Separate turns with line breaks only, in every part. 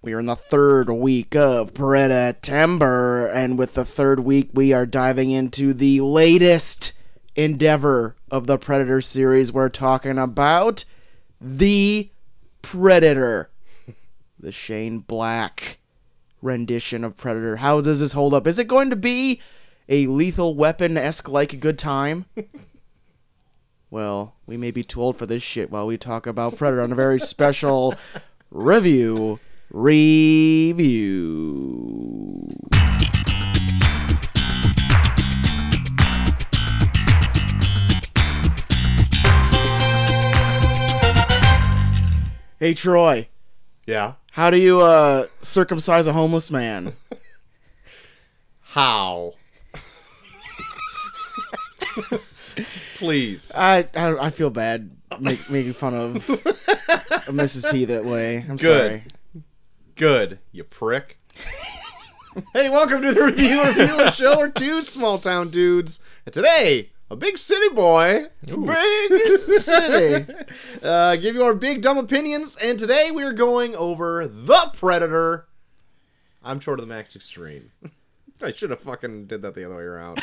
We are in the third week of Beretta Timber, and with the third week, we are diving into the latest endeavor of the Predator series. We're talking about the Predator, the Shane Black rendition of Predator. How does this hold up? Is it going to be a lethal weapon esque like good time? Well, we may be too old for this shit while we talk about Predator on a very special review. Review. Hey Troy,
Yeah.
how do you uh, circumcise a homeless man?
How? Please.
I I, I feel bad make, making fun of Mrs. P that way. I'm
Good.
sorry.
Good, you prick. hey, welcome to the Review or Reviewer Show. We're two small town dudes. And today, a big city boy. Big
Shitty.
uh, give you our big dumb opinions, and today we're going over the Predator. I'm short of the max extreme. I should have fucking did that the other way around.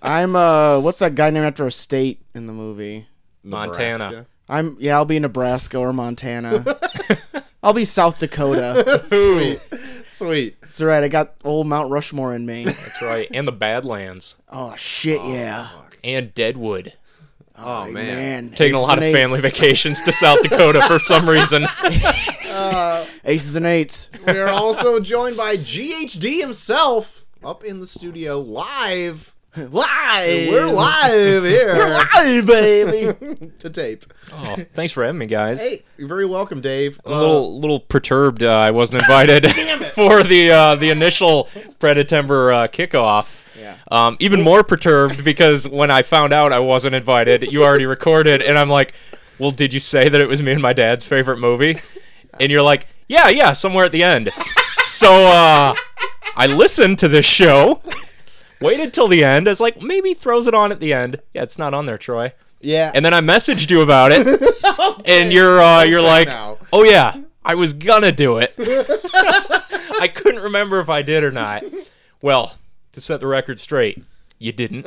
I'm uh what's that guy named after a state in the movie?
Montana.
Nebraska.
I'm yeah, I'll be Nebraska or Montana. I'll be South Dakota.
Sweet, sweet.
It's alright, I got old Mount Rushmore in me.
That's right. And the Badlands.
Oh shit yeah.
And Deadwood.
Oh,
Like,
man.
Taking a
aces
lot of
and
family
eights.
vacations to South Dakota for some reason.
Aces and eights.
We are also joined by GHD himself up in the studio live.
live.
We're live here
live, baby.
to tape.
Oh, thanks for having me, guys.
Hey, uh, you're very welcome, Dave.
I'm a little, little perturbed. Uh, I wasn't invited for the uh, the initial Predatember uh, kickoff.
Yeah.
Um, even more perturbed because when I found out I wasn't invited, you already recorded, and I'm like, "Well, did you say that it was me and my dad's favorite movie?" And you're like, "Yeah, yeah, somewhere at the end." so uh, I listened to this show, waited till the end. I was like, maybe throws it on at the end. Yeah, it's not on there, Troy.
Yeah.
And then I messaged you about it, and you're uh, you're like,
now.
oh yeah, I was gonna do it. I couldn't remember if I did or not. Well, to set the record straight, you didn't.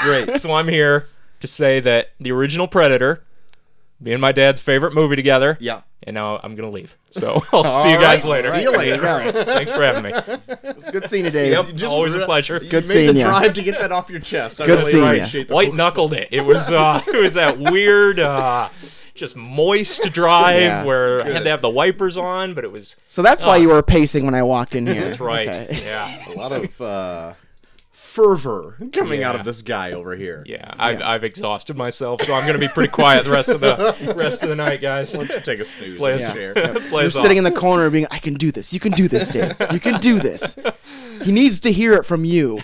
great.
So I'm here to say that the original Predator, me and my dad's favorite movie together.
Yeah.
And now I'm gonna leave. So I'll see you guys
right,
later.
see you later.
Thanks for having me.
It's good seeing you, Dave.
Yep. Always a pleasure.
You
Good
made
seeing
the
ya.
drive to get that off your chest. I
Good
really
seeing ya.
appreciate the
White knuckled it. It was uh, it was that weird, uh, just moist drive
Yeah.
where I
Good.
had to have the wipers on, but it was
So that's why you were pacing when I walked in here.
Oh, that's right.
Okay.
Yeah,
A lot of uh, fervor coming out
Yeah.
of this guy over here.
yeah. I've, I've exhausted myself, so I'm gonna be pretty quiet the rest of the rest of the night, guys.
Take a snooze.
Play
in
us,
the
yeah.
chair.
play
You're
us
sitting
off.
in the corner being, I can do this. You can do this, Dave. You can do this. He needs to hear it from you.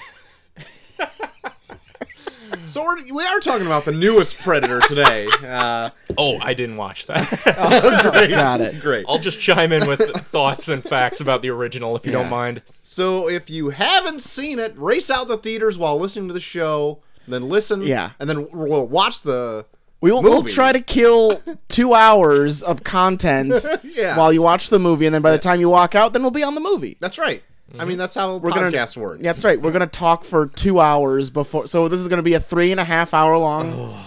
So we're, we are talking about the newest Predator today. Uh,
Oh, I didn't watch that.
great.
Got it.
Great.
I'll just chime in with thoughts and facts about the original, if you
Yeah.
don't mind.
So if you haven't seen it, race out the theaters while listening to the show. Then listen,
Yeah.
and then we'll watch the.
We'll, we'll
Movie.
try to kill two hours of content
Yeah.
while you watch the movie, and then by the time you walk out, then we'll be on the movie.
That's right. I mean, that's how
Mm-hmm. gonna-
podcasts work.
Yeah, that's right. We're gonna talk for two hours before, so this is gonna be a three and a half hour long.
Oh.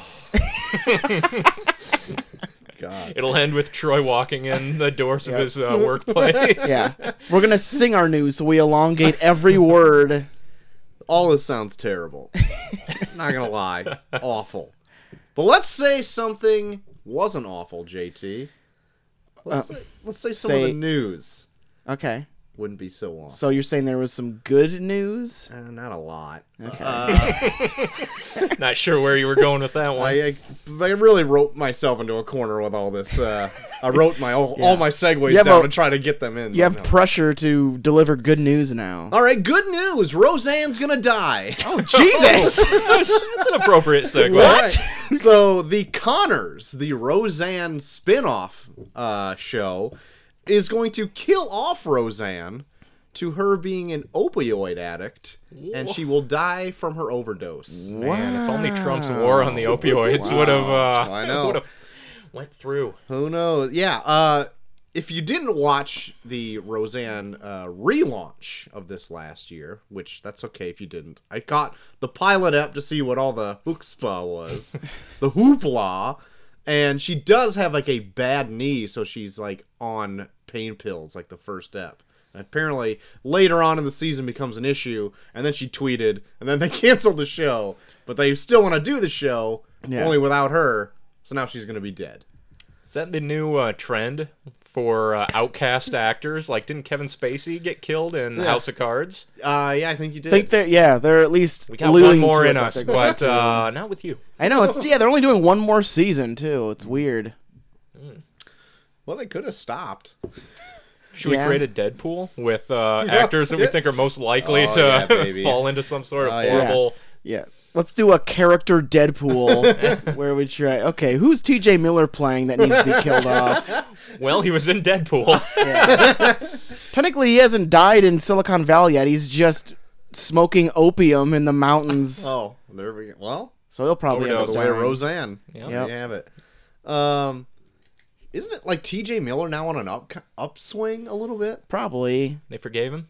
God.
It'll end with Troy walking in the doors of his uh, workplace.
Yeah, we're gonna sing our news, so we elongate every word.
All this sounds terrible. Not gonna lie, awful. But let's say something wasn't awful, JT. Let's, say, let's say some of
Uh, say-
the news
Okay,
wouldn't be so awful.
so you're saying there was some good news?
Uh, not a lot.
Okay.
Uh,
Not sure where you were going with that one.
I, I, I really wrote myself into a corner with all this. Uh, I wrote my all, all my segues
You have
down
a-
to try to get them in.
you
but
have
no. Oh.
pressure to deliver good news now.
All right, good news. Roseanne's gonna die. Oh,
Jesus!
that's, that's an appropriate segue.
so the Connors, the Roseanne spin-off uh, show, is going to kill off Roseanne to her being an opioid addict, and she will die from her overdose.
Man, if only Trump's
Ah.
war on the opioids would have uh,
I know.
would have went through.
Who knows? Yeah. Uh, if you didn't watch the Roseanne uh, relaunch of this last year, which that's okay if you didn't, I caught the pilot up to see what all the hoopla was, the hoopla, and she does have like a bad knee, so she's like on pain pills like the first step. And apparently, later on in the season becomes an issue, and then she tweeted, and then they canceled the show, but they still want to do the show,
Yeah.
only without her. So now she's gonna be dead.
Is that the new uh, trend for uh, outcast actors? Like, didn't Kevin Spacey get killed in House of Cards?
Uh, yeah, I think you did.
I think they're yeah they're at least
We got one
alluding
more
to
in
it that
us,
they're going
but
to.
uh, not with you.
I know it's yeah they're only doing one more season too. It's weird.
Well, they could have stopped.
Should
Yeah.
we create a Deadpool with uh, actors that we think are most likely
Oh, yeah,
to
baby.
fall into some sort of
Oh, yeah.
horrible?
Yeah. Let's do a character Deadpool where we try. Okay, who's TJ Miller playing that needs to be killed off?
Well, he was in Deadpool.
Technically, he hasn't died in Silicon Valley yet. He's just smoking opium in the mountains.
Oh, there we go. Well,
So he'll probably end up
Overdose.
there,
dying.
Roseanne.
Yeah.
Yep.
You have it. Um, isn't it like T.J. Miller now on an up upswing a little bit?
Probably.
they forgave him.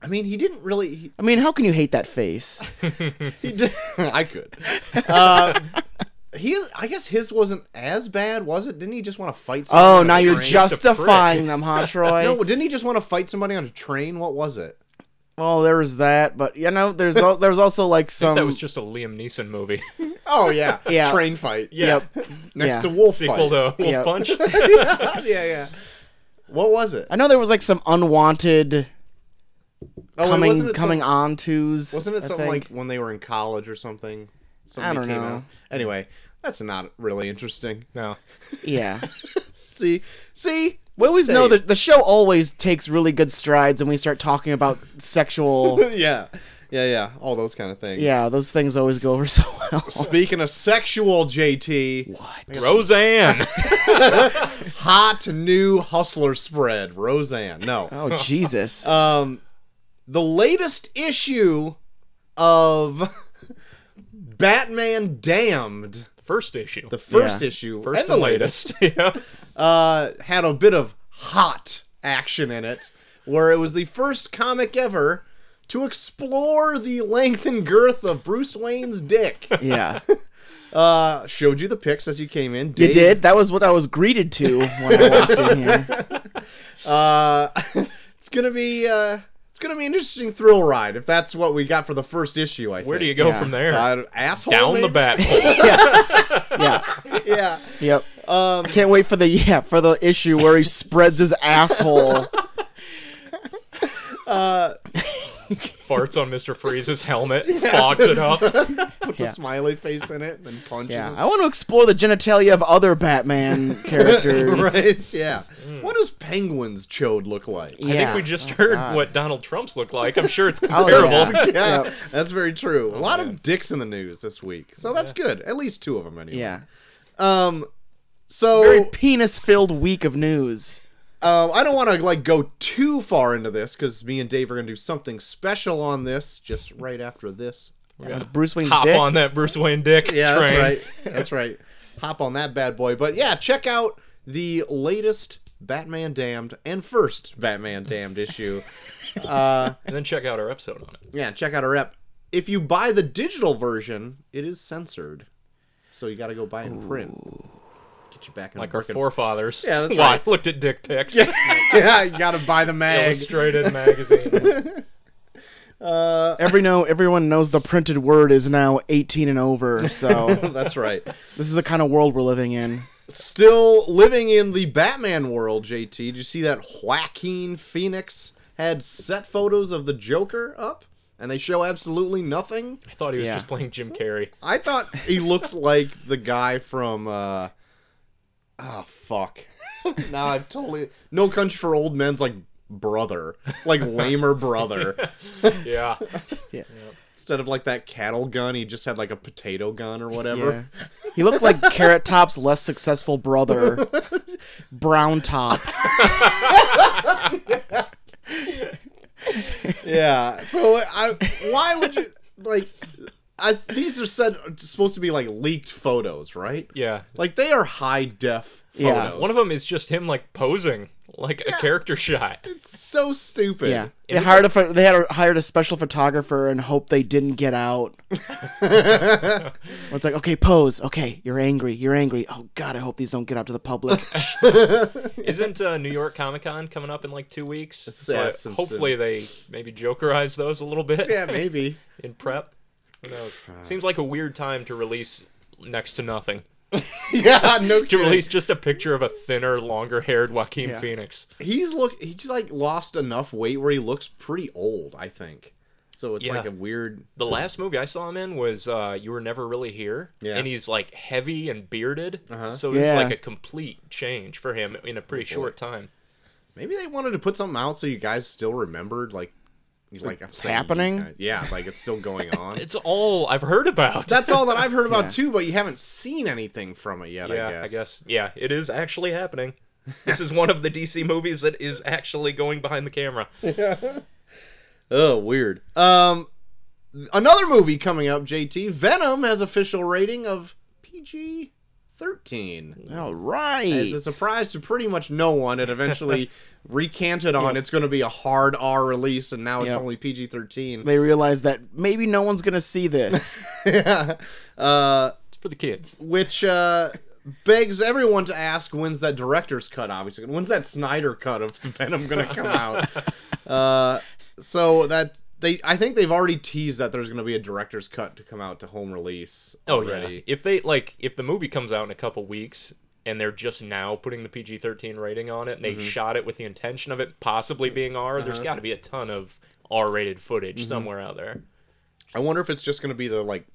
I mean, he didn't really. He,
I mean, how can you hate that face?
he did. I could. Uh, he. I guess his wasn't as bad, was it? Didn't he just want to fight? somebody
Oh,
on a
now you're
train?
justifying them, huh, Troy?
No, didn't he just want to fight somebody on a train? What was it?
Well, there was that, but you know, there's al- there was also like
Um,
some.
that was just a Liam Neeson movie.
Oh yeah,
Yeah.
Train fight.
yeah.
Yep.
Next
Yeah.
to Wolf
Sequel
fight.
to Wolf
Yeah.
Punch.
yeah, yeah. What was it?
I know there was like some unwanted
Oh, and
coming
wasn't it some-
coming on tos.
Wasn't it
I
something
think.
like when they were in college or something? Something
I don't
came
know.
out. Anyway, that's not really interesting.
No.
Yeah.
See, see,
We always know
Hey.
that the show always takes really good strides when we start talking about sexual.
yeah, yeah, yeah, all those kind of things.
yeah, those things always go over so well.
Speaking of sexual, JT,
What?
Roseanne.
hot new hustler spread, Roseanne. No,
Oh Jesus!
um, the latest issue of Batman Damned,
First issue.
the first
Yeah.
issue,
first
and the latest.
yeah.
uh, had a bit of hot action in it, where it was the first comic ever to explore the length and girth of Bruce Wayne's dick.
yeah,
Uh, showed you the pics as you came in.
you
Dave,
did. That was what I was greeted to when I walked in here.
Uh, it's gonna be uh, it's gonna be an interesting thrill ride if that's what we got for the first issue. I
Where
think.
do you go
Yeah.
from there?
Uh, asshole
Down the
maybe?
bat hole.
Yeah,
yeah.
yep.
Um,
Can't wait for the yeah for the issue where he spreads his asshole.
Farts on Mr. Freeze's helmet. Fogs it up.
put the
Yeah.
smiley face in it, then punches.
Yeah,
him.
I want to explore the genitalia of other Batman characters.
right. Yeah.
Hmm.
What does Penguin's chode look like?
Yeah.
I think we just
Oh,
heard
God.
what Donald Trump's look like. I'm sure it's
Oh,
comparable.
yeah.
yeah,
Yep.
that's very true. A lot
man.
of dicks in the news this week, so that's good. At least two of them, anyway.
yeah.
Um. So
Very penis-filled week of news.
uh, I don't want to like go too far into this because me and Dave are gonna do something special on this just right after this.
Yeah.
Bruce Wayne's
Hop
dick.
on that Bruce Wayne dick
Yeah,
train.
that's right. That's right. Hop on that bad boy. But yeah, check out the latest Batman Damned and first Batman Damned issue. Uh,
And then check out our episode on it.
Yeah, check out our app. If you buy the digital version, it is censored, so you got to go buy it in print. Get you back in
Like
the
our
frickin-
forefathers.
Yeah, that's
Why?
right.
Looked at dick pics.
yeah, you got to buy the mag.
Illustrated magazines.
Uh,
Every know everyone knows the printed word is now 18 and over, so
that's right.
this is the kind of world we're living in.
Still living in the Batman world, JT. Did you see that Joaquin Phoenix had set photos of the Joker up, and they show absolutely nothing?
I thought he was
Yeah.
just playing Jim Carrey.
I thought he looked like the guy from uh oh fuck. now I've totally No Country for Old Men's like brother. Like lamer brother.
Yeah.
Instead of like that cattle gun, he just had like a potato gun or whatever.
He looked like Carrot Top's less successful brother, Brown Top.
Yeah. So I why would you like I, these are said supposed to be like leaked photos, right?
Yeah.
Like they are high def photos.
Yeah.
One of them is just him like posing like a character shot.
It's so stupid.
Yeah,
It
they
was
hired a pho- they had a, hired a special photographer and hoped they didn't get out. Where it's like, okay, pose. Okay, you're angry. You're angry. Oh God, I hope these don't get out to the public.
Isn't uh, New York Comic Con coming up in like two weeks? So
yeah,
I-
it's soon,
hopefully they maybe jokerize those a little bit
Yeah, maybe.
in prep. Who knows? Seems like a weird time to release next to nothing.
yeah, no
To
kidding.
release just a picture of a thinner, longer-haired Joaquin
Yeah.
Phoenix.
He's look. He's like lost enough weight where he looks pretty old. I think. So it's
Yeah.
like a weird.
The last movie I saw him in was uh, "You Were Never Really Here,"
Yeah.
and he's like heavy and bearded,
Uh-huh.
so it's
Yeah.
like a complete change for him in a pretty short time.
Maybe they wanted to put something out so you guys still remembered, like, like I'm saying you
happening?
guys- yeah, like it's still going on.
It's all I've heard about.
That's all that I've heard about
Yeah.
too, but you haven't seen anything from it yet.
yeah,
I guess.
yeah, it is actually happening. This is one of the DC movies that is actually going behind the camera.
Oh, weird. Um, another movie coming up, JT. Venom has official rating of PG thirteen.
All right.
As a surprise to pretty much no one, it eventually recanted on it's going to be a hard R release, and now it's
Yeah.
only PG thirteen.
They realize that maybe no one's gonna see this.
uh,
It's for the kids.
which uh, begs everyone to ask when's that director's cut obviously when's that snyder cut of venom gonna come out uh, so that they i think they've already teased that there's gonna be a director's cut to come out to home release
Oh yeah.
already.
If they like, if the movie comes out in a couple weeks and they're just now putting the PG-13 rating on it, and they shot it with the intention of it possibly being R, there's got to be a ton of R-rated footage somewhere out there.
i wonder if it's just gonna be the like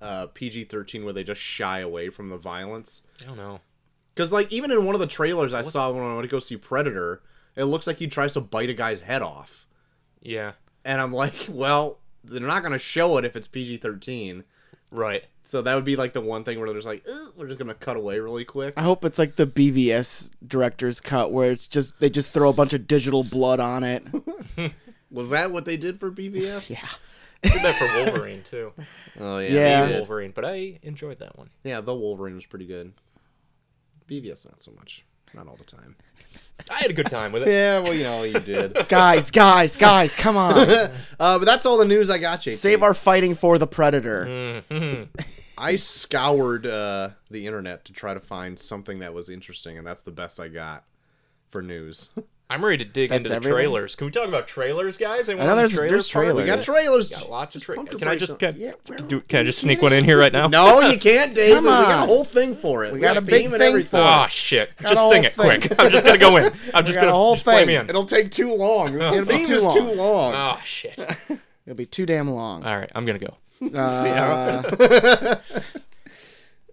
uh, pg-13 where they just shy away from the violence
I don't know.
because like even in one of the trailers i saw when i went to go see predator it looks like he tries to bite a guy's head off
Yeah.
and i'm like well they're not gonna show it if it's pg-13
Right.
So that would be like the one thing where they're just like, "Ugh, we're just gonna cut away really quick.
I hope it's like the BVS director's cut where it's just they just throw a bunch of digital blood on it.
Was that what they did for BVS? yeah.
Did that for Wolverine too.
Oh yeah.
Yeah.
they did.
Wolverine, but I enjoyed that one.
Yeah, the Wolverine was pretty good. BVS not so much. Not all the time.
I had a good time with it.
Yeah, well you know you did. uh,
guys, guys, guys, come on.
but that's all the news I got, JT.
Save our fighting for the predator.
I scoured uh, the internet to try to find something that was interesting, and that's the best I got for news.
I'm ready to dig
That's
into the
everything?
trailers. Can we talk about trailers, guys? Anyone
I know
on the
there's-
trailer
there's
part?
trailers.
we got
Yes.
trailers.
got lots of
Pump
trailers.
the
Can I
brakes
just
on-
can,
Yeah, we're-
do, can I just sneak one in here right now?
No, you can't, David.
Come
We got a
on.
whole thing for it. We
got a big
theme and
thing
everything.
for it.
Oh shit!
a
just
whole
sing it
thing.
quick. I'm just gonna go in. I'm just
got a
gonna
whole
just play
thing.
me in.
It'll take too long. The
It'll
be
theme
too
is
long.
too long.
Oh shit! All
It'll be too damn long.
right, I'm gonna go.
Uh,
Yeah.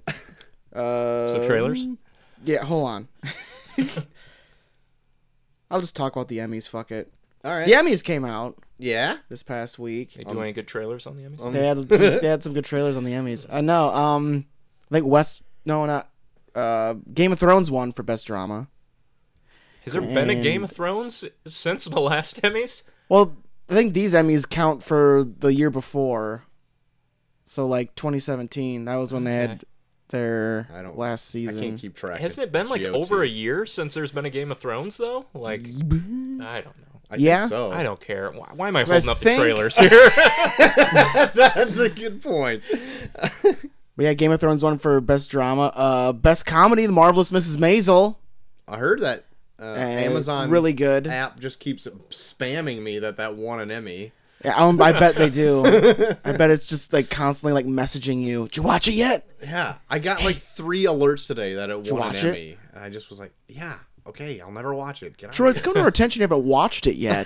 uh,
So trailers.
Yeah, hold on. I'll just talk about the Emmys. Fuck it.
All right.
The Emmys came out
Yeah.
this past week.
They do any good trailers on the Emmys?
They had some, they had some good trailers on the Emmys. I uh, know. Um, I think West. No, not. Uh, Game of Thrones won for best drama.
Has there been a
and-
Game of Thrones since the last Emmys?
Well, I think these Emmys count for the year before. So like 2017, that was when they had their
I don't-
last season.
I can't keep track.
Hasn't it been like
GOT.
over a year since there's been a Game of Thrones though? Like, I don't know.
I
Yeah?
Think so.
I don't care. Why, why am I holding up
think-
the trailers here?
That's a good point.
We had Game of Thrones one for best drama, uh, best comedy, The Marvelous Mrs. Maisel.
I heard that uh,
and
Amazon
really good.
app just keeps spamming me that that won an Emmy.
Yeah, I'm- I bet they do. I bet it's just like constantly like messaging you. Did you watch it yet?
Yeah, I got like three alerts today that it won an
watch it?
Emmy, and I just was like, "Yeah, okay, I'll never watch it." Get out
Troy,
of
it's come to our attention you haven't watched it yet.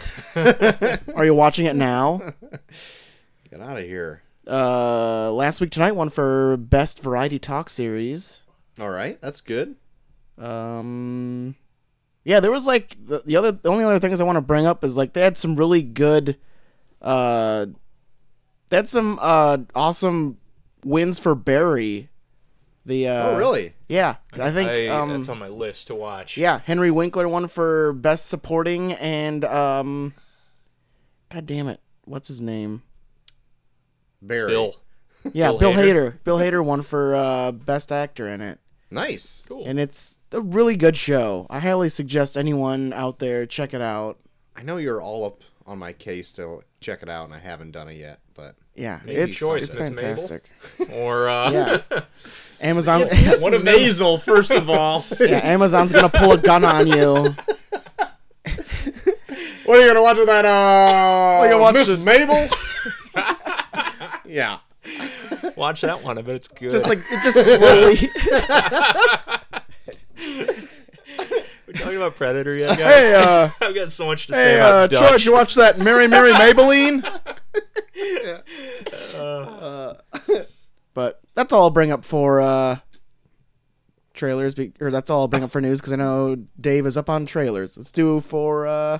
Are you watching it now?
here. Get out of here.
Uh, last week tonight one for best variety talk series.
All right, that's good.
Um, yeah, there was like the, the other the only other things I want to bring up is like they had some really good, uh, they had some uh awesome wins for Barry. The uh,
oh, really?
Yeah, I think
I,
um
that's on my list to watch.
yeah Henry Winkler won for best supporting and um, god damn it, what's his name?
Barry.
Bill.
Yeah, Bill,
Bill
Hader. Bill Hader won for uh, best actor in it,
Nice.
Cool.
and it's a really good show. I highly suggest anyone out there check it out.
I know you're all up on my case to check it out, and I haven't done it yet, but
Yeah,
Maybe
it's
choices,
it's
Mabel.
fantastic.
or uh,
Yeah. Amazon.
what
One
a
of them-
nasal, first of all.
yeah, Amazon's gonna pull a gun on you.
What are you gonna watch with that? Uh,
are you gonna watch
Miss
with-
Mabel? yeah.
watch that one. I bet it's good.
Just like it just slowly.
We're talking about Predator yet, guys.
hey, uh,
I've got so much to say
hey, uh,
about Dutch.
George, you watch that Mary Mary Maybelline? but that's all I'll bring up for uh, trailers, be- or that's all I'll bring up for news because I know Dave is up on trailers. Let's do for. Uh,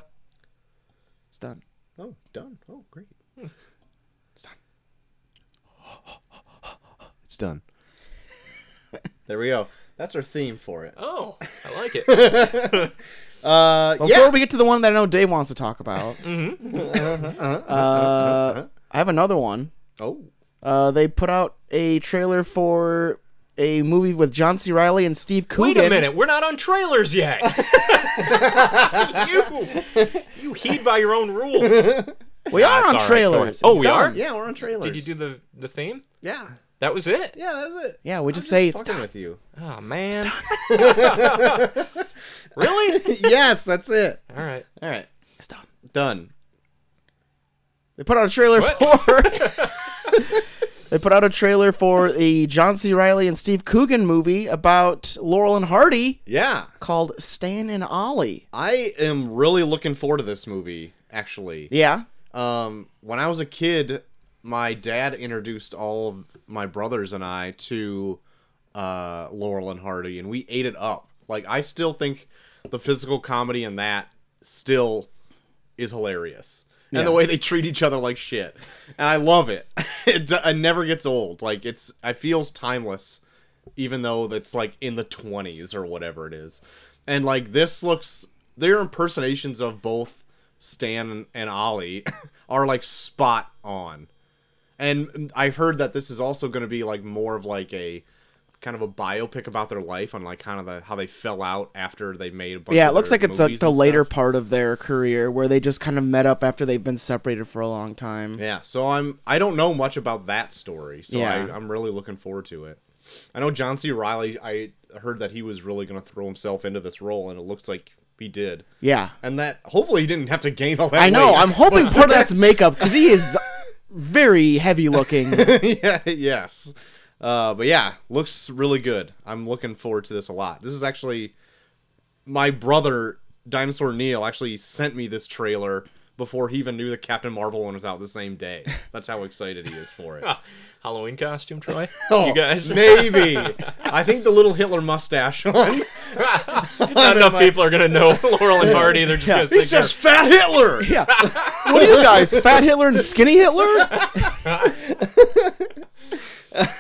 it's done.
Oh, done. Oh, great. It's done. It's done. there we go. That's our theme for it.
Oh, I like it.
Uh,
Before
yeah.
we get to the one that I know Dave wants to talk about,
Mm-hmm.
uh, I have another one.
Oh,
Uh, they put out a trailer for a movie with John C. Riley and Steve Coogan.
Wait a minute, we're not on trailers yet. you, you heed by your own rules.
We are on
all right, don't worry.
trailers.
Oh,
It's
we are?
yeah. We're on trailers.
Did you do the the theme?
Yeah.
That was it.
Yeah, that was it.
Yeah, we just
I'm
say it's
fucking with you.
Oh man. really?
yes, that's it.
All right.
All right.
It's done.
Done.
They put out a trailer
What?
for. they put out a trailer for the John C. Riley and Steve Coogan movie about Laurel and Hardy
Yeah.
called Stan and Ollie.
I am really looking forward to this movie, actually.
Yeah.
Um, when I was a kid, my dad introduced all of my brothers and I to uh, Laurel and Hardy, and we ate it up. Like, I still think the physical comedy in that still is hilarious. And the way they treat each other like shit. And I love it. it, d- it never gets old. Like, it's, it feels timeless, even though it's like in the 20s or whatever it is. And like, this looks, their impersonations of both Stan and Ollie are like spot on. And I've heard that this is also going to be like more of like a kind of a biopic about their life on like kind of the how they fell out after they made a bunch
Yeah,
of
it looks
their
like it's like
movies
the
and
later
stuff.
part of their career where they just kind of met up after they've been separated for a long time.
Yeah, so I'm I don't know much about that story, so
Yeah.
I, I'm really looking forward to it. I know John C. Riley. I heard that he was really going to throw himself into this role, and it looks like he did.
Yeah.
And that hopefully he didn't have to gain all that.
I know.
weight.
I'm hoping part of that's makeup because he is very heavy looking.
yeah, yes. Uh, but yeah, looks really good. I'm looking forward to this a lot. This is actually my brother Dinosaur Neil actually sent me this trailer before he even knew the Captain Marvel one was out the same day. That's how excited he is for it.
Halloween costume, Troy.
Oh,
you guys.
maybe. I think the little Hitler mustache one.
Not enough people are gonna know Laurel and Hardy. They're just gonna
He's
sit
just Fat Hitler.
Yeah. What are you guys, Fat Hitler and Skinny Hitler?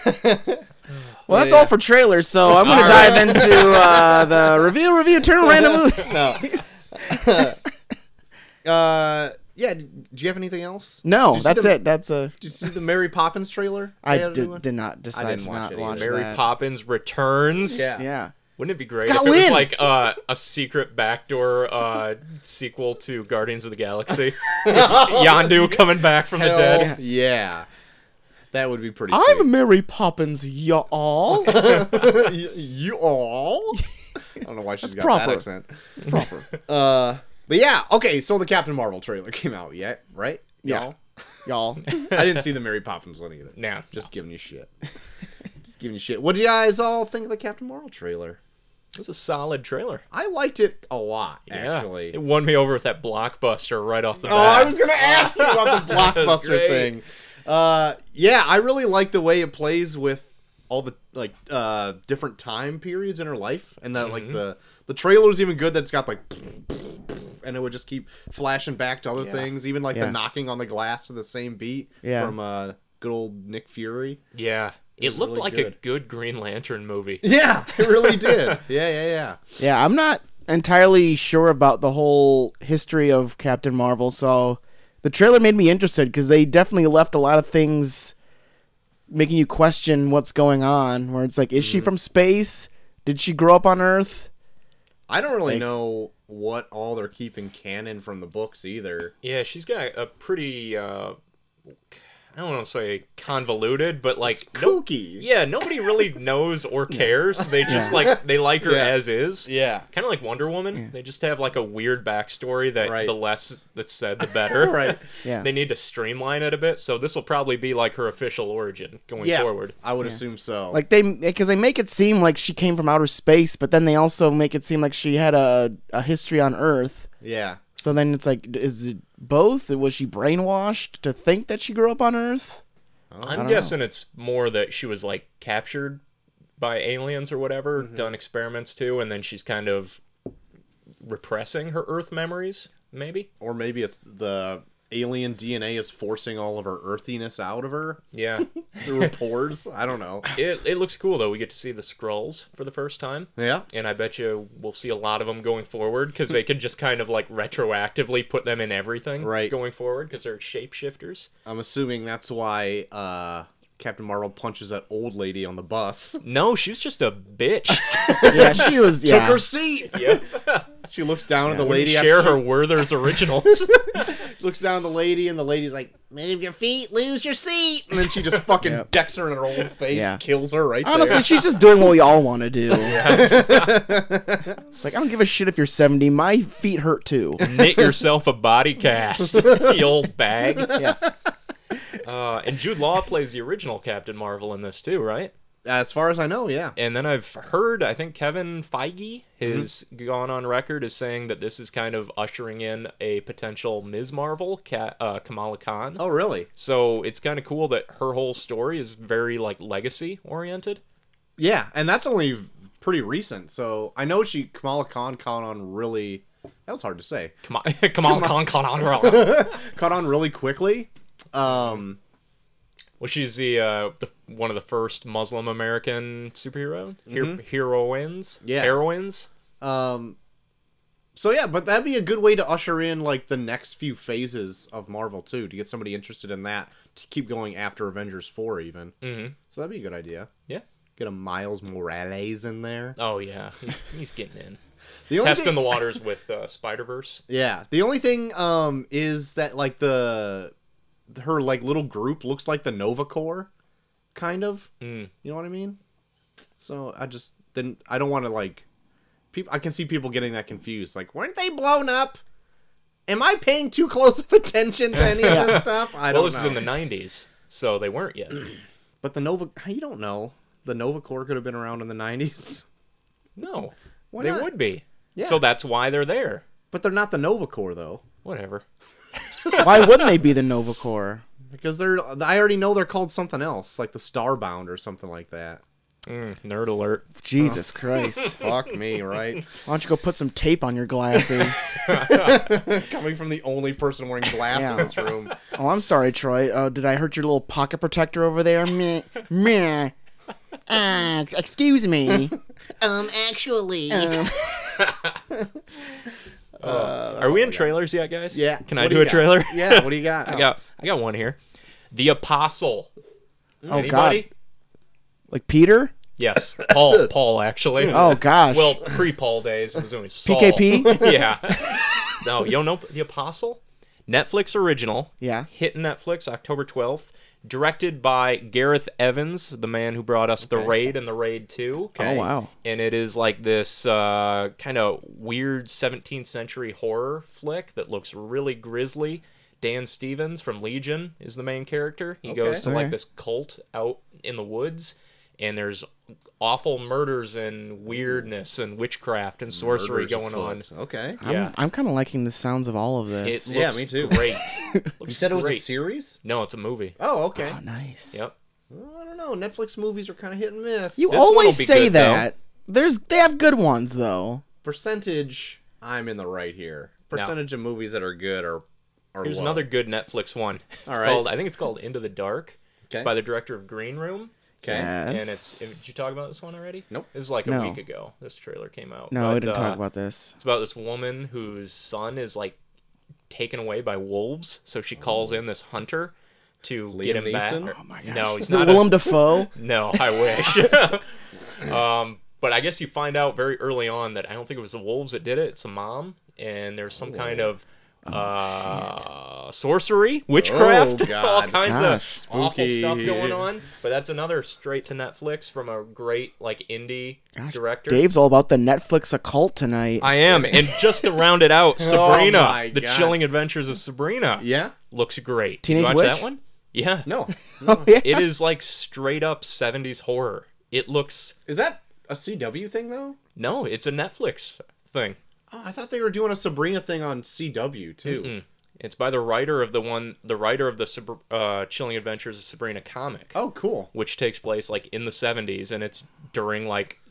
well, that's all for trailers, so I'm going to
All
dive into uh, the review, review, turn random movie.
No. uh, yeah. d- Do you have anything else? Did
No,
you see
that's
the-
it. That's a.
Did you see the Mary Poppins trailer?
I
They had a new
did,
one?
did not decide
didn't
to
watch
not
it
watch
either.
Mary
that.
Poppins returns.
Yeah.
Yeah.
Wouldn't it be great
Scott
if it was
Lynn!
like uh, a secret backdoor uh, sequel to Guardians of the Galaxy? Yondu coming back from the
Hell
dead.
yeah. That would be pretty.
I'm Mary Poppins, y'all.
sweet. Y- you all. I don't know why she's got
proper.
that accent. It's proper. uh, but yeah. Okay. So the Captain Marvel trailer came out yet, right?
Yeah. y'all.
Y'all? I didn't see the Mary Poppins one either.
Now,
Just giving you shit. Just giving you shit. What do you guys all think of the Captain Marvel trailer?
it was a solid trailer.
I liked it a lot,
Yeah.
actually.
it won me over with that blockbuster right off the
Oh,
bat.
I was gonna ask you about the
That was
blockbuster
great.
thing. Uh, yeah, I really like the way it plays with all the like uh, different time periods in her life, and that
Mm-hmm.
like the the trailer was even good. That it's got like, and it would just keep flashing back to other
Yeah.
things, even like
Yeah.
the knocking on the glass to the same beat
Yeah.
from uh, good old Nick Fury.
yeah, it
was
looked
really
like a
good.
good Green Lantern movie.
Yeah, it really did. Yeah, yeah, yeah.
Yeah, I'm not entirely sure about the whole history of Captain Marvel, so the trailer made me interested because they definitely left a lot of things making you question what's going on. Where it's like, is she
Mm-hmm.
from space? Did she grow up on Earth?
I don't really
Like-
know what all they're keeping canon from the books either.
Yeah, she's got a pretty. Uh, I don't want to say convoluted, but like no,
Kooky.
yeah, nobody really knows or cares. They just like they like her
Yeah.
as is.
Yeah.
Kind of like Wonder Woman. They just have like a weird backstory that
Right.
the less that's said, the better.
Right.
Yeah.
They need to streamline it a bit, so this will probably be like her official origin going
Yeah.
forward.
I would assume so.
Like they, because they make it seem like she came from outer space, but then they also make it seem like she had a a history on Earth.
yeah.
So then it's like, is it both? Was she brainwashed to think that she grew up on Earth?
Oh.
I'm guessing it's more that she was like captured by aliens or whatever,
Mm-hmm.
done experiments to, and then she's kind of repressing her Earth memories, maybe.
Or maybe it's the alien DNA is forcing all of her earthiness out of her
Yeah,
through pores. I don't know.
it it looks cool though. We get to see the Skrulls for the first time.
Yeah.
And I bet you we'll see a lot of them going forward because they could just kind of like retroactively put them in everything
Right.
going forward because they're shapeshifters.
I'm assuming that's why uh, Captain Marvel punches that old lady on the bus.
No, she's just a bitch.
Yeah, she was.
Took
yeah,
her seat.
yep.
She looks down at the lady. after
Share
she
her Werther's originals.
looks down at the lady, and the lady's like, "Move your feet, lose your seat," and then she just fucking decks her in her old face,
Yeah.
kills her right
Honestly,
there.
she's just doing what we all want to do. it's like I don't give a shit if you're 70. My feet hurt too.
knit yourself a body cast, you old bag.
Yeah.
Uh, and Jude Law plays the original Captain Marvel in this too, right?
As far as I know, yeah.
And then I've heard, I think Kevin Feige
Mm-hmm.
has gone on record as saying that this is kind of ushering in a potential Ms. Marvel, Ka- uh, Kamala Khan.
Oh, really?
So it's kind of cool that her whole story is very like legacy oriented.
Yeah, and that's only pretty recent. So I know she Kamala Khan caught on really. That was hard to say.
Kama- Kamala Khan, Khan,
Caught on really quickly. Um,
well, she's the, uh, the one of the first Muslim American superhero Her- heroines,
Mm-hmm. Yeah.
heroines.
um. So yeah, but that'd be a good way to usher in like the next few phases of Marvel too, to get somebody interested in that to keep going after Avengers four even. Mm-hmm. So that'd be a good idea.
Yeah.
Get a Miles Morales in there.
Oh yeah, he's, he's getting in,
The only
testing
thing-
the waters with uh, Spider Verse.
Yeah. The only thing um is that like the her like little group looks like the Nova Corps, kind of.
Mm.
You know what I mean? So I just didn't. I don't want to like. People, I can see people getting that confused. Like, weren't they blown up? Am I paying too close of attention to any of this stuff? I
Well,
don't
this is
know.
in the '90s, so they weren't yet.
but the Nova, you don't know. The Nova Corps could have been around in the '90s,
No,
Why
they
not?
would be.
Yeah.
So that's why they're there.
but they're not the Nova Corps though,
Whatever.
Why wouldn't they be the Nova Corps?
because they're. I already know they're called something else, like the Starbound or something like that.
Mm, nerd alert.
Jesus Christ!
Fuck me, right?
Oh. Why don't you go put some tape on your glasses?
Coming from the only person wearing glass in
Yeah.
this room.
Oh, I'm sorry, Troy. Oh, did I hurt your little pocket protector over there? Meh. Meh. Uh, ex- excuse me.
Um, actually.
Oh,
Are we in trailers yet, guys?
Yeah.
Can
what
I do a
you got?
trailer?
Yeah. What do you got?
I got I got one here. The Apostle.
Oh,
Anybody?
God. Like Peter?
Yes, Paul. Paul actually.
Oh, gosh.
Well, pre-Paul days it was only Saul.
PKP?
yeah. No, you don't know the Apostle. Netflix original.
Yeah.
Hit Netflix October twelfth. Directed by Gareth Evans, the man who brought us The Raid and The Raid Two.
Oh, wow.
And it is like this uh, kind of weird 17th century horror flick that looks really grisly. Dan Stevens from Legion is the main character. He goes to like
Okay.
this cult out in the woods, and there's awful murders and weirdness and witchcraft and
Oh,
sorcery
Murderers
going on.
afoot. Okay.
I'm,
Yeah.
I'm kind of liking the sounds of all of
It
this.
looks
Yeah, me too.
great.
You said it was a
great.
series?
No, it's a movie.
Oh, okay.
oh, nice.
Yep.
Well, I don't know. Netflix movies are kind of hit and miss.
You
This one'll
always
be
say
good, though.
that. There's they have good ones though.
Percentage, I'm in the right here. Percentage of movies that are good are are
Here's
low.
another good Netflix one. It's
All right.
called I think it's called Into the Dark.
Okay.
It's by the director of Green Room.
Okay.
Yes.
And it's did you talk about this one already?
Nope.
This is like a
No.
week ago. This trailer came out.
no,
But,
I didn't
uh,
talk about this.
It's about this woman whose son is like taken away by wolves, so she calls in this hunter to
Liam
get him back.
Neeson?
or-
Oh my gosh.
No, he's
Is it
not.
Willem
A,
Dafoe?
no, I wish. um, but I guess you find out very early on that I don't think it was the wolves that did it. It's a mom, and there's some kind
Oh,
of uh, sorcery, witchcraft,
Oh, God.
all kinds
Gosh,
of awful stuff
spooky.
going on. But that's another straight to Netflix from a great like indie
Gosh,
director.
Dave's all about the Netflix occult tonight.
I am. And just to round it out, Sabrina,
Oh, my
The
God.
Chilling Adventures of Sabrina,
Yeah?
looks great.
Teenage
you watch
Witch?
that one? Yeah.
No.
oh, yeah.
It is like straight up 70s horror. It looks
Is that a CW thing though?
No, it's a Netflix thing.
Oh, I thought they were doing a Sabrina thing on CW too.
It's by the writer of the one the writer of the Sab- uh, Chilling Adventures of Sabrina comic,
Oh, cool.
which takes place like in the 70s and it's during like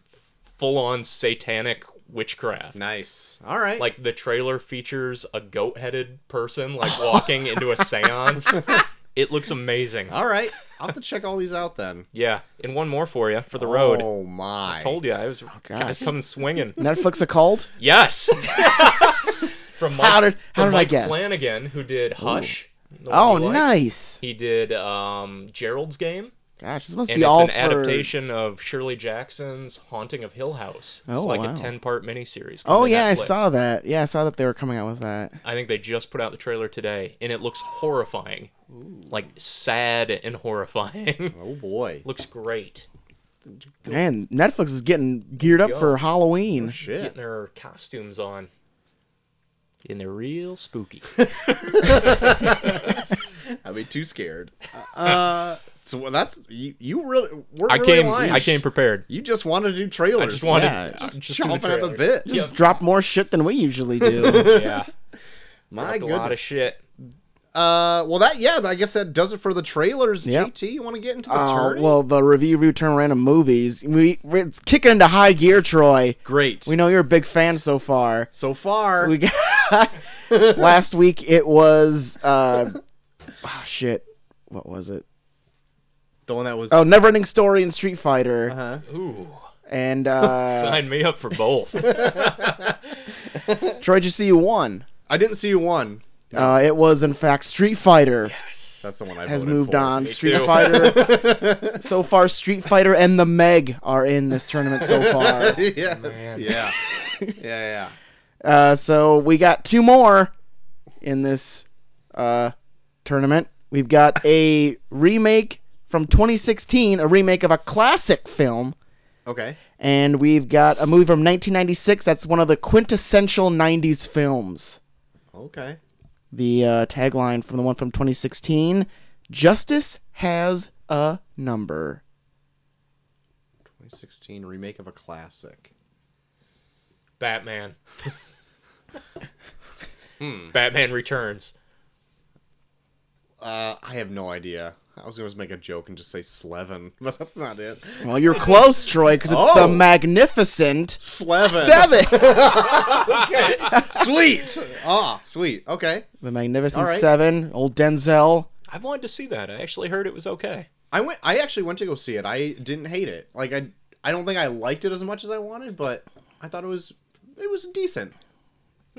full on satanic witchcraft.
Nice. All right.
like the trailer features a goat-headed person like walking into a séance. It looks amazing.
all right. I'll have to check all these out then.
Yeah, and one more for you for the road.
Oh my.
Told you I was I
gosh.
was coming swinging.
Netflix occult?
Yes. from Mike,
How did- how
from
did I
Mike
guess?
Flanagan, who did Hush. the
Oh,
one you like.
nice.
He did um, Gerald's Game,
Gosh, this must
and
be
it's
all
an
for...
adaptation of Shirley Jackson's Haunting of Hill House. It's
Oh,
like
wow.
a ten-part miniseries.
Oh
coming to
yeah, I
Netflix.
saw that. Yeah, I saw that they were coming out with that.
I think they just put out the trailer today, and it looks horrifying. Like sad and horrifying.
Oh boy.
looks great.
Man, Netflix is getting geared up
Yo.
for Halloween.
Shit.
Getting their costumes on. And they're real spooky.
I'd be too scared. Uh, so that's you. You really. We're
I
really
came.
lying.
I came prepared.
You just want to do trailers.
I just wanted
yeah,
uh,
just
do the
chomping at the
trailers.
bit.
Yep.
Drop more shit than we usually do.
yeah,
My
dropped
goodness.
a lot of shit.
Uh, well, that yeah. I guess that does it for the trailers.
Yep.
GT, you want to get into the
Uh,
Oh,
tourney?
well, the review return random movies. We we- it's kicking into high gear, Troy.
great.
We know you're a big fan so far.
so far,
We got last week. It was uh, oh, shit. What was it?
the one that was.
Oh, Neverending Story and Street Fighter,
uh-huh.
Ooh,
and uh,
sign me up for both.
Troy. Did you see you won?
I didn't see you one.
Uh, it was in fact Street Fighter.
That's the one I
has
voted
moved
for.
on. Street
too.
Fighter. so far, Street Fighter and the Meg are in this tournament so far.
yes. Yeah. yeah. Yeah.
Uh, so we got two more in this uh, tournament. We've got a remake from 2016, a remake of a classic film,
Okay.
and we've got a movie from 1996 that's one of the quintessential 90s films.
Okay.
The uh, tagline from the one from 2016 Justice has a number.
2016 remake of a classic.
Batman. hmm. Batman Returns.
Uh, I have no idea. I was gonna make a joke and just say Slevin, but that's not it.
Well, you're close, Troy, because it's
Oh.
the magnificent
Slevin.
Seven.
Okay. sweet. Ah, sweet. Okay.
the magnificent
All right.
Seven. Old Denzel.
I wanted to see that. I actually heard it was okay.
I went. I actually went to go see it. I didn't hate it. Like I, I don't think I liked it as much as I wanted, but I thought it was, it was decent.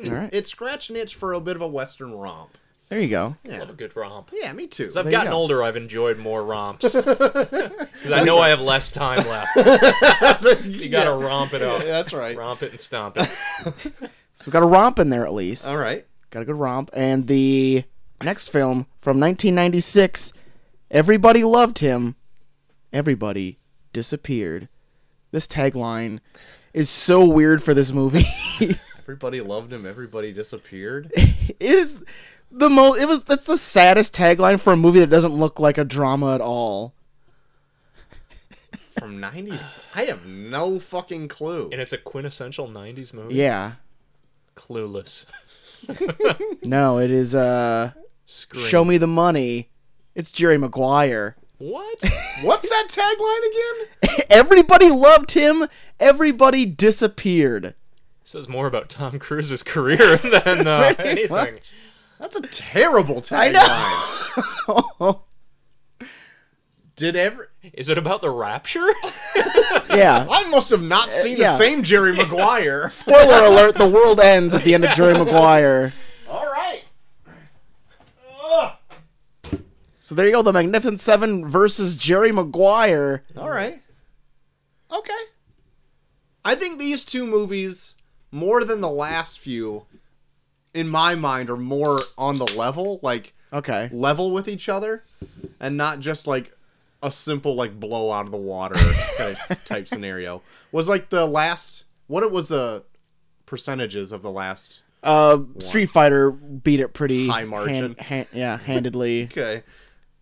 Hmm.
All right,
It scratched an itch for a bit of a western romp.
there you go.
Yeah.
Love a good romp.
Yeah, me too.
As I've
There you
gotten
go.
older, I've enjoyed more romps. Because I know I have less time left. you gotta
Yeah.
romp it up.
Yeah, that's right.
Romp it and stomp it.
So we got a romp in there at least.
All right.
Got a good romp. And the next film from 1996, everybody loved him. Everybody disappeared. This tagline is so weird for this movie. it
Everybody loved him. Everybody disappeared.
is the mo. It was that's the saddest tagline for a movie that doesn't look like a drama at all.
From '90s, I have no fucking clue.
And it's a quintessential 90s movie.
Yeah.
Clueless.
No, it is uh
Scream.
Show me the money. It's Jerry Maguire.
What?
What's that tagline again?
Everybody loved him. Everybody disappeared.
says more about Tom Cruise's career than uh, anything.
That's a terrible tagline. Did ever?
Is it about the rapture?
yeah.
I must have not seen
yeah.
the same Jerry Maguire.
Spoiler alert: the world ends at the end of Jerry Maguire.
All right.
So there you go, the Magnificent Seven versus Jerry Maguire.
All right. Okay. I think these two movies, more than the last few, in my mind, are more on the level, like
Okay.
level with each other, and not just like a simple like blow out of the water kind of type scenario. Was like the last what it was the percentages of the last.
Uh, Street Fighter beat it pretty
High margin.
hand- hand- yeah, handedly.
Okay,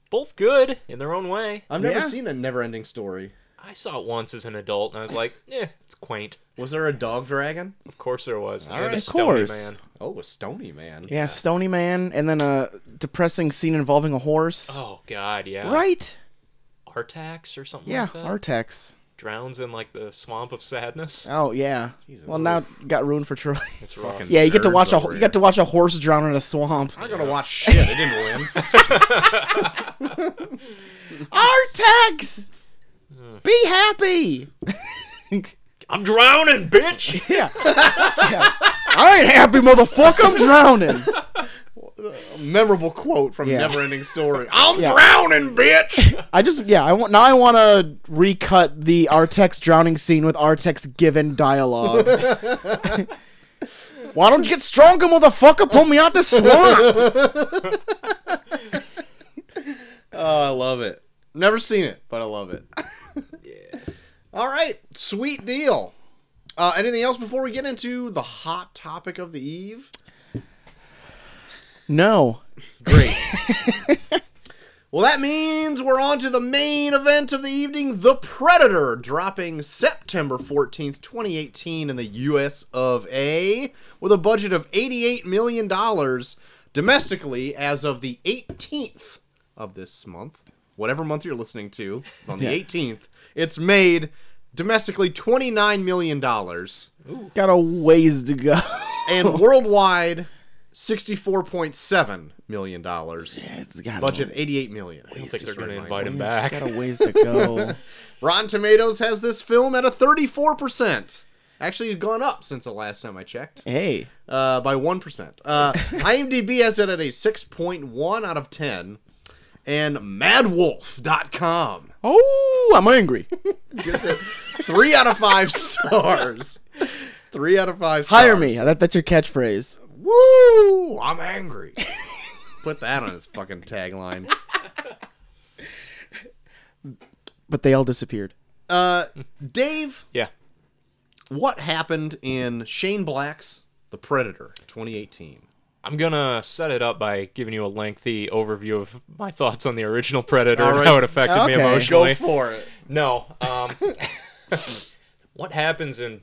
Both good in their own way.
I've never
Yeah.
seen a never-ending story.
I saw it once as an adult, and I was like, "Eh, it's quaint."
Was there a dog dragon?
Of course there was.
All
And
right.
a
Of
stony
course.
Man.
Oh, a stony man.
yeah, Stony Man, and then a depressing scene involving a horse.
Oh God, yeah.
Right?
Artax or something.
Yeah,
like that?
Artex.
drowns in like the swamp of sadness.
Oh yeah.
Jesus.
well, now it got ruined for Troy.
It's rough.
Fucking
yeah, you get to
nerds
watch a
over
you
here.
got to watch a horse drown in a swamp.
I'm not gonna watch shit. It didn't win.
Artex, be happy.
I'm drowning, bitch.
yeah. yeah. I ain't happy, motherfucker. I'm drowning.
memorable quote from
Yeah.
Neverending Story. Um, I'm
Yeah.
drowning, bitch.
I just yeah. I want now. I want to recut the Artex drowning scene with Artex given dialogue. Why don't you get stronger, motherfucker? Pull me out the swamp.
oh, I love it. Never seen it, but I love it. All right, sweet deal. Uh, anything else before we get into the hot topic of the eve?
No.
Great. well, that means we're on to the main event of the evening The Predator, dropping September 14th, 2018, in the US of A, with a budget of $88 million domestically as of the 18th of this month. Whatever month you're listening to, on the 18th, it's made domestically $29 million
Got a ways to go.
and worldwide $64.7 million.
it's got
Budget 88 million.
I don't think they're going to invite
A,
him
it's
back.
got a ways to go.
Rotten Tomatoes has this film at a 34%. Actually, it's gone up since the last time I checked
hey.
uh, by 1%. Uh, IMDb has it at a 6.1 out of 10. And madwolf.com
Oh, I'm angry.
gives it 3 out of 5 stars. 3 out of 5 stars.
Hire me. That, that's your catchphrase.
Woo! I'm angry. Put that on his fucking tagline.
But they all disappeared.
Uh, Dave,
Yeah.
what happened in Shane Black's The Predator 2018?
I'm going to set it up by giving you a lengthy overview of my thoughts on the original Predator
All
and
right.
how it affected
Okay.
me emotionally.
for it.
no. Um, what happens in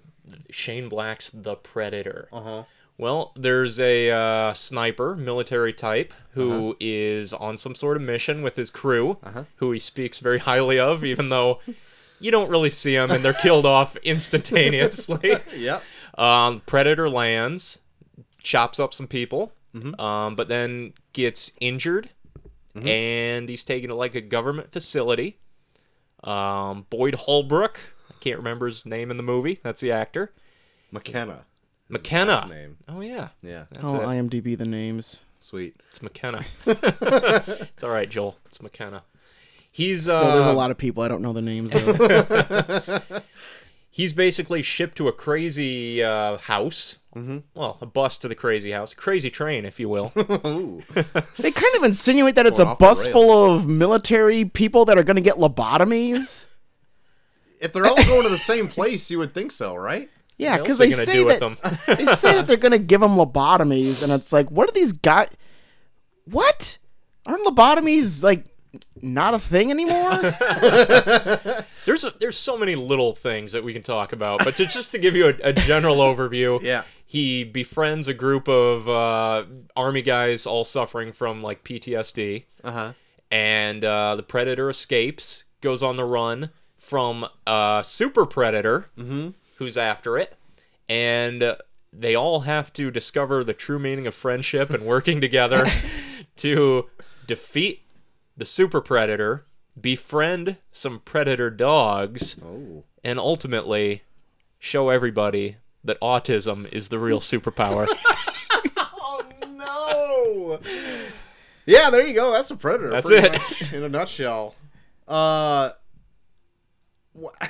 Shane Black's The Predator?
Uh-huh.
Well, there's a uh, sniper, military type, who is on some sort of mission with his crew, who he speaks very highly of, even though you don't really see them and they're killed off instantaneously.
Yep.
Um, Predator lands, chops up some people, um, but then gets injured, and he's taken to like a government facility. Um, Boyd Holbrook, I can't remember his name in the movie. That's the actor.
McKenna. is his
McKenna.
last name.
Oh yeah,
Yeah.
that's
Oh,
it.
IMDb the names.
Sweet.
It's McKenna. it's all right, Joel. It's McKenna. He's
Still,
uh,
there's a lot of people I don't know the names of.
he's basically shipped to a crazy uh, house. Mm-hmm. Well, a bus to the crazy house, crazy train, if you will.
Ooh.
they kind of insinuate that it's
Going
a
off the
bus
rails.
full of military people that are going to get lobotomies.
if they're all going to the same place, you would think so, right?
Yeah,
What
because
else are
they
gonna
say
do with
that they say that they're going to give them lobotomies, and it's like, what are these guys? What aren't lobotomies like not a thing anymore?
There's a, there's so many little things that we can talk about, but to, just to give you a, a general overview,
Yeah.
he befriends a group of uh, army guys all suffering from like PTSD,
Uh huh.
and uh, the predator escapes, goes on the run from a super predator who's after it, and uh, they all have to discover the true meaning of friendship and working together to defeat the super predator, befriend some predator dogs
Oh.
and ultimately show everybody that autism is the real superpower.
Oh no. Yeah, there you go. That's a predator.
That's
pretty
it.
much, in a nutshell. Uh, wha-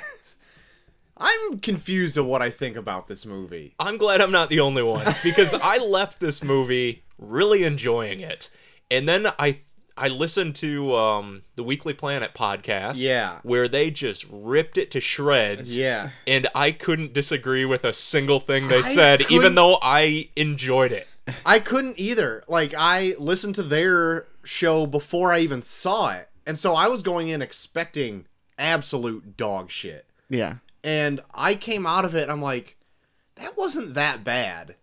I'm confused of what I think about this movie.
I'm glad I'm not the only one because I left this movie really enjoying it, and then I I listened to um, the Weekly Planet podcast,
Yeah.
where they just ripped it to shreds,
Yeah,
and I couldn't disagree with a single thing they
I
said, even
couldn't-
though I enjoyed it.
I couldn't either. Like I listened to their show before I even saw it, and so I was going in expecting absolute dog shit.
Yeah.
and I came out of it. I'm like, that wasn't that bad.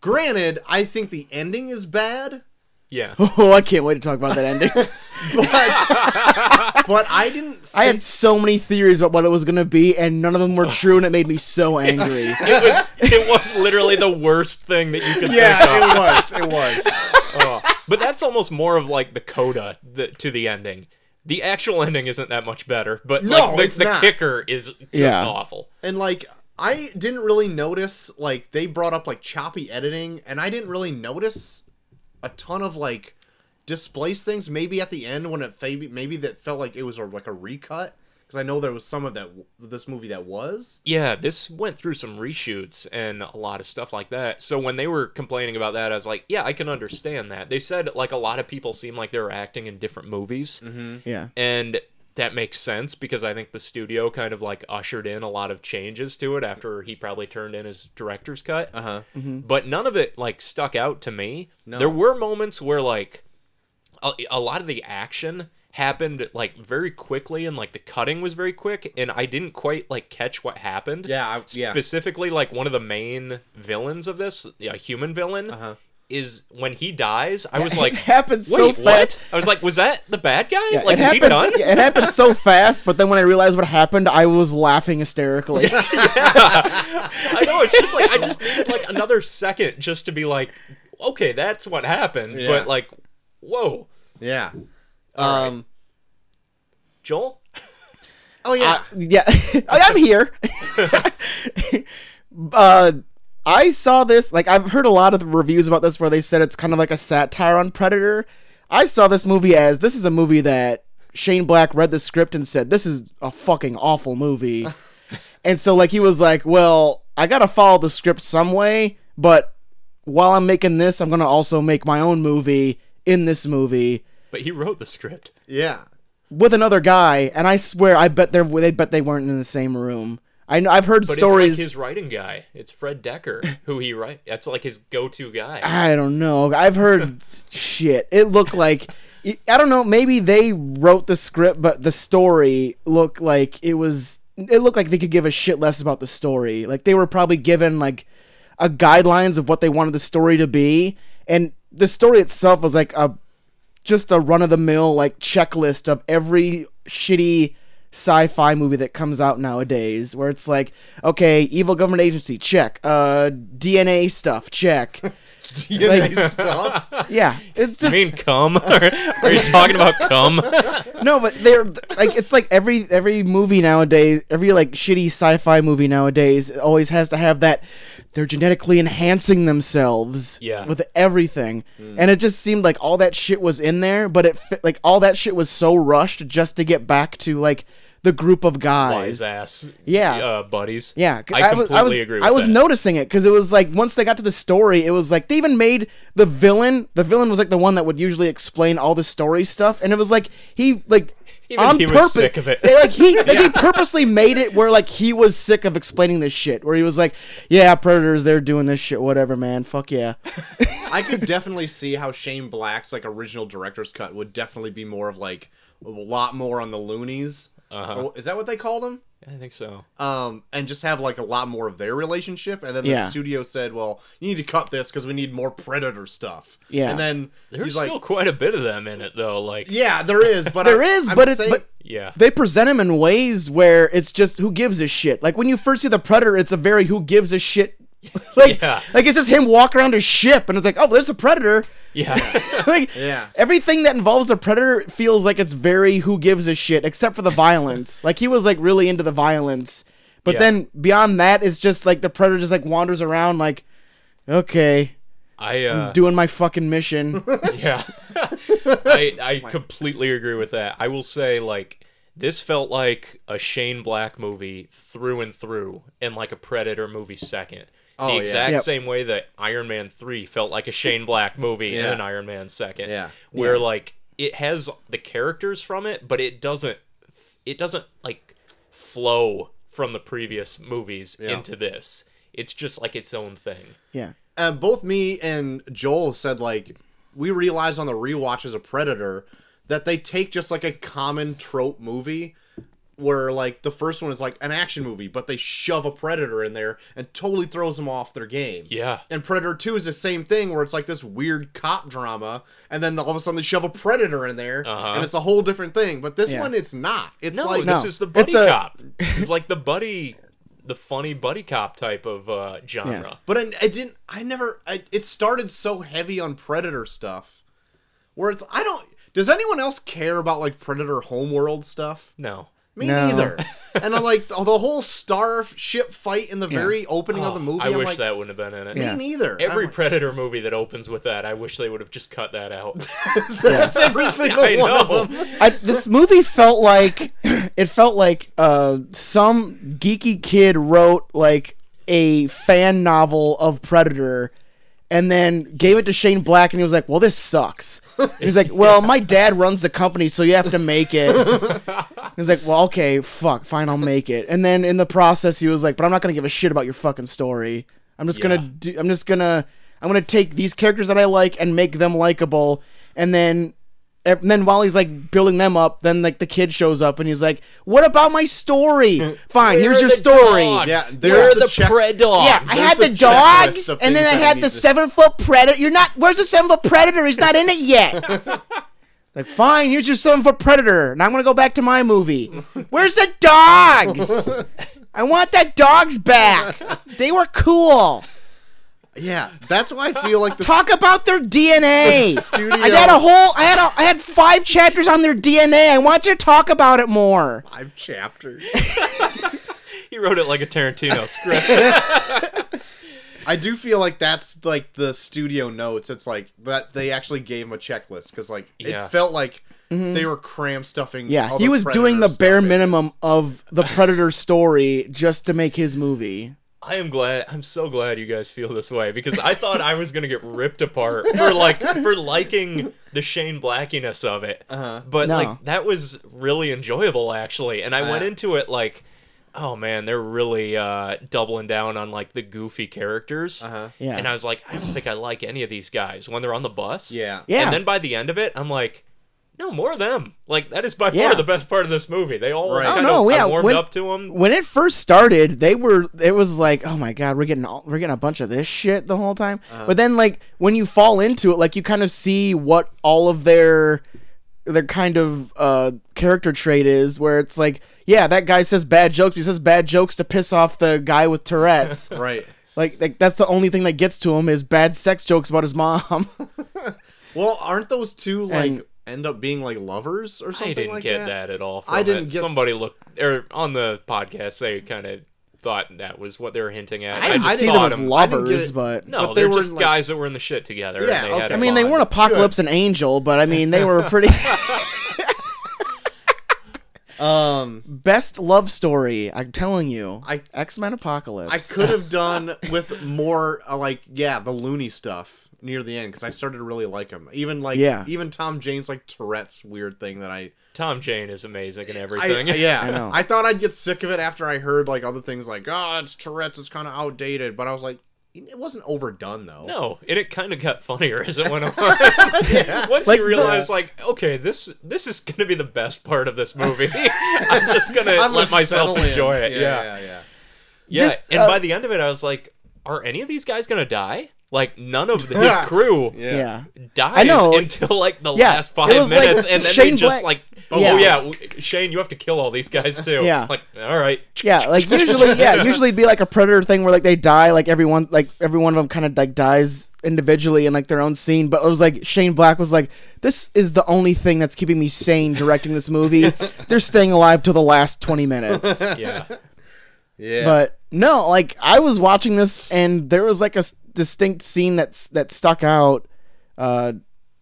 Granted, I think the ending is bad,
Yeah,
Oh, I can't wait to talk about that ending.
but but I didn't. Think,
I had so many theories about what it was gonna be, and none of them were true, and it made me so angry.
it was it was literally the worst thing that you could think of.
yeah, it was, it was.
Oh, but that's almost more of like the coda th to the ending. The actual ending isn't that much better, but
No,
like, the,
it's
the
not.
kicker is just
Yeah.
awful.
And like, I didn't really notice. Like, they brought up like choppy editing, and I didn't really notice a ton of like displaced things. Maybe at the end when it maybe maybe that felt like it was a, like a recut because I know there was some of that this movie that was.
Yeah, this went through some reshoots and a lot of stuff like that. So when they were complaining about that, I was like, yeah, I can understand that. They said like a lot of people seem like they were acting in different movies,
Mm-hmm.
Yeah.
and that makes sense because I think the studio kind of like ushered in a lot of changes to it after he probably turned in his director's cut.
Uh huh.
but none of it like stuck out to me. There were moments where like a, a lot of the action happened like very quickly and like the cutting was very quick and I didn't quite like catch what happened.
Yeah, I, yeah.
Specifically like one of the main villains of this, a human villain
Uh-huh.
is when he dies, I was like
it happened so
Wait,
fast.
what? I was like, was that the bad guy?
Yeah,
like,
it
is
happened.
he done?
yeah, it happened so fast, but then when I realized what happened, I was laughing hysterically.
I know it's just like I just needed like another second just to be like, okay, that's what happened.
Yeah.
But like, whoa,
Yeah.
All
um.
Joel,
Oh yeah.
I- yeah, I- I'm here. uh, I saw this. Like, I've heard a lot of reviews about this where they said it's kind of like a satire on Predator. I saw this movie as this is a movie that Shane Black read the script and said this is a fucking awful movie, and so like he was like, well, I gotta follow the script some way, but while I'm making this, I'm gonna also make my own movie in this movie
but he wrote the script.
yeah.
with another guy, and I swear, I bet they they bet they weren't in the same room. I know I've heard
But
stories.
it's like his writing guy. It's Fred Decker who he write. That's like his go-to guy.
I don't know. I've heard shit. It looked like I don't know. Maybe they wrote the script, but the story looked like it was. It looked like they could give a shit less about the story. Like they were probably given like a guidelines of what they wanted the story to be, and the story itself was like a just a run of the mill like checklist of every shitty sci-fi movie that comes out nowadays where it's like okay evil government agency check uh dna stuff check
DNA stuff.
yeah it's
I
just
mean, cum? Are you talking about cum?
no but they're like it's like every every movie nowadays every like shitty sci-fi movie nowadays always has to have that they're genetically enhancing themselves
Yeah.
with everything and it just seemed like all that shit was in there but it fit, like all that shit was so rushed just to get back to like the group of guys
Wise ass.
Yeah.
uh, buddies.
Yeah, 'cause
I
was-
completely
I was,
agree. With
I was
that.
noticing it because it was like once they got to the story, it was like they even made the villain. The villain was like the one that would usually explain all the story stuff, and it was like he like
Even
on
he was
purpose.
sick of it.
They, like he like he purposely made it where like he was sick of explaining this shit. Where he was like, "Yeah, predators, they're doing this shit. Whatever, man. Fuck yeah."
I could definitely see how Shane Black's like original director's cut would definitely be more of like a lot more on the loonies.
Uh-huh.
Or- Is that what they called them?
I think so.
Um, and just have like a lot more of their relationship, and then the
Yeah.
studio said, "Well, you need to cut this because we need more predator stuff."
Yeah.
and then
There's
he's like,
still quite a bit of them in it, though. Like, yeah,
"Yeah, there is, but
There
I,
is,
I'm
but it-
saying-
but-
yeah.
They present him in ways where it's just who gives a shit. Like when you first see the predator, it's a very who gives a shit. Like,
Yeah.
like it's just him walk around his ship, and it's like, oh, there's a predator. like
Yeah.
everything that involves a predator feels like it's very who gives a shit except for the violence like he was like really into the violence but
Yeah.
then beyond that it's just like the predator just like wanders around like okay
I uh,
doing my fucking mission
yeah. I, I
Oh
completely agree with that. I will say, like, this felt like a Shane Black movie through and through, and like a Predator movie second.
Oh,
the
yeah.
exact
Yep.
same way that Iron Man 3 felt like a Shane Black movie
Yeah.
and an Iron Man second.
Yeah.
Where, like, it has the characters from it, but it doesn't, it doesn't, like, flow from the previous movies
Yeah.
into this. It's just like its own thing.
Yeah.
uh, both me and Joel said like we realized on the rewatch as a Predator that they take just like a common trope movie where like the first one is like an action movie, but they shove a Predator in there and totally throws them off their game.
Yeah.
And Predator 2 is the same thing where it's like this weird cop drama, and then all of a sudden they shove a Predator in there,
Uh-huh.
and it's a whole different thing. But this
Yeah.
one, it's not. It's
No,
like,
this
No,
is the buddy
it's a-
cop. It's like the buddy, the funny buddy cop type of uh, genre.
But I, I didn't. I never. I, it started so heavy on Predator stuff, where it's I don't. Does anyone else care about like Predator homeworld stuff?
No,
Me
No.
neither. and I like the, the whole starship fight in the very opening of
Oh,
the movie.
I
I'm
wish
like,
that wouldn't have been in it.
Me
Yeah.
neither. I'm
Every
like,
Predator movie that opens with that, I wish they would have just cut that out.
that's every single
I
one
know.
of them.
I, this movie felt like it felt like uh, some geeky kid wrote like a fan novel of Predator, and then gave it to Shane Black, and he was like, "Well, this sucks." He's like, "Well, my dad runs the company, so you have to make it." He's like, "Well, okay, fuck, fine, I'll make it." And then in the process, he was like, "But I'm not gonna give a shit about your fucking story. I'm just gonna
Yeah.
do, I'm just gonna I'm gonna take these characters that I like and make them likable, and then." And then while he's like building them up, then like the kid shows up and he's like, "What about my story? Fine, here's your story.
Yeah,
Where
there's
are
the
the
check-
prey dogs?
Yeah, I
There's
had
the
the, dogs,
checklist of
and then
things
I
that he
had the
needs to-
seven foot predator. You're not. Where's the seven foot predator? He's not in it yet. like, fine, here's your seven foot predator, and I'm gonna go back to my movie. Where's the dogs? I want that dogs back. They were cool.
Yeah, that's why I feel like the
Talk about their DNA.
studio.
I had a whole. I had a, I had five chapters on their DNA. I want you to talk about it more.
five chapters.
He wrote it like a Tarantino script.
I do feel like that's like the studio notes. It's like that they actually gave him a checklist because like
Yeah.
it felt like they were cram stuffing.
Mm-hmm. Yeah,
all
he was doing
Predator
the bare
stuff in.
minimum of the Predator story just to make his movie.
I am glad. I'm so glad you guys feel this way because I thought I was gonna get ripped apart for like for liking the Shane Blackiness of it.
Uh-huh.
But
No.
like that was really enjoyable actually, and I went
Uh.
into it like, oh man, they're really uh, doubling down on like the goofy characters.
Uh-huh.
Yeah.
And I was like, I don't think I like any of these guys when they're on the bus.
Yeah.
Yeah.
And then by the end of it, I'm like. No, more of them. Like that is by far
Yeah.
the best part of this movie. They all
Right.
kind
Oh, no,
of I
yeah,
warmed
when-
up to them.
When it first started, they were it was like, oh my god, we're getting all, we're getting a bunch of this shit the whole time. But then like when you fall into it, like you kind of see what all of their their kind of uh, character trait is, where it's like, yeah, that guy says bad jokes. He says bad jokes to piss off the guy with Tourette's.
Right.
like, like that's the only thing that gets to him is bad sex jokes about his mom.
Well, aren't those two like
And-
end up being like lovers or something?
I didn't
like
get that. at all. From
I didn't
it.
get-
Somebody looked or on the podcast. They kind of thought that was what they were hinting at.
I didn't
just
see them
thought
as
'em-
lovers,
it.
but
No,
but they
they're
were
just
in, like-
guys that were in the shit together. and
Yeah,
they had
okay.
a
I mean, they
bond.
weren't Apocalypse and Angel, but I mean, they were pretty
Um,
best love story. I'm telling you,
I-
X Men Apocalypse.
I could have done with more uh, like yeah the loony stuff near the end because I started to really like him. Even like
Yeah.
even Tom Jane's like Tourette's weird thing that I
Tom Jane is amazing and
I,
everything.
yeah,
I
I,
know.
thought I'd get sick of it after I heard like other things like, "Oh, it's Tourette's. It's kind of outdated." But I was like, it wasn't overdone though.
No, and it kind of got funnier as it went on. Once
Like the-
you realize, like, okay, this this is gonna be the best part of this movie. I'm just gonna
I'm
let
gonna
myself
settle in.
enjoy it. yeah.
yeah, yeah.
Yeah,
Just,
and
uh,
by the end of it, I was like, "Are any of these guys gonna die?" Like, none of his crew
Yeah.
yeah.
dies
I know.
until like the
Yeah,
last
it
five
was
minutes,
like
and then
Shane
they just
Black-
like, oh
Yeah.
yeah. w- Shane, you have to kill all these guys too.
Yeah.
like all right,
Yeah, like usually, yeah, usually it'd be like a predator thing where like they die, like everyone, like every one of them kind of like dies individually in like their own scene. But it was like Shane Black was like, "This is the only thing that's keeping me sane directing this movie. They're staying alive till the last twenty minutes."
yeah,
Yeah.
But no, like I was watching this and there was like a s- distinct scene that's that stuck out uh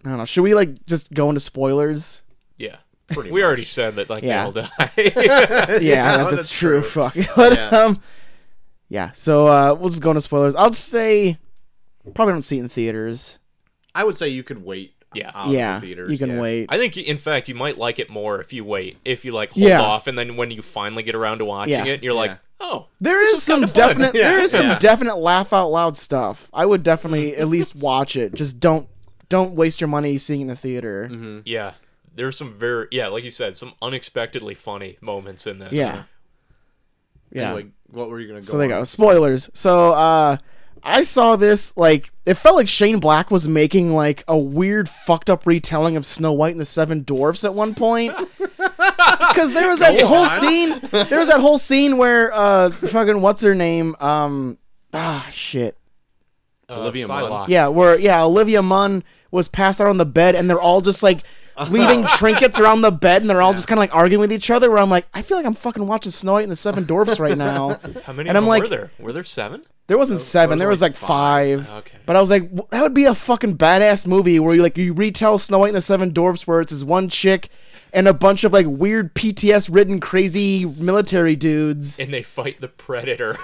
I don't know. Should we like just go into spoilers?
Yeah.
Pretty
we
much.
already said that like
Yeah.
they all die.
Yeah, that's,
that's
true. Fuck. But,
Yeah.
um, yeah. So uh, we'll just go into spoilers. I'll just say, probably don't see it in theaters.
I would say you could wait.
Yeah.
out
yeah,
in theaters.
you can
yeah.
wait.
I think in fact you might like it more if you wait. If you like hold
Yeah.
off and then when you finally get around to watching
Yeah.
it, you're
Yeah.
like, "Oh,
There is some
kinda fun.
definite.
Yeah.
There is some
Yeah.
definite laugh out loud stuff. I would definitely at least watch it. Just don't don't waste your money seeing it in the theater.
yeah." There's some very yeah, like you said, some unexpectedly funny moments in this.
Yeah. Yeah.
Anyway, what were you gonna go?
so there you
on?
go. Spoilers. So uh I saw this like it felt like Shane Black was making like a weird fucked up retelling of Snow White and the Seven Dwarfs at one point. Cuz there was that
Go
whole
on.
scene there was that whole scene where uh fucking what's her name um ah shit.
Uh,
Olivia
Psylocke.
Munn.
Yeah, where yeah, Olivia Munn was passed out on the bed and they're all just like leaving trinkets around the bed and they're all just kind of like arguing with each other where I'm like I feel like I'm fucking watching Snow White and the Seven Dwarfs right now.
How many
And I'm
of them
like-
were there? Were there seven?
There wasn't seven. There was like, five.
Okay.
But I was like, w- that would be a fucking badass movie where you like you retell Snow White and the Seven Dwarfs, where it's this one chick and a bunch of like weird PTS ridden crazy military dudes.
And they fight the predator.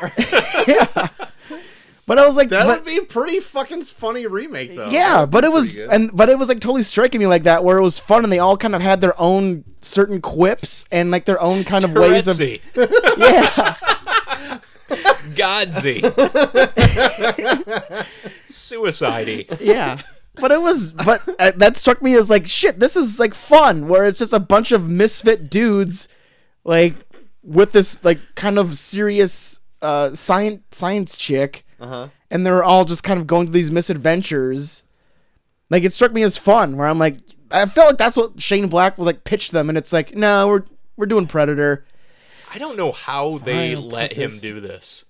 But I was like,
That
but-
would be a pretty fucking funny remake, though.
yeah,
That'd
but
be
it was
pretty good.
and but it was like totally striking me like that where it was fun and they all kind of had their own certain quips and like their own kind of ways of
Godsey.
yeah.
Godsey. Suicide.
yeah but it was but uh, that struck me as like shit this is like fun where it's just a bunch of misfit dudes like with this like kind of serious uh science science chick
Uh-huh.
and they're all just kind of going through these misadventures like it struck me as fun where i'm like i felt like that's what shane black was like pitched them and it's like no we're we're doing predator
I don't know how they
I'll
let
put
him
this-
do this.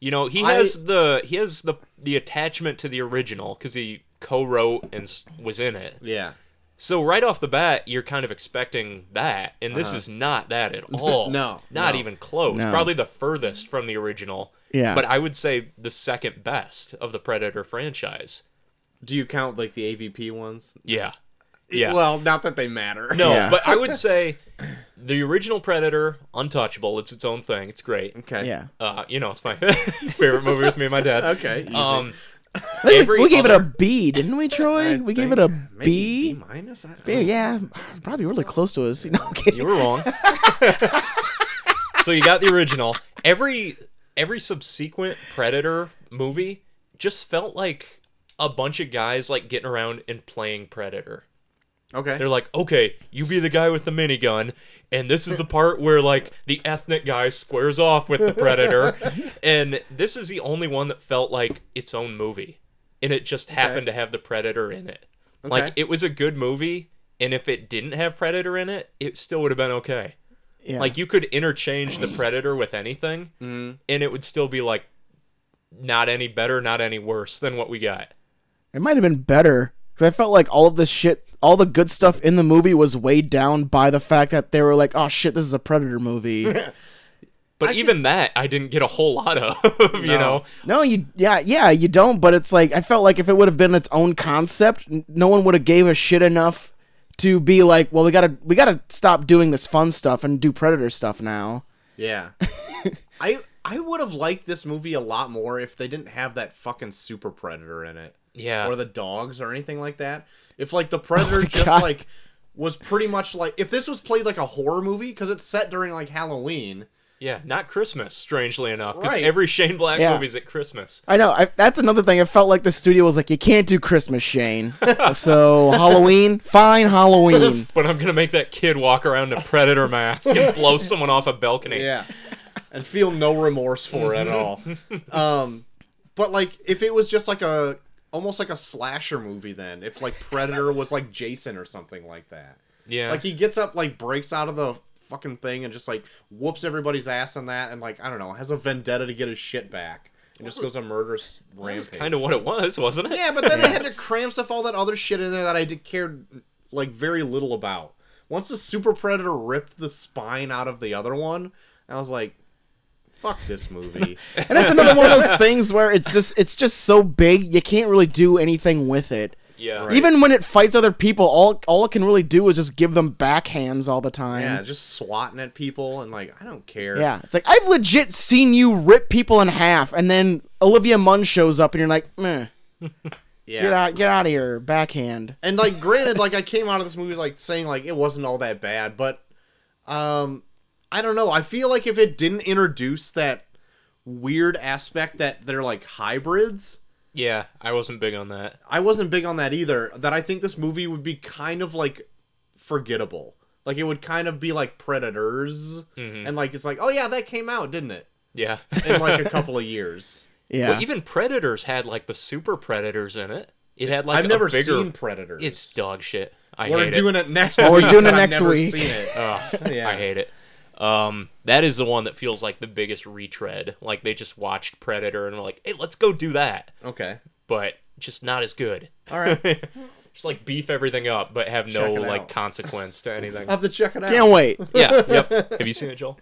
You know, he
I-
has the he has the the attachment to the original because he co-wrote and s- was in it.
Yeah.
So right off the bat, you're kind of expecting that, and this is not that at all.
Uh-huh. No,
not
no.
even close.
No.
Probably the furthest from the original.
Yeah.
but I would say the second best of the Predator franchise.
Do you count like the AVP ones?
Yeah, yeah.
Well, not that they matter.
No,
Yeah.
but I would say the original Predator, untouchable. It's its own thing. It's great.
Okay.
yeah
Uh, you know, it's my favorite movie with me and my dad.
Okay. Easy.
Um,
I think we-
Every
we gave it a
other-
b didn't we troy
I
we
think
gave it a
maybe
b
B minus. I don't
B,
know.
yeah probably really close to us no, I'm kidding.
you were wrong. so you got the original. Every every subsequent Predator movie just felt like a bunch of guys like getting around and playing Predator.
Okay.
They're like, okay, you be the guy with the minigun, and this is the part where like the ethnic guy squares off with the predator, and this is the only one that felt like its own movie, and it just happened to have the predator in it.
Okay.
Like it was a good movie, and if it didn't have predator in it, it still would have been okay.
Yeah.
Like you could interchange the predator with anything,
Mm-hmm.
and it would still be like not any better, not any worse than what we got.
It might have been better because I felt like all of the shit, all the good stuff in the movie was weighed down by the fact that they were like, "Oh shit, this is a Predator movie."
I
But
can
even
s-
that, I didn't get a whole lot of, you
No.
know.
no, you, yeah, yeah, you don't. But it's like I felt like if it would have been its own concept, n- no one would have gave a shit enough to be like, "Well, we gotta, we gotta stop doing this fun stuff and do Predator stuff now."
Yeah. I I would have liked this movie a lot more if they didn't have that fucking super predator in it.
Yeah.
Or the dogs or anything like that. If like the predator just
God.
like was pretty much like if this was played like a horror movie because it's set during like Halloween.
Yeah, not Christmas, strangely enough, because
Right.
every Shane Black
Yeah.
movie's at Christmas.
I know. I, that's another thing. It felt like the studio was like, "You can't do Christmas, Shane." so Halloween, fine, Halloween.
But I'm gonna make that kid walk around in a predator mask and blow someone off a balcony.
Yeah. and feel no remorse for it at all. Um but like if it was just like a almost like a slasher movie then if like predator was like Jason or something like that.
yeah.
Like he gets up, like breaks out of the fucking thing and just like whoops everybody's ass on that, and like I don't know, has a vendetta to get his shit back, and just goes on murderous rampage.
kind of what it was, wasn't it?
Yeah, but then I had to cram stuff all that other shit in there that I did cared like very little about. Once the super predator ripped the spine out of the other one, I was like, "Fuck this movie."
And it's another one of those things where it's just it's just so big you can't really do anything with it.
Yeah.
Right.
Even when it fights other people, all all it can really do is just give them backhands all the time.
Yeah, just swatting at people and like I don't care.
Yeah, it's like I've legit seen you rip people in half, and then Olivia Munn shows up, and you're like, Meh,
yeah.
get out, get out of here, backhand.
And like, granted, like I came out of this movie like saying like it wasn't all that bad, but um, I don't know. I feel like if it didn't introduce that weird aspect that they're like hybrids,
Yeah, I wasn't big on that.
I wasn't big on that either. That I think this movie would be kind of like forgettable. Like it would kind of be like Predators,
Mm-hmm.
and like it's like, oh yeah, that came out, didn't it?
Yeah.
In like a couple of years.
Yeah,
Well, even Predators had like the super predators in it. It had like
I've never
a bigger.
seen Predators.
It's dog shit. I
we're
hate
doing
it.
it, next.
we're
week,
doing
but
it
I've
next
never
week.
seen it.
Ugh,
Yeah.
I hate it. Um, that is the one that feels like the biggest retread. Like they just watched Predator and were like, "Hey, let's go do that,"
Okay.
but just not as good.
All right.
Just like beef everything up, but have no
Check it
like
out.
consequence to anything.
I'll have to check it out.
can't wait.
yeah. Yep. Have you seen it, Joel?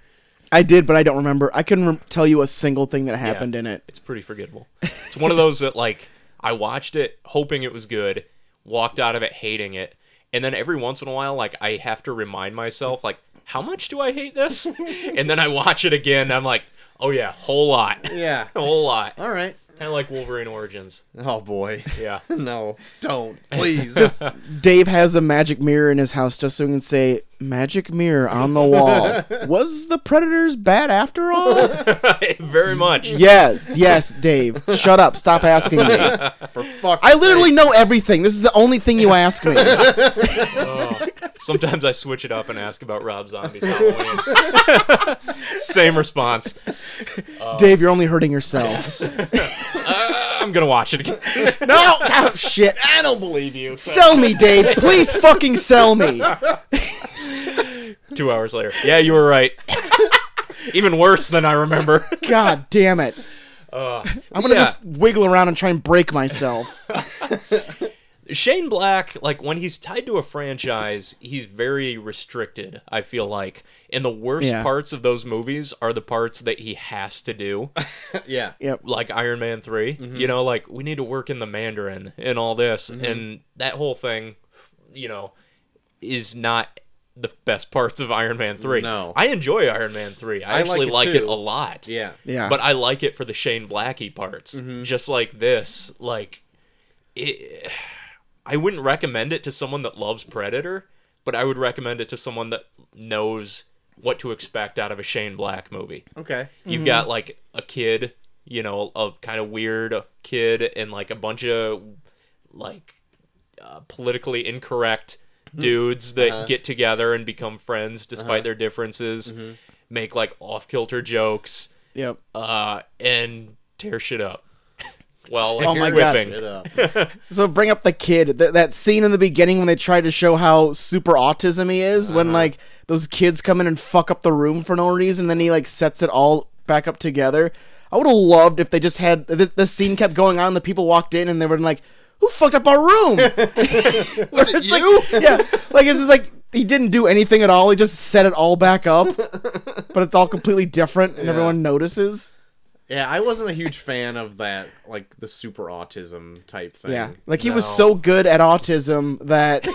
I did, but I don't remember. I couldn't rem- tell you a single thing that happened in it.
It's pretty forgettable. It's one of those that like I watched it hoping it was good, walked out of it hating it, and then every once in a while like I have to remind myself like how much do I hate this? and then I watch it again and I'm like, "Oh yeah, whole lot."
Yeah.
A whole lot.
All right.
Kind of like Wolverine Origins.
Oh boy.
Yeah.
no, don't. Please.
Dave has a magic mirror in his house just so he can say, "Magic mirror on the wall." Was the Predators bad after all?
Very much.
yes, yes, Dave. Shut up. Stop asking me.
for fuck's
I literally know everything. This is the only thing you ask me.
Oh. Sometimes I switch it up and ask about Rob Zombie's Halloween. Same response.
Dave, you're only hurting yourself.
Uh, I'm gonna watch it again.
no, oh, shit.
sake, I don't believe you.
Sell me, Dave. Please fucking sell me.
Two hours later. Yeah, you were right. Even worse than I remember.
God damn it.
Uh,
I'm gonna
yeah.
just wiggle around and try and break myself.
Shane Black, like when he's tied to a franchise, he's very restricted. I feel like, and the worst
Yeah.
parts of those movies are the parts that he has to do,
yeah.
Yep.
like Iron Man 3
Mm-hmm.
You know, like we need to work in the Mandarin and all this, and that whole thing, you know, is not the best parts of Iron Man Three.
No.
I enjoy Iron Man Three.
I
I,
like
actually
it
like it,
too.
a lot.
Yeah.
Yeah.
but I like it for the Shane Blackie parts, just like this. Like, it, I wouldn't recommend it to someone that loves Predator, but I would recommend it to someone that knows what to expect out of a Shane Black movie.
Okay.
You've got like a kid, you know, a kind of weird kid, and like a bunch of like uh, politically incorrect dudes that get together and become friends despite their differences, make like off kilter jokes
Yep.
uh, and tear shit up. well, like
Oh my God.
whipping.
It up.
So bring up the kid. Th- that scene in the beginning when they try to show how super autism he is,
Uh-huh.
when like those kids come in and fuck up the room for no reason, then he like sets it all back up together. I would have loved if they just had th- this scene kept going on. The people walked in and they were like, "Who fucked up our room?"
Was it you?
yeah, like it's just like he didn't do anything at all. He just set it all back up, but it's all completely different, and everyone notices.
yeah, I wasn't a huge fan of that, like the super autism type thing.
Yeah, like he was
No.
so good at autism that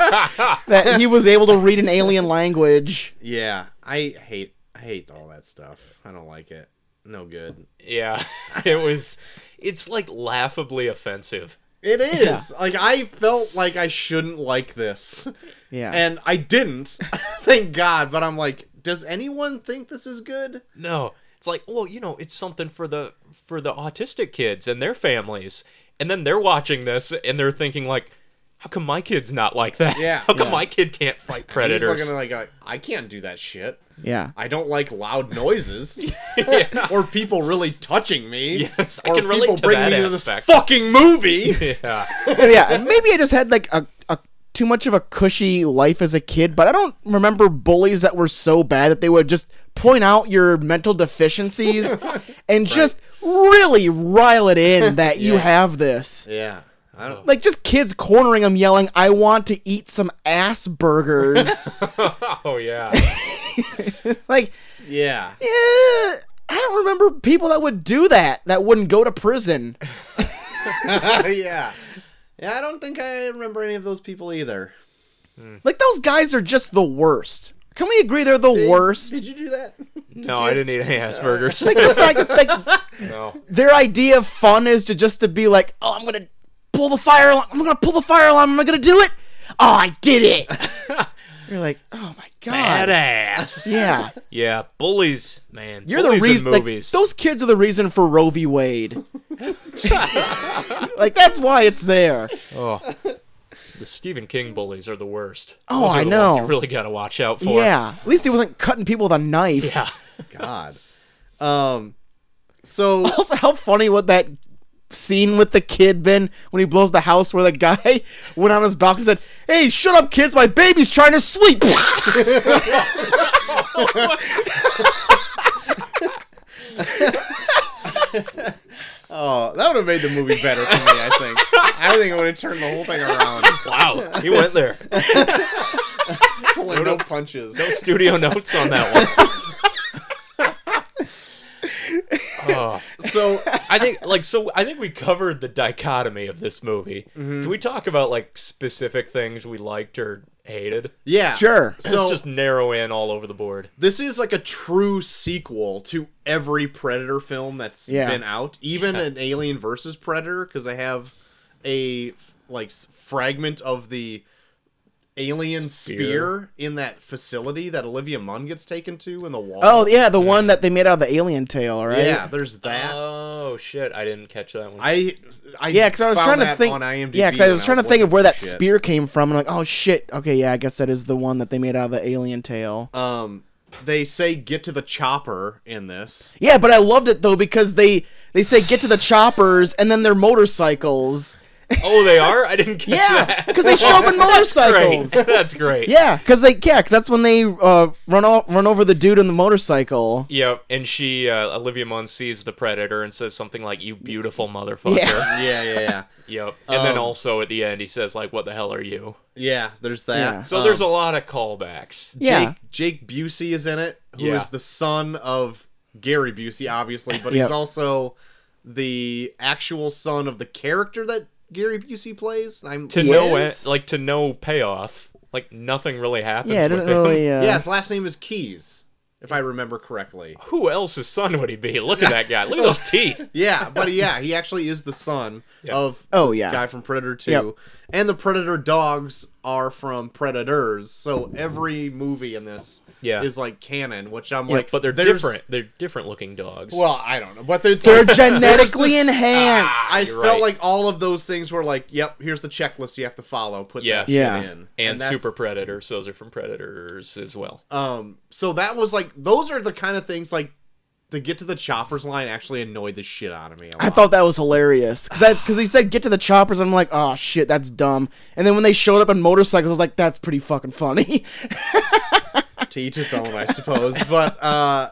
that he was able to read an alien language.
Yeah. I hate. I hate all that stuff. I don't like it. No good.
Yeah, it was. It's like laughably offensive.
It is. Like I felt like I shouldn't like this.
Yeah,
And I didn't. Thank God, but I'm like, does anyone think this is good?
No, it's like, well, you know, it's something for the for the autistic kids and their families, and then they're watching this and they're thinking like, how come my kid's not like that?
Yeah,
how come
yeah.
my kid can't fight predators?
He's looking like, uh, I can't do that shit.
yeah,
I don't like loud noises
Yeah.
or people really touching me.
Yes, I
or
can relate
people
to
bringing
that
me to this
aspect.
fucking movie.
yeah,
And yeah. and Maybe I just had like a, a too much of a cushy life as a kid, but I don't remember bullies that were so bad that they would just point out your mental deficiencies and just really rile it in that you have this.
yeah, I don't.
Like just kids cornering them, yelling, "I want to eat some ass burgers."
oh yeah,
like,
Yeah,
eh, I don't remember people that would do that that wouldn't go to prison.
yeah. Yeah, I don't think I remember any of those people either.
Like those guys are just the worst. Can we agree they're the worst?
Did you do that?
No, I didn't eat any Asperger's.
like the fact that like
no.
their idea of fun is to just to be like, oh, I'm gonna pull the fire alarm. I'm gonna pull the fire alarm. Am I gonna do it? Oh, I did it. You're like, oh my god.
Badass.
Yeah,
Yeah, bullies, man.
you're
bullies
the
in
reason. Like,
movies.
those kids are the reason for Roe v. Wade. like that's why it's there.
oh. The Stephen King bullies are the worst.
Oh,
Those are
I
the
know.
Ones you really got to watch out for.
Yeah, at least he wasn't cutting people with a knife.
Yeah.
God. Um. So
Also, how funny would that scene with the kid been when he blows the house where the guy went on his balcony and said, Hey, shut up, kids, my baby's trying to sleep.
Oh, that would have made the movie better for me, I think. I think it would have turned the whole thing around.
Wow. He went there.
Pulling no punches.
Studio notes on that one. oh.
So,
I think like so I think we covered the dichotomy of this movie. Can we talk about like specific things we liked or hated?
yeah.
Sure.
So,
Let's just narrow in all over the board.
this is like a true sequel to every Predator film that's
Yeah.
been out, even an Alien versus Predator, because they have a like s- fragment of the alien spear.
Spear.
in that facility that Olivia Munn gets taken to in the wall.
oh, yeah, the one that they made out of the alien tail, right?
yeah. There's that.
Oh shit, I didn't catch that one.
I, I
Yeah, because I was
found
trying to
that
think.
on IMDb
yeah, because I
when
was trying to think of
looking
where that
for shit.
spear came from, and like, oh shit, okay, yeah, I guess that is the one that they made out of the alien tail.
Um, they say get to the chopper in this.
yeah, but I loved it though because they they say get to the choppers and then their motorcycles.
oh, they are? I didn't catch
Yeah,
that.
because they show up in
Great.
motorcycles.
That's great.
Yeah, because they yeah, 'cause that's when they uh, run o- run over the dude on the motorcycle.
Yep, and she uh, Olivia Munn sees the predator and says something like "You beautiful motherfucker."
Yeah.
Yeah, yeah, yeah,
Yep, and then
Um,
also at the end he says like "What the hell are you?"
yeah. There's that.
Yeah.
So there's a lot of callbacks.
Yeah,
Jake, Jake Busey is in it, who is
Yeah.
the son of Gary Busey, obviously, but he's
Yep.
also the actual son of the character that Gary Busey plays. I'm
To
He
no end,
is?
like to no payoff. Like nothing really happens.
yeah, it
with
doesn't
him.
really. Uh,
yeah, his last name is Keys, if I remember correctly.
Who else's son would he be? Look at that guy. Look at those teeth.
Yeah, but yeah, he actually is the son of
Oh,
the
yeah.
guy from Predator 2.
Yep.
And the Predator dogs are from Predators. So every movie in this
Yeah.
is like canon, which I'm like
But they're
there's-
different. They're different looking dogs.
Well, I don't know. But it's
They're
like-
genetically
there's this- Ah,
enhanced.
I
You're
felt
right.
like all of those things were like, yep, here's the checklist you have to follow. Put
Yeah.
that shit
Yeah.
in.
and
that's-
super predators. Those are from predators as well.
Um, so that was like, those are the kind of things like, to get to the choppers line actually annoyed the shit out of me. a
I
lot.
thought that was hilarious because because he said get to the choppers. I'm like, oh shit, that's dumb. And then when they showed up on motorcycles, I was like, that's pretty fucking funny.
to each his own, I suppose. But uh,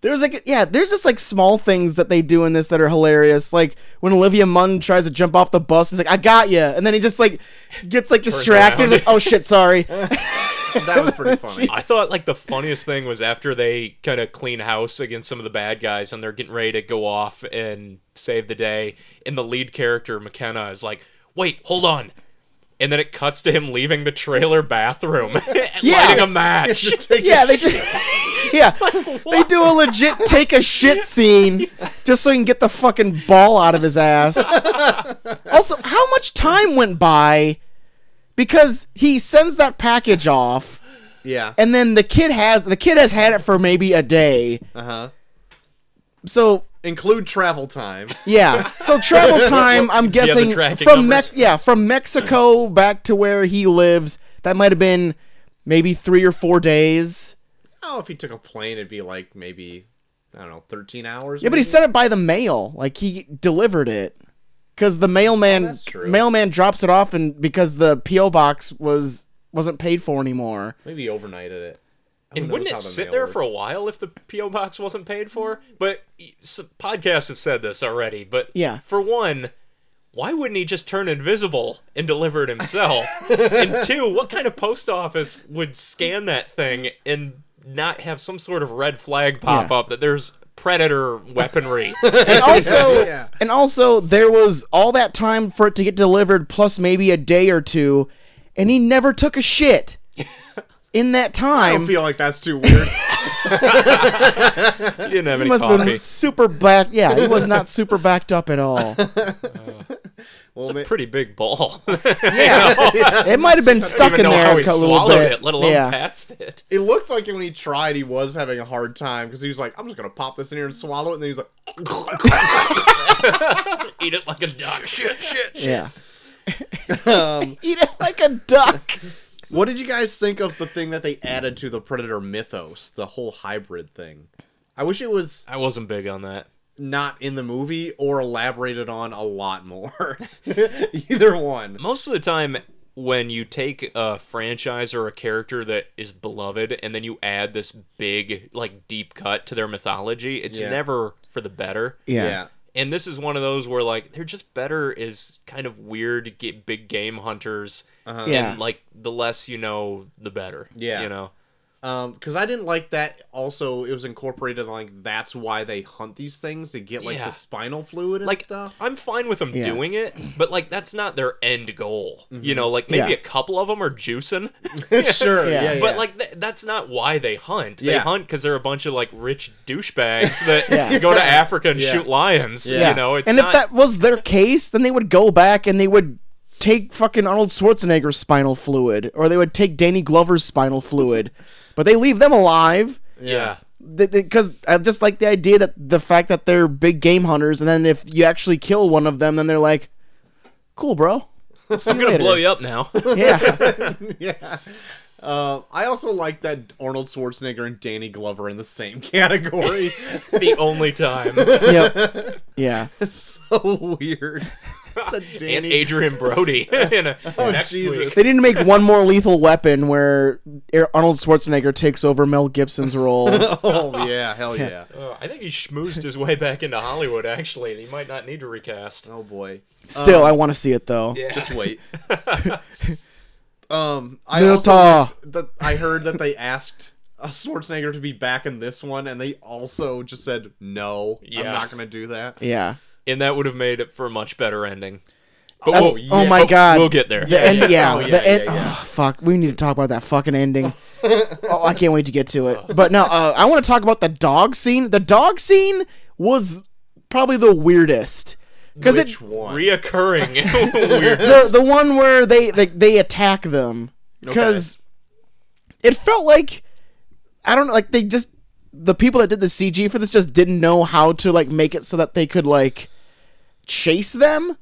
there's like yeah, there's just like small things that they do in this that are hilarious. Like when Olivia Munn tries to jump off the bus and it's like, I got you, and then he just like gets like distracted.
around.
He's like, oh shit, sorry.
that was pretty funny.
I thought like the funniest thing was after they kind of clean house against some of the bad guys and they're getting ready to go off and save the day. And the lead character McKenna is like, "Wait, hold on." And then it cuts to him leaving the trailer bathroom,
Yeah.
lighting a match.
yeah, they just yeah, they do a legit take a shit scene just so he can get the fucking ball out of his ass. also, how much time went by because he sends that package off,
Yeah.
and then the kid has the kid has had it for maybe a day.
Uh huh.
So
Include travel time.
yeah, so travel time. I'm guessing
tracking
from
numbers.
Mex yeah from Mexico back to where he lives. That might have been maybe three or four days.
Oh, if he took a plane, it'd be like maybe I don't know, thirteen hours.
Yeah, but he sent it by the mail. Like he delivered it, because the
Oh,
mailman
that's true.
mailman drops it off, and because the PO box was wasn't paid for anymore.
maybe overnighted it. Who
And
knows
wouldn't
how
it
the
sit
mail
there for a
works.
while if the PO box wasn't paid for? But s- podcasts have said this already. But
Yeah.
for one, why wouldn't he just turn invisible and deliver it himself? and two, what kind of post office would scan that thing and not have some sort of red flag pop
Yeah.
up that there's predator weaponry.
And also,
Yeah.
and also, there was all that time for it to get delivered, plus maybe a day or two, and he never took a shit in that
I
time.
don't feel like that's too weird.
he didn't have
He
any
must have
coffee.
been super back. Yeah, he was not super backed up at all.
well,
It's
ma-
a pretty big ball.
It might have been
I
stuck
don't even
in
know
there
how he
a little
swallowed
bit.
it, let alone
yeah.
passed it.
it looked like when he tried, he was having a hard time because he was like, "I'm just gonna pop this in here and swallow it," and then he was "Oh, like,
Eat it like a duck.
"Shit, shit, shit."
Yeah.
Um,
Eat it like a duck.
what did you guys think of the thing that they added to the Predator mythos, the whole hybrid thing? I wish it was
I wasn't big on that.
not in the movie or elaborated on a lot more. Either one.
Most of the time, when you take a franchise or a character that is beloved and then you add this big, like, deep cut to their mythology, it's
Yeah.
never for the better.
Yeah.
And this is one of those where, like, they're just better as kind of weird ga- big game hunters.
Uh-huh.
Yeah.
And, like, the less you know, the better.
Yeah.
You know?
Um, because I didn't like that. Also, it was incorporated like that's why they hunt these things to get like
Yeah.
the spinal fluid and
like
stuff.
I'm fine with them
Yeah. Mm-hmm.
doing it, but like that's not their end goal. You know, like maybe
Yeah.
a couple of them are juicing,
sure,
Yeah.
yeah,
but like th- that's not why they hunt. They
Yeah.
hunt because they're a bunch of like rich douchebags that
Yeah.
go to Africa and
Yeah.
shoot lions.
Yeah.
You know, it's
and
not.
if that was their case, then they would go back and they would take fucking Arnold Schwarzenegger's spinal fluid, or they would take Danny Glover's spinal fluid, but they leave them alive
yeah.
because I uh, just like the idea that the fact that they're big game hunters, and then if you actually kill one of them, then they're like, "Cool, bro." See
I'm gonna blow you up now.
Yeah,
yeah. Uh, I also like that Arnold Schwarzenegger and Danny Glover in the same category.
the only time.
yep, yeah.
it's so weird. The
and
Danny,
Adrian Brody. in a,
Oh,
next
Jesus.
They need to make one more lethal weapon where Arnold Schwarzenegger takes over Mel Gibson's role.
oh yeah, hell yeah.
Week. Uh, I think he schmoozed his way back into Hollywood. Actually, and he might not need to recast.
Oh boy,
Still, I want to see it though.
Yeah.
just wait. um, I also
Milta.
that I heard that they asked uh, Schwarzenegger to be back in this one, and they also just said no. I'm
Yeah.
not gonna do that.
Yeah.
and that would have made it for a much better ending. But
That's-
we'll-
oh my
but
god.
we'll get there.
The end, yeah.
yeah. Oh, yeah,
the end,
yeah, yeah.
oh, fuck. We need to talk about that fucking ending. oh, I can't wait to get to it. But no, uh, I want to talk about the dog scene. The dog scene was probably the weirdest because it
Which one?
Reoccurring weird.
the the one where they they, they attack them because it felt like I don't know, like they just the people that did the CG for this just didn't know how to like make it so that they could like chase them.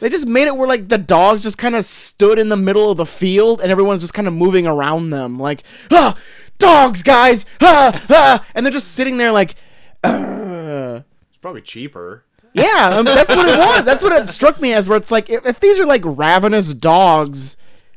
They just made it where like the dogs just kind of stood in the middle of the field and everyone's just kind of moving around them like ah dogs guys ah, ah and they're just sitting there like "Ugh."
It's probably cheaper.
Yeah, I mean, that's what it was. That's what it struck me as. Where it's like, if, if these are like ravenous dogs,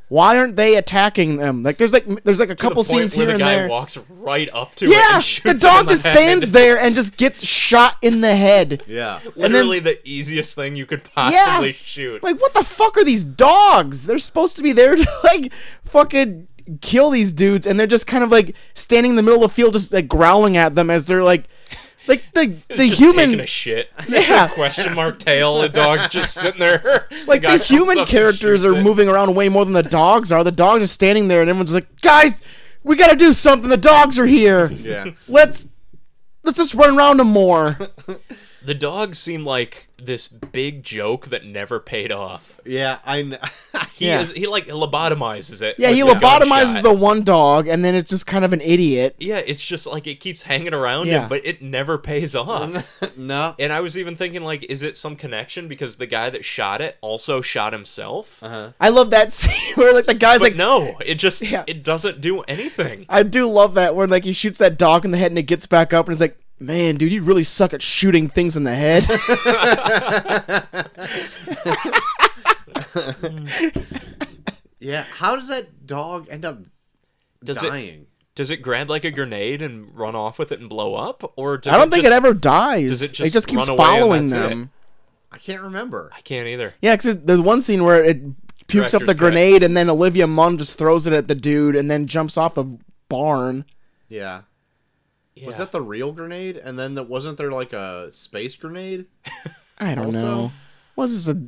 why aren't they attacking them? Like, there's like, there's like a couple
The point
scenes
where
here
the
and
guy
there.
walks right up to it.
Yeah,
and shoots
the
it in
dog
the
just
head.
stands there and just gets shot in the head.
Yeah.
then-
Literally the easiest thing you could possibly shoot.
Like, what the fuck are these dogs? They're supposed to be there to like fucking kill these dudes, and they're just kind of like standing in the middle of the field, just like growling at them as they're like, like the the
just taking
human
a shit.
Yeah.
Question mark tail. The dog's just sitting there.
like
guy
the
comes
human
up and
characters
shoots
are
it.
moving around way more than the dogs are. The dogs are standing there, and everyone's like, "Guys, we gotta do something. The dogs are here.
Yeah.
Let's let's just run around them more."
The dogs seem like this big joke that never paid off.
Yeah. I. Kn-
He
Yeah.
is, he like lobotomizes it.
Yeah,
with
he
the
lobotomizes
gunshot.
the one dog, and then it's just kind of an idiot.
Yeah, it's just like it keeps hanging around
Yeah.
him, but it never pays off.
no.
And I was even thinking, like, is it some connection because the guy that shot it also shot himself?
Uh-huh.
I love that scene where like the guy's
But
like.
no, it just
Yeah.
it doesn't do anything.
I do love that where like he shoots that dog in the head and it gets back up and it's like, man, dude, you really suck at shooting things in the head.
Yeah. How does that dog end up
Does it
dying?
does it grab like a grenade and run off with it and blow up, or does
I don't think
just-
it ever dies.
does it
it, just
just
keeps
run away and
following
that's it?
them.
I can't remember.
I can't either.
Yeah, because there's one scene where it pukes up
Director's
the
cut.
grenade, and then Olivia Munn just throws it at the dude, and then jumps off the barn.
Yeah. Was
Yeah.
that the real grenade? And then there, wasn't there like a space grenade?
I don't
Also-
know. Was this a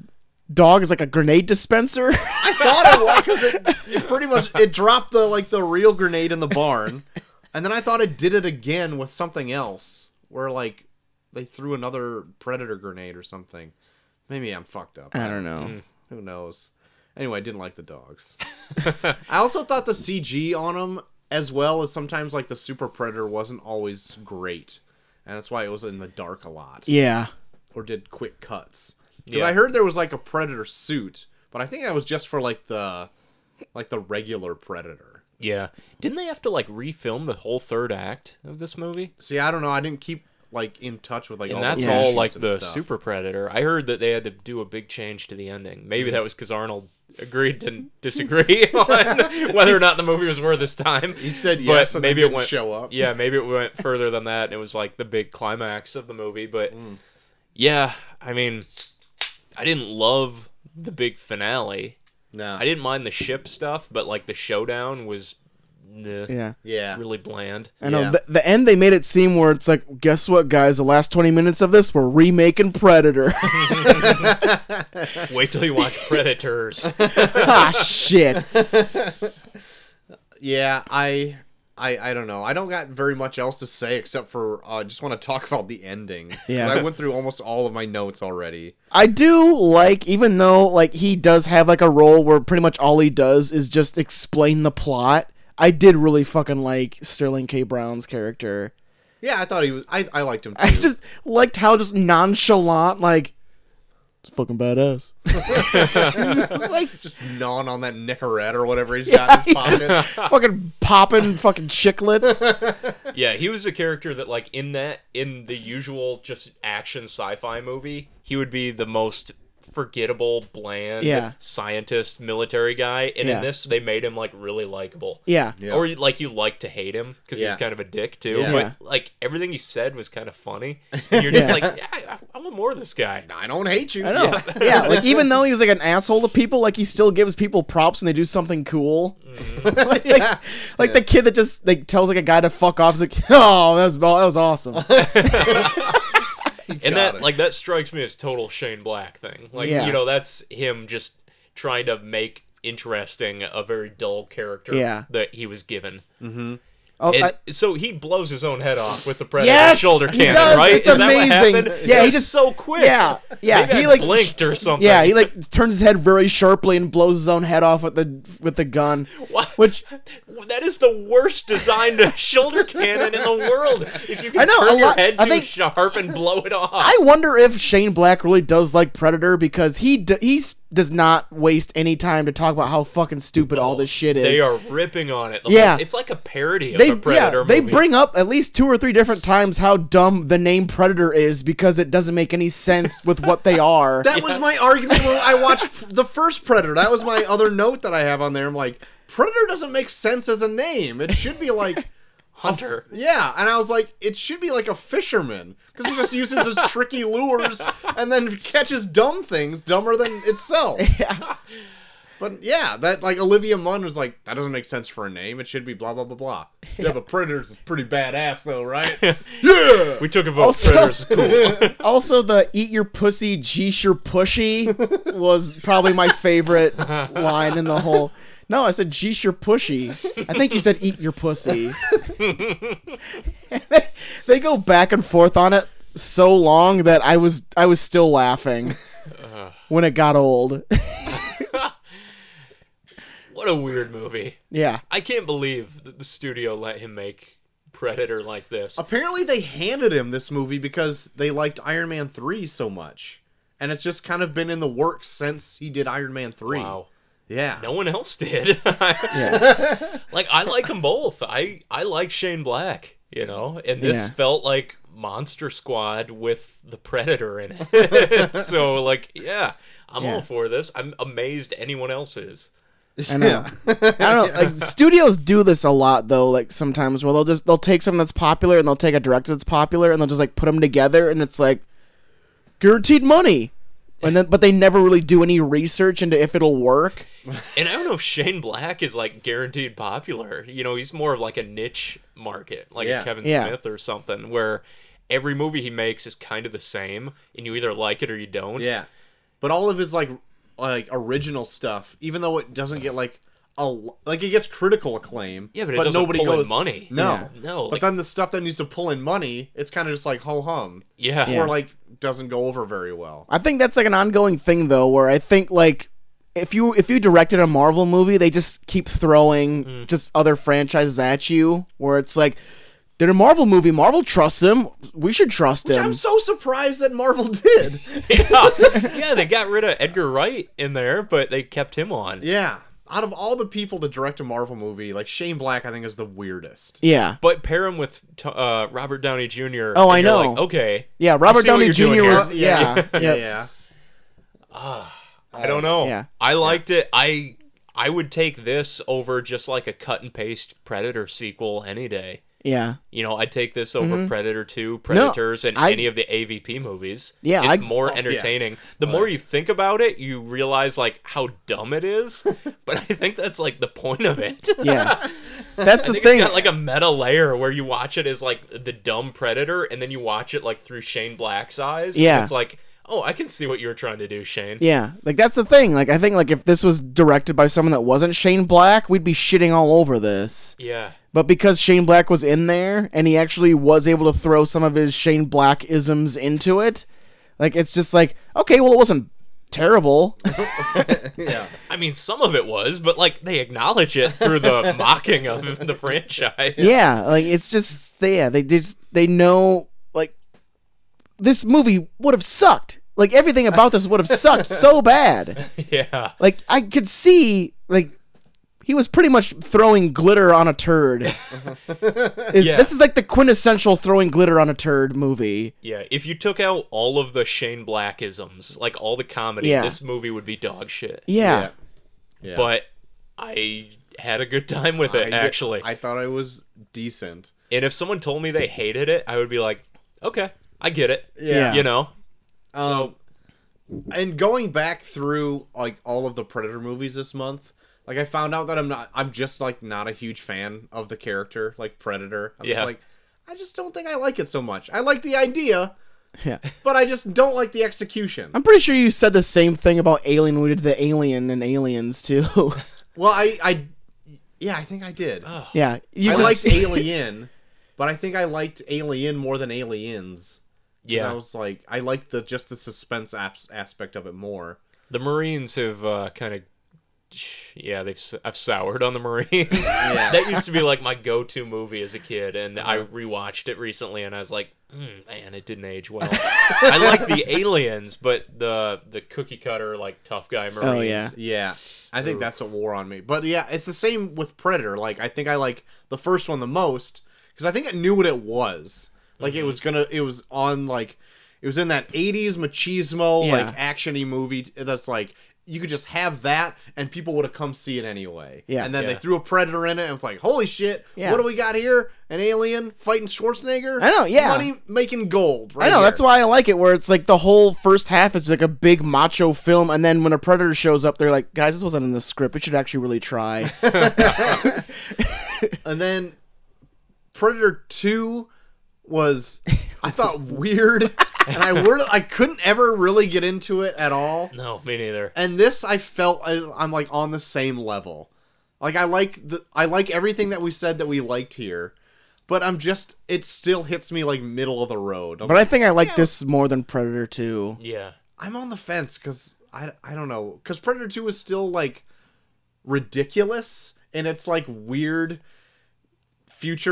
dog is like a grenade dispenser?
I thought it was because it, it pretty much it dropped the like the real grenade in the barn, and then I thought it did it again with something else where like they threw another predator grenade or something. Maybe I'm fucked up.
I don't know.
Who knows? Anyway, I didn't like the dogs. I also thought the CG on them, as well as sometimes like the Super Predator, wasn't always great, and that's why it was in the dark a lot
Yeah.
or did quick cuts. Because
Yeah.
I heard there was like a Predator suit, but I think that was just for like the like the regular Predator.
Yeah. Didn't they have to like refilm the whole third act of this movie?
See, I don't know. I didn't keep like in touch with like all
And
the
that's
Yeah.
all
reshoots
like
and
the
stuff.
Super Predator. I heard that they had to do a big change to the ending.
Mm-hmm.
Maybe that was because Arnold agreed to disagree on whether or not the movie was worth his time.
He said
But
yes, and maybe
maybe
it
it went-
show up.
Yeah, maybe it went further than that, and it was like the big climax of the movie. But
Mm.
yeah, I mean, I didn't love the big finale.
no,
I didn't mind the ship stuff, but like the showdown was nah,
Yeah.
Yeah,
really bland.
I know
Yeah.
the, the end they made it seem where it's like, guess what, guys? The last twenty minutes of this, we're remaking Predator.
Wait till you watch Predators.
ah, shit.
yeah. I, I, I don't know. I don't got very much else to say except for uh, I just want to talk about the ending. 'Cause
Yeah.
I went through almost all of my notes already.
I do like, even though like he does have like a role where pretty much all he does is just explain the plot. I did really fucking like Sterling K. Brown's character.
Yeah, I thought he was. I, I liked him. Too.
I just liked how just nonchalant, like it's fucking badass. It's like
just gnawing on that Nicorette or whatever he's got in his
he's
pocket.
fucking popping fucking chiclets.
Yeah, he was a character that, like, in that, in the usual just action sci-fi movie, he would be the most forgettable, bland
Yeah.
scientist, military guy. And
Yeah.
in this, they made him like really likable.
Yeah.
Yeah.
Or like you like to hate him because he was
Yeah.
kind of a dick too.
Yeah.
Yeah.
But like everything he said was kind of funny, and you're just
Yeah.
like, yeah, I, I want more of this guy.
I don't hate you.
I know. Yeah. like even though he was like an asshole to people, like he still gives people props when they do something cool. like
Mm. Yeah.
like the kid that just like tells like a guy to fuck off. Is like, oh, that was that was awesome.
and
Got
that
it.
like that strikes me as total Shane Black thing. Like
Yeah.
you know, that's him just trying to make interesting a very dull character
Yeah.
that he was given.
Oh,
And
I-
so he blows his own head off with the predator
Yes,
shoulder
he
cannon,
does,
right?
it's
Is
amazing.
that what happened?
Yeah,
That
he
was
just-
so quick.
yeah, yeah.
Maybe
he
I
like
blinked or something.
Yeah, he like turns his head very sharply and blows his own head off with the with the gun.
What?
Which
that is the worst designed shoulder cannon in the world. If you can
I know,
turn
a
your
lot-
head
I
too
think-
sharp and blow it off.
I wonder if Shane Black really does like Predator because he d- he s- does not waste any time to talk about how fucking stupid all this shit is.
they are ripping on it. The
Yeah.
whole- it's like a parody of
They-
the Predator
yeah, they
movie.
bring up at least two or three different times how dumb the name Predator is because it doesn't make any sense with what they are.
That was my argument when I watched the first Predator. That was my other note that I have on there. I'm like, Predator doesn't make sense as a name. It should be like,
Hunter.
yeah. And I was like, it should be like a fisherman because he just uses his tricky lures and then catches dumb things dumber than itself. But yeah, that like Olivia Munn was like, that doesn't make sense for a name. It should be blah blah blah blah. Yeah, but Predators is pretty badass though, right? yeah.
We took a vote.
Also-
Predators is cool.
also, the "Eat your pussy, geesh your pushy" was probably my favorite line in the whole. No, I said geesh your pushy. I think you said eat your pussy. they go back and forth on it so long that I was I was still laughing when it got old.
what a weird movie.
yeah.
I can't believe that the studio let him make Predator like this.
Apparently, they handed him this movie because they liked Iron Man 3 so much. And it's just kind of been in the works since he did Iron Man 3.
Wow.
Yeah.
No one else did. Like I like them both. I I like Shane Black, you know, and this
Yeah.
felt like Monster Squad with the Predator in it. so like, yeah, I'm
Yeah.
all for this. I'm amazed anyone else is.
I know. I don't know. Like studios do this a lot though. Like sometimes where they'll just they'll take something that's popular and they'll take a director that's popular and they'll just like put them together and it's like guaranteed money. and then but they never really do any research into if it'll work.
And I don't know if Shane Black is like guaranteed popular. You know, he's more of like a niche market, like
Yeah.
a Kevin
Yeah.
Smith or something, where every movie he makes is kind of the same, and you either like it or you don't.
Yeah, but all of his like like original stuff, even though it doesn't get like a l- like it gets critical acclaim.
Yeah, but it doesn't
nobody
pull in
goes
money.
No,
Yeah. No,
But
like-
then the stuff that needs to pull in money, it's kind of just like ho hum,
Yeah.
Yeah.
or like doesn't go over very well.
I think that's like an ongoing thing though, where I think like if you if you directed a Marvel movie, they just keep throwing
Mm.
just other franchises at you, where it's like they're a Marvel movie. Marvel trusts them. We should trust them.
I'm so surprised that Marvel did.
yeah. Yeah, they got rid of Edgar Wright in there, but they kept him on.
yeah, out of all the people to direct a Marvel movie, like Shane Black, I think is the weirdest.
yeah,
But pair him with t- uh, Robert Downey Jr.
Oh,
and
I
you're
know.
like, okay.
yeah. Robert
see what
Downey
you're
Jr.
doing here.
was yeah,
Uh, yeah,
yeah,
yeah.
I don't know.
yeah.
I liked it. I I would take this over just like a cut and paste Predator sequel any day.
yeah.
You know, I'd take this over Predator 2, Predators, and
Mm-hmm. I-
any of the AVP movies.
Yeah,
it's
I-
more entertaining. The more you think about it, you realize like how dumb it is. but I think that's like the point of it.
Yeah. That's
I
the
think
thing.
it's got like a meta layer where you watch it as like the dumb predator, and then you watch it like through Shane Black's eyes. and
Yeah.
it's like, oh, I can see what you were trying to do, Shane.
yeah, like that's the thing. Like I think like if this was directed by someone that wasn't Shane Black, we'd be shitting all over this.
yeah.
But because Shane Black was in there and he actually was able to throw some of his Shane Black isms into it, like it's just like, okay, well it wasn't terrible.
yeah.
I mean, some of it was, but like they acknowledge it through the mocking of the franchise.
yeah, like it's just yeah, they just they know like this movie would have sucked. Like everything about this would have sucked so bad.
Yeah.
Like I could see like he was pretty much throwing glitter on a turd. Is-
Yeah.
This is like the quintessential throwing glitter on a turd movie.
Yeah. If you took out all of the Shane Blackisms, like all the comedy,
Yeah.
this movie would be dog shit.
Yeah.
Yeah.
But I had a good time with
I
it,
did-
actually.
I thought I was decent.
And if someone told me they hated it, I would be like, okay, I get it.
Yeah.
You know?
Um, and going back through like all of the Predator movies this month, like I found out that I'm not, I'm just like not a huge fan of the character, like Predator. I'm
Yeah.
just like, I just don't think I like it so much. I like the idea,
Yeah.
but I just don't like the execution.
I'm pretty sure you said the same thing about Alien when we did the Alien and Aliens too.
Well, I, I, yeah, I think I did.
yeah, Uh, you
I
just-
liked Alien, but I think I liked Alien more than Aliens. 'Cause
Yeah.
I was like, I liked the just the suspense apps aspect of it more.
The Marines have uh, kind of, yeah, they've s- I've soured on the Marines. that used to be like my go-to movie as a kid, and I
Uh-huh.
rewatched it recently, and I was like, mm, man, it didn't age well. I like the aliens, but the the cookie cutter like tough guy Marines.
Oh yeah,
Yeah, I think that's what wore on me. But yeah, it's the same with Predator. Like I think I like the first one the most because I think I knew what it was. Like
Mm-hmm.
it was gonna, it was on like, it was in that '80s machismo
Yeah.
like actiony movie that's like you could just have that and people would have come see it anyway.
Yeah.
and then they
Yeah.
threw a Predator in it and it's like, holy shit,
Yeah.
what do we got here? An alien fighting Schwarzenegger?
I know, yeah.
money making gold. Right
I know.
here.
That's why I like it. Where it's like the whole first half is like a big macho film, and then when a predator shows up, they're like, "Guys, this wasn't in the script. We should actually really try."
And then Predator 2 was I thought weird and I word I couldn't ever really get into it at all.
No, me neither.
And this I felt I, I'm like on the same level. Like I like the I like everything that we said that we liked here, but I'm just it still hits me like middle of the road. I'm,
but I think I like this more than Predator Two.
Yeah.
I'm on the fence cuz I I don't know cuz Predator 2 is still like ridiculous and it's like weird future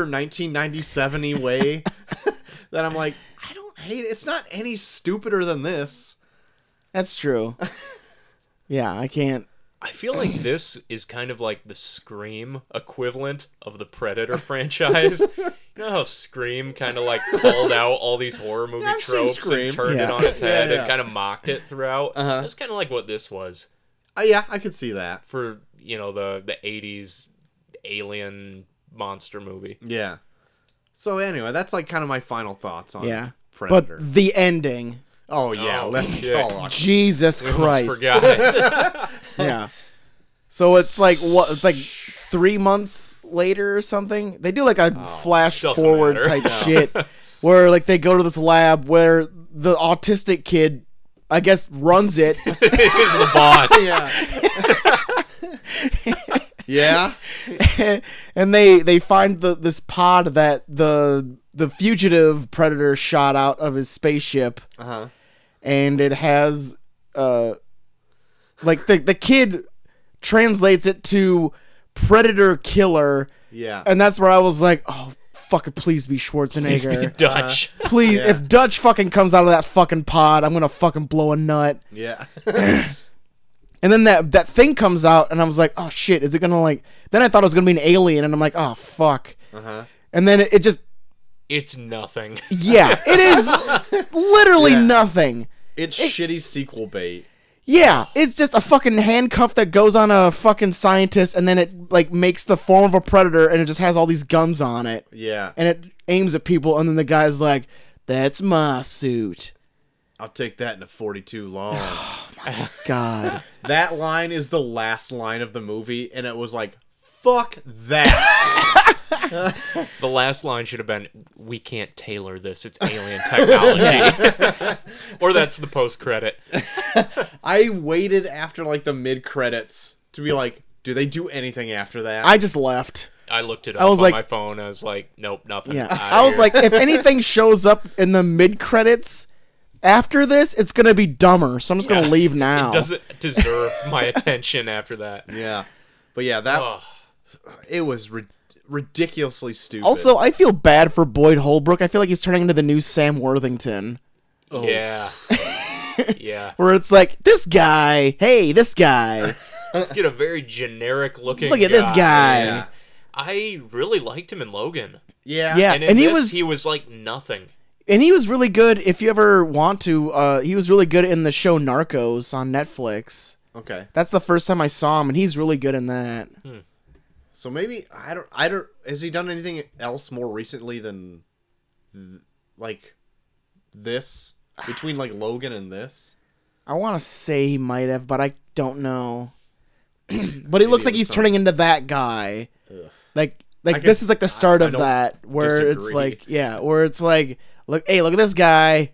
1997 way that I'm like I don't hate it. it's not any stupider than this.
That's true. yeah, I can't.
I feel like this is kind of like the Scream equivalent of the Predator franchise. you know how Scream kind of like called out all these horror movie
I've seen
tropes
Scream.
and turned it
Yeah.
on its
Yeah,
head
yeah. Uh-huh.
and kind of mocked it throughout? That's kind of like what this was
Uh, yeah, I could see that.
for you know the the '80s alien monster movie.
Yeah. So anyway, that's like kind of my final thoughts on
Yeah.
Predator.
But the ending.
Oh yeah,
Oh,
let's
yeah.
go. on.
Jesus
Almost
Christ.
Forgot it.
Yeah. So it's like what? It's like three months later or something. They do like a flash
Oh, doesn't
forward
matter.
type shit, where like they go to this lab where the autistic kid, I guess, runs it.
He's the boss.
Yeah. yeah.
and they they find the this pod that the the fugitive predator shot out of his spaceship
Uh-huh.
and it has uh like the the kid translates it to predator killer
Yeah.
and that's where I was like oh fucking please be Schwarzenegger
Dutch.
please
Yeah.
if Dutch fucking comes out of that fucking pod I'm going to fucking blow a nut
Yeah.
and then that that thing comes out and I was like oh shit is it going to like then I thought it was going to be an alien and I'm like oh fuck
Uh-huh.
and then it, it just
It's nothing.
Yeah, it is literally
Yeah.
nothing.
It's shitty sequel bait.
Yeah, it's just a fucking handcuff that goes on a fucking scientist and then it like makes the form of a predator and it just has all these guns on it
Yeah.
and it aims at people and then the guy's like, "That's my suit."
I'll take that in a 42 long.
God.
that line is the last line of the movie and it was like fuck that.
The last line should have been, "We can't tailor this. It's alien technology." or that's the post credit.
I waited after like the mid credits to be like do they do anything after that?
I just left.
I looked it up
was
on
like-
my phone. I was like, "Nope, nothing."
Yeah.
Outta
I was
here.
like if anything shows up in the mid credits after this, it's going to be dumber. So I'm just going to
Yeah.
leave now.
it doesn't deserve my attention after that.
yeah. But yeah, that
Ugh.
it was ri- ridiculously stupid.
also, I feel bad for Boyd Holbrook. I feel like he's turning into the new Sam Worthington.
Oh.
Yeah. yeah.
where it's like this guy, hey, this guy,
Let's get a very generic looking.
look at this guy.
Yeah.
I really liked him in Logan.
Yeah.
Yeah.
And, in
And he
this,
was-
he was like nothing.
And he was really good. If you ever want to, uh, he was really good in the show Narcos on Netflix.
Okay.
That's the first time I saw him, and he's really good in that.
So maybe I don't. I don't. Has he done anything else more recently than, th- like, this between like Logan and this?
I want to say he might have, but I don't know. but he looks
it
like
was
he's
some-
turning into that guy.
Ugh.
Like,
I
like
guess-
this is like the start
I
of
don't
that, where it's
disagree.
like, yeah, where it's like, look, hey, look at this guy,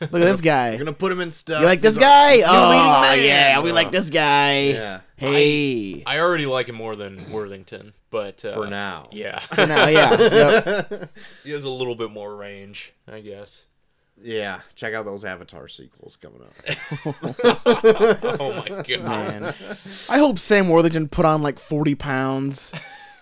look at this
You're
guy.
gonna put him in stuff.
You like this
He's a-
guy?
leading
Oh
man.
yeah, we like this guy.
Yeah.
Hey.
I already like him more than Worthington, but uh,
For now.
yeah,
no, yeah. yep.
he has a little bit more range, I guess.
Yeah. Check out those Avatar sequels coming up.
Oh my god,
Man. I hope Sam Worthington put on like 40 pounds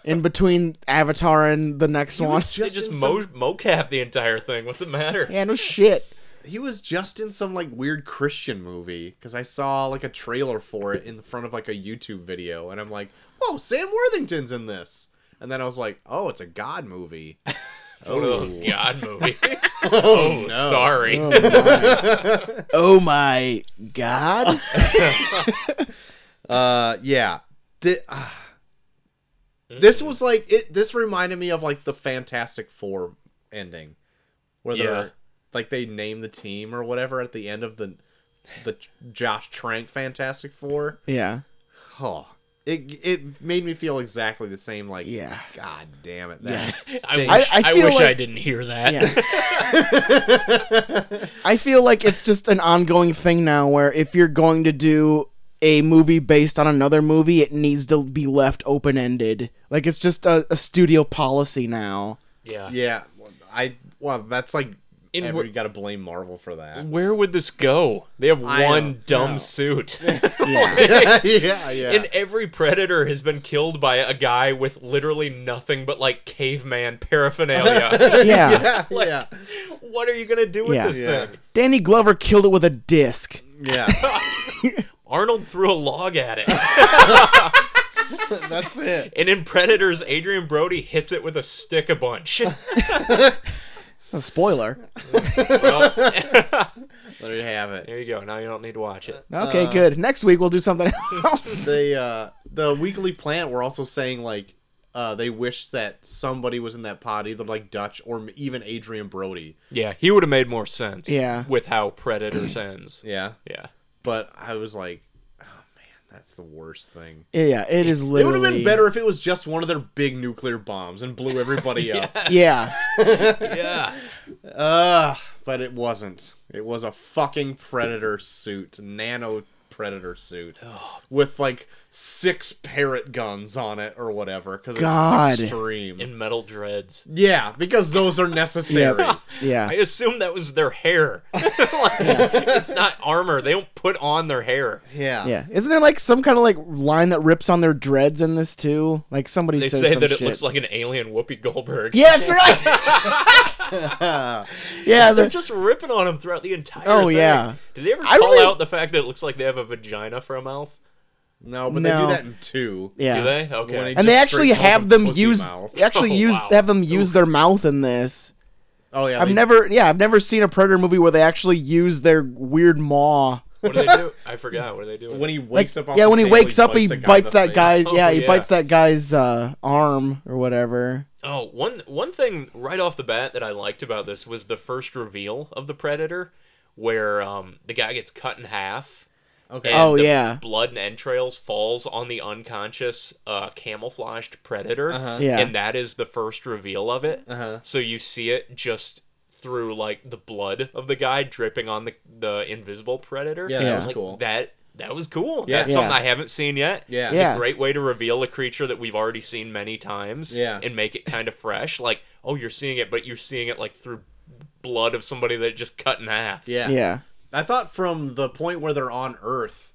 in between Avatar and the next one.
was
they
just in
just
some-
mo- mocap the entire thing. What's the matter?
yeah, no shit.
He was just in some like weird Christian movie because I saw like a trailer for it in the front of like a YouTube video, and I'm like, "Whoa, Sam Worthington's in this!" And then I was like, "Oh, it's a God movie."
It's one of those
Oh.
god movies.
oh,
Sorry.
Oh my god.
Uh, yeah. Thi- ah.
Hmm?
this was like it. This reminded me of like the Fantastic Four ending, where they're
Yeah.
like they name the team or whatever at the end of the the Josh Trank Fantastic Four.
yeah.
Oh, it it made me feel exactly the same. Like,
Yeah.
God damn it,
Yeah.
that
I
stinks.
wish,
I-
I,
I feel
wish I
like-
didn't hear that.
Yeah. I feel like it's just an ongoing thing now where if you're going to do a movie based on another movie, it needs to be left open ended. Like it's just a, a studio policy now.
Yeah.
yeah, I well, that's like
In
every,
wh-
you got to blame Marvel for that.
Where would this go? They have
I
one
don't
dumb
know.
suit.
yeah, yeah.
And every predator has been killed by a guy with literally nothing but like caveman paraphernalia.
Yeah.
yeah, yeah,
what are you gonna do with
Yeah.
this
Yeah.
thing?
Danny Glover killed it with a disc.
yeah.
Arnold threw a log at it,
That's it.
and in Predators, Adrian Brody hits it with a stick a bunch.
A spoiler.
Well,
There you have it.
there you go. Now you don't need to watch it.
Okay,
Uh,
good. Next week we'll do something else.
The uh, the weekly plant were also saying like uh, they wish that somebody was in that pod, either like Dutch or m- even Adrian Brody.
Yeah, he would have made more sense.
Yeah.
With how Predators ends.
Yeah,
Yeah.
but I was like, oh man, that's the worst thing.
Yeah, it is
It
literally.
would have been better if it was just one of their big nuclear bombs and blew everybody up.
Yeah,
Yeah.
Ugh, but it wasn't. It was a fucking predator suit, nano predator suit, with like six parrot guns on it or whatever, because
God.
it's extreme.
In metal dreads.
yeah, because those are necessary.
yeah.
I assume that was their hair. Like, It's not armor. They don't put on their hair.
yeah.
Yeah, isn't there like some kind of like line that rips on their dreads in this too? Like somebody
They
says
say
some
that it
shit.
looks like an alien Whoopi Goldberg.
yeah, that's right. yeah,
They're
the,
just ripping on him throughout the entire
Oh,
thing.
yeah.
Did they ever
I
call
really-
out the fact that it looks like they have a vagina for a mouth?
No, but they
No.
do that in two.
yeah.
Do they? Okay.
When he
And they
Just
actually
straight calls
have
them
them
pussy
use
mouth.
they actually
Oh,
use
wow.
have them use their mouth in this.
Oh yeah,
I've
they-
never yeah, I've never seen a predator movie where they actually use their weird maw.
What do they do? I forgot. What do they do?
when he
Like
wakes up. Off
yeah,
the
when he
table,
wakes up he
a guy in
bites
the
that
face.
guy's
Oh,
yeah, he
yeah.
bites that guy's uh, arm or whatever.
Oh, one one thing right off the bat that I liked about this was the first reveal of the predator, where um, the guy gets cut in half.
Okay.
and
Oh,
the
yeah.
blood and entrails falls on the unconscious uh, camouflaged predator,
Uh-huh.
Yeah.
and that is the first reveal of it.
Uh-huh.
So you see it just through like the blood of the guy dripping on the the invisible predator.
Yeah,
And I
Yeah.
was
that's
like,
cool.
That that was cool.
Yeah.
That's
Yeah.
something I haven't seen yet.
Yeah.
It's
Yeah.
a great way to reveal a creature that we've already seen many times
Yeah.
and make it kind of fresh. Like, oh, you're seeing it, but you're seeing it like through blood of somebody that just cut in half.
Yeah.
Yeah.
I thought from the point where they're on Earth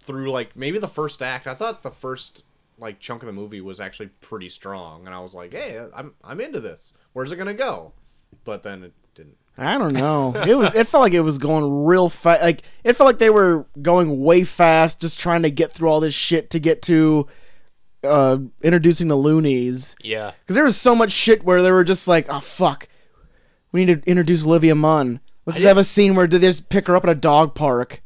through like maybe the first act, I thought the first like chunk of the movie was actually pretty strong, and I was like, hey, I'm I'm into this. Where's it gonna go? But then it didn't.
I don't know. It was. It felt like it was going real fast. Like it felt like they were going way fast, just trying to get through all this shit to get to uh, introducing the loonies.
Yeah.
Because there was so much shit where they were just like, "Oh fuck, we need to introduce Olivia Munn. Let's just have a scene where they just pick her up at a dog park."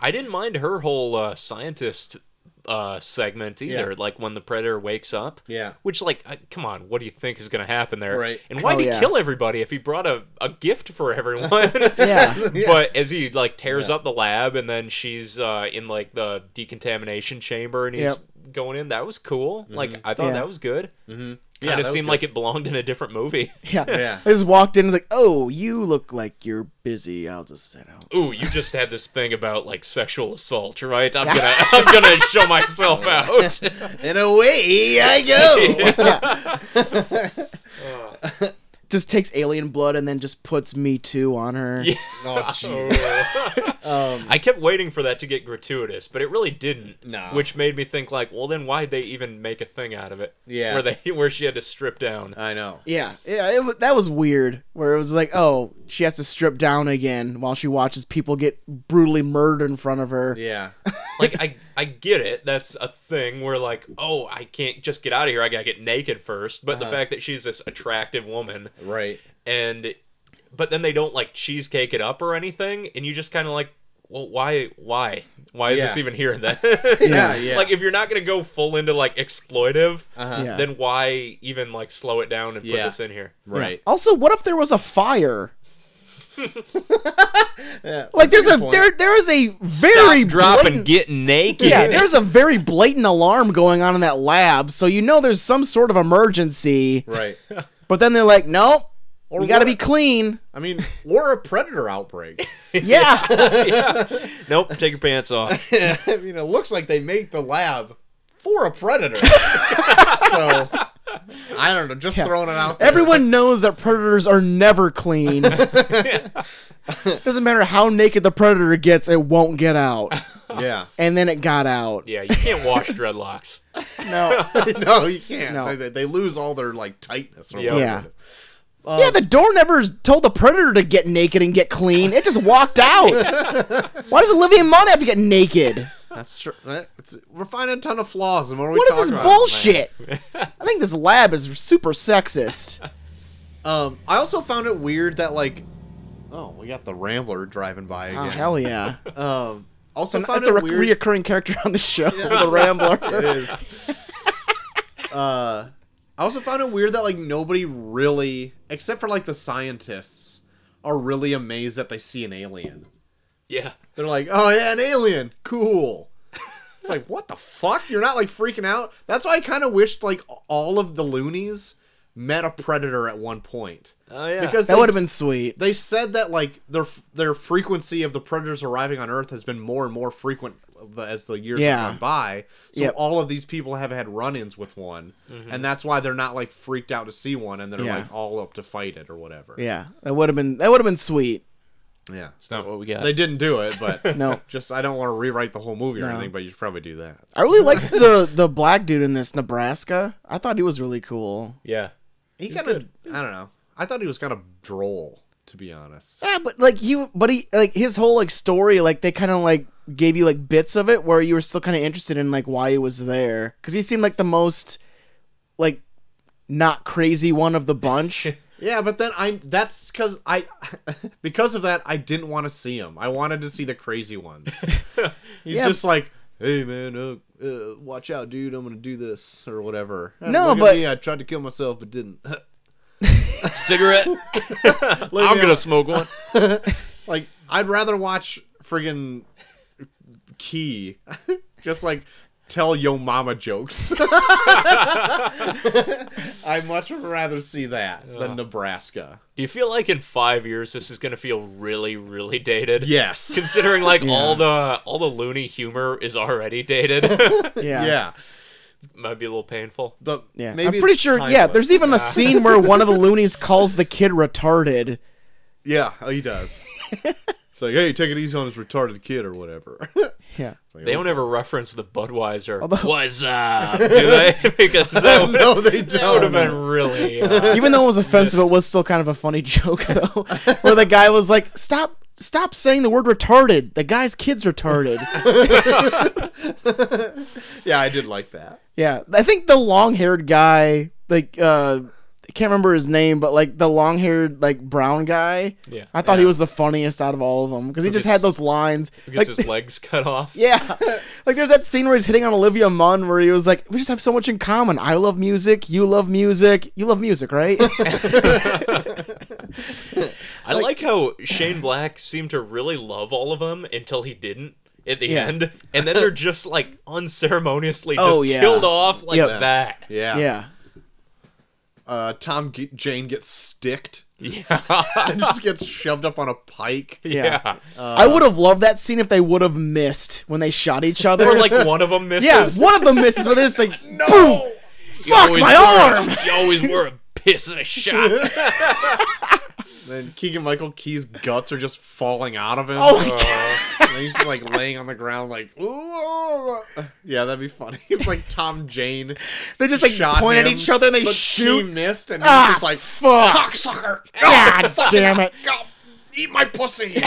I didn't mind her whole uh, scientist uh, segment either.
Yeah.
Like when the predator wakes up.
Yeah.
Which, like, I, come on, what do you think is going to happen there?
Right.
And why
Oh,
would he
yeah.
kill everybody if he brought a, a gift for everyone?
yeah,
But as he like tears up the lab, and then she's uh, in like the decontamination chamber, and he's going in. That was cool. Like I thought
Yeah.
that was good.
Mm-hmm. Yeah,
kind
that
of
was
seemed
good.
like it belonged in a different movie.
yeah.
Yeah.
I just walked in. and was like, "Oh, you look like you're busy. I'll just sit out."
Ooh, you just had this thing about like sexual assault, right? I'm gonna I'm gonna show myself
Oh.
out.
And away I go.
Just takes alien blood and then just puts me too on her.
Yeah.
oh jeez. Um,
I kept waiting for that to get gratuitous, but it really didn't.
No.
Which made me think like, well, then why'd they even make a thing out of it?
Yeah.
Where they where she had to strip down.
I know.
Yeah, yeah, it, wa- that was weird. Where it was like, oh, she has to strip down again while she watches people get brutally murdered in front of her.
Yeah.
like I I get it. That's a thing where like, oh, I can't just get out of here. I gotta get naked first. But the
Uh-huh.
fact that she's this attractive woman
Right.
and but then they don't like cheesecake it up or anything, and you just kind of like, well, why, why, why is this
Yeah.
even here? Then,
Yeah. Yeah.
like if you're not gonna go full into like exploitive,
uh-huh.
Yeah.
then why even like slow it down and put
Yeah.
this in here?
Right.
Also, what if there was a fire?
Yeah,
Like,
that's
there's a
good point.
there there is a very blatant,
get naked.
yeah, there's a very blatant alarm going on in that lab, so you know there's some sort of emergency.
Right.
But then they're like, nope,
Or
you got to
what-
be clean.
I mean, or a predator outbreak.
Yeah,
Nope, take your pants off.
I mean, it looks like they make the lab for a predator. so I don't know, just throwing it out there.
everyone knows that predators are never clean. Doesn't matter how naked the predator gets, it won't get out.
yeah.
and then it got out.
yeah, you can't wash dreadlocks.
No.
no, you can't.
No.
They- They, they lose all their like tightness. Or
Yeah.
whatever.
Yeah. yeah, the door never told the predator to get naked and get clean. It just walked out. Why does Olivia Munn have to get naked?
that's true. It's- we're finding a ton of flaws. The more we
What
talk
is this
about it, man.
bullshit? I think this lab is super sexist.
Um, I also found it weird that like, oh, we got the Rambler driving
Oh,
by again.
hell yeah.
Um, also
It's, an,
found
it's a
it
re-
weird.
reoccurring character on the show, the Rambler.
It is. Uh, I also found it weird that like nobody really, except for like the scientists, are really amazed that they see an alien.
Yeah.
They're like, "Oh yeah, an alien, cool." It's like, what the fuck? You're not like freaking out. That's why I kind of wished like all of the loonies met a predator at one point
Oh yeah.
because
That
they-
would have been sweet.
They said that like their their frequency of the predators arriving on Earth has been more and more frequent as the years
Yeah.
have gone by. So
Yep.
all of these people have had run-ins with one,
Mm-hmm.
and that's why they're not like freaked out to see one, and they're
Yeah.
like all up to fight it or whatever.
Yeah, that would have been that would have been sweet.
Yeah.
it's not what we got.
They didn't do it, but
No.
just I don't want to rewrite the whole movie or
No.
anything. But you should probably do that.
I really liked the the black dude in this Nebraska. I thought he was really cool.
yeah.
He
was
kind of
good.
I don't know. I thought he was kind of droll, to be honest.
Yeah, but like he, but he, like his whole like story, like they kind of like gave you like bits of it where you were still kind of interested in like why he was there because he seemed like the most like not crazy one of the bunch.
Yeah, but then I that's because I because of that I didn't want to see him. I wanted to see the crazy ones. He's
Yeah.
just like, hey man, uh, uh, watch out, dude. I'm gonna do this or whatever. And
No,
look at
but-
me, I tried to kill myself but didn't.
Cigarette. I'm
me
gonna
out.
smoke one.
like I'd rather watch friggin' Key just like tell yo mama jokes. I much would rather see that than Nebraska.
Do you feel like in five years this is gonna feel really, really dated?
Yes.
Considering like all the all the loony humor is already dated,
Yeah,
yeah.
might be a little painful.
But
yeah.
maybe
I'm pretty
it's
sure. Yeah,
timeless.
there's even a scene where one of the loonies calls the kid retarded.
Yeah, oh, he does. it's like, hey, take it easy on this retarded kid or whatever. It's
Yeah,
like,
They
oh.
don't ever reference the Budweiser.
Although-
What's up? Do they? because that would,
Oh, no, they
that would
don't.
have been really. Uh,
even though it was offensive, it was still kind of a funny joke though, where the guy was like, "Stop, stop saying the word retarded. The guy's kid's retarded."
yeah, I did like that.
Yeah, I think the long-haired guy, like uh I can't remember his name, but like the long-haired like brown guy,
yeah.
I thought he was the funniest out of all of them because he just had those lines.
Who
Like,
gets his legs cut off.
yeah, like there's that scene where he's hitting on Olivia Munn where he was like, "We just have so much in common. I love music. You love music. You love music, right?"
I like, how Shane Black seemed to really love all of them until he didn't at the
Yeah.
end, and then they're just like unceremoniously just
Oh, yeah.
killed off like
Yep.
that.
Yeah.
yeah,
Uh, Tom G- Jane gets sticked.
Yeah.
and just gets shoved up on a pike.
yeah.
yeah.
I would have loved that scene if they would have missed when they shot each other.
Or like one of them misses.
yeah, one of them misses, but they're just like, "No,
You
fuck
always
my
were-
arm."
You always were a piss and a shot.
Then Keegan Michael Key's guts are just falling out of him.
Oh my god.
And he's just like laying on the ground, like, ooh. Yeah, that'd be funny. It's like Tom Jane.
They just like
shot
point at
him,
each other and they
but
shoot.
She missed, and he's
Ah,
just like,
fuck.
cocksucker.
God damn it!
God, eat my pussy.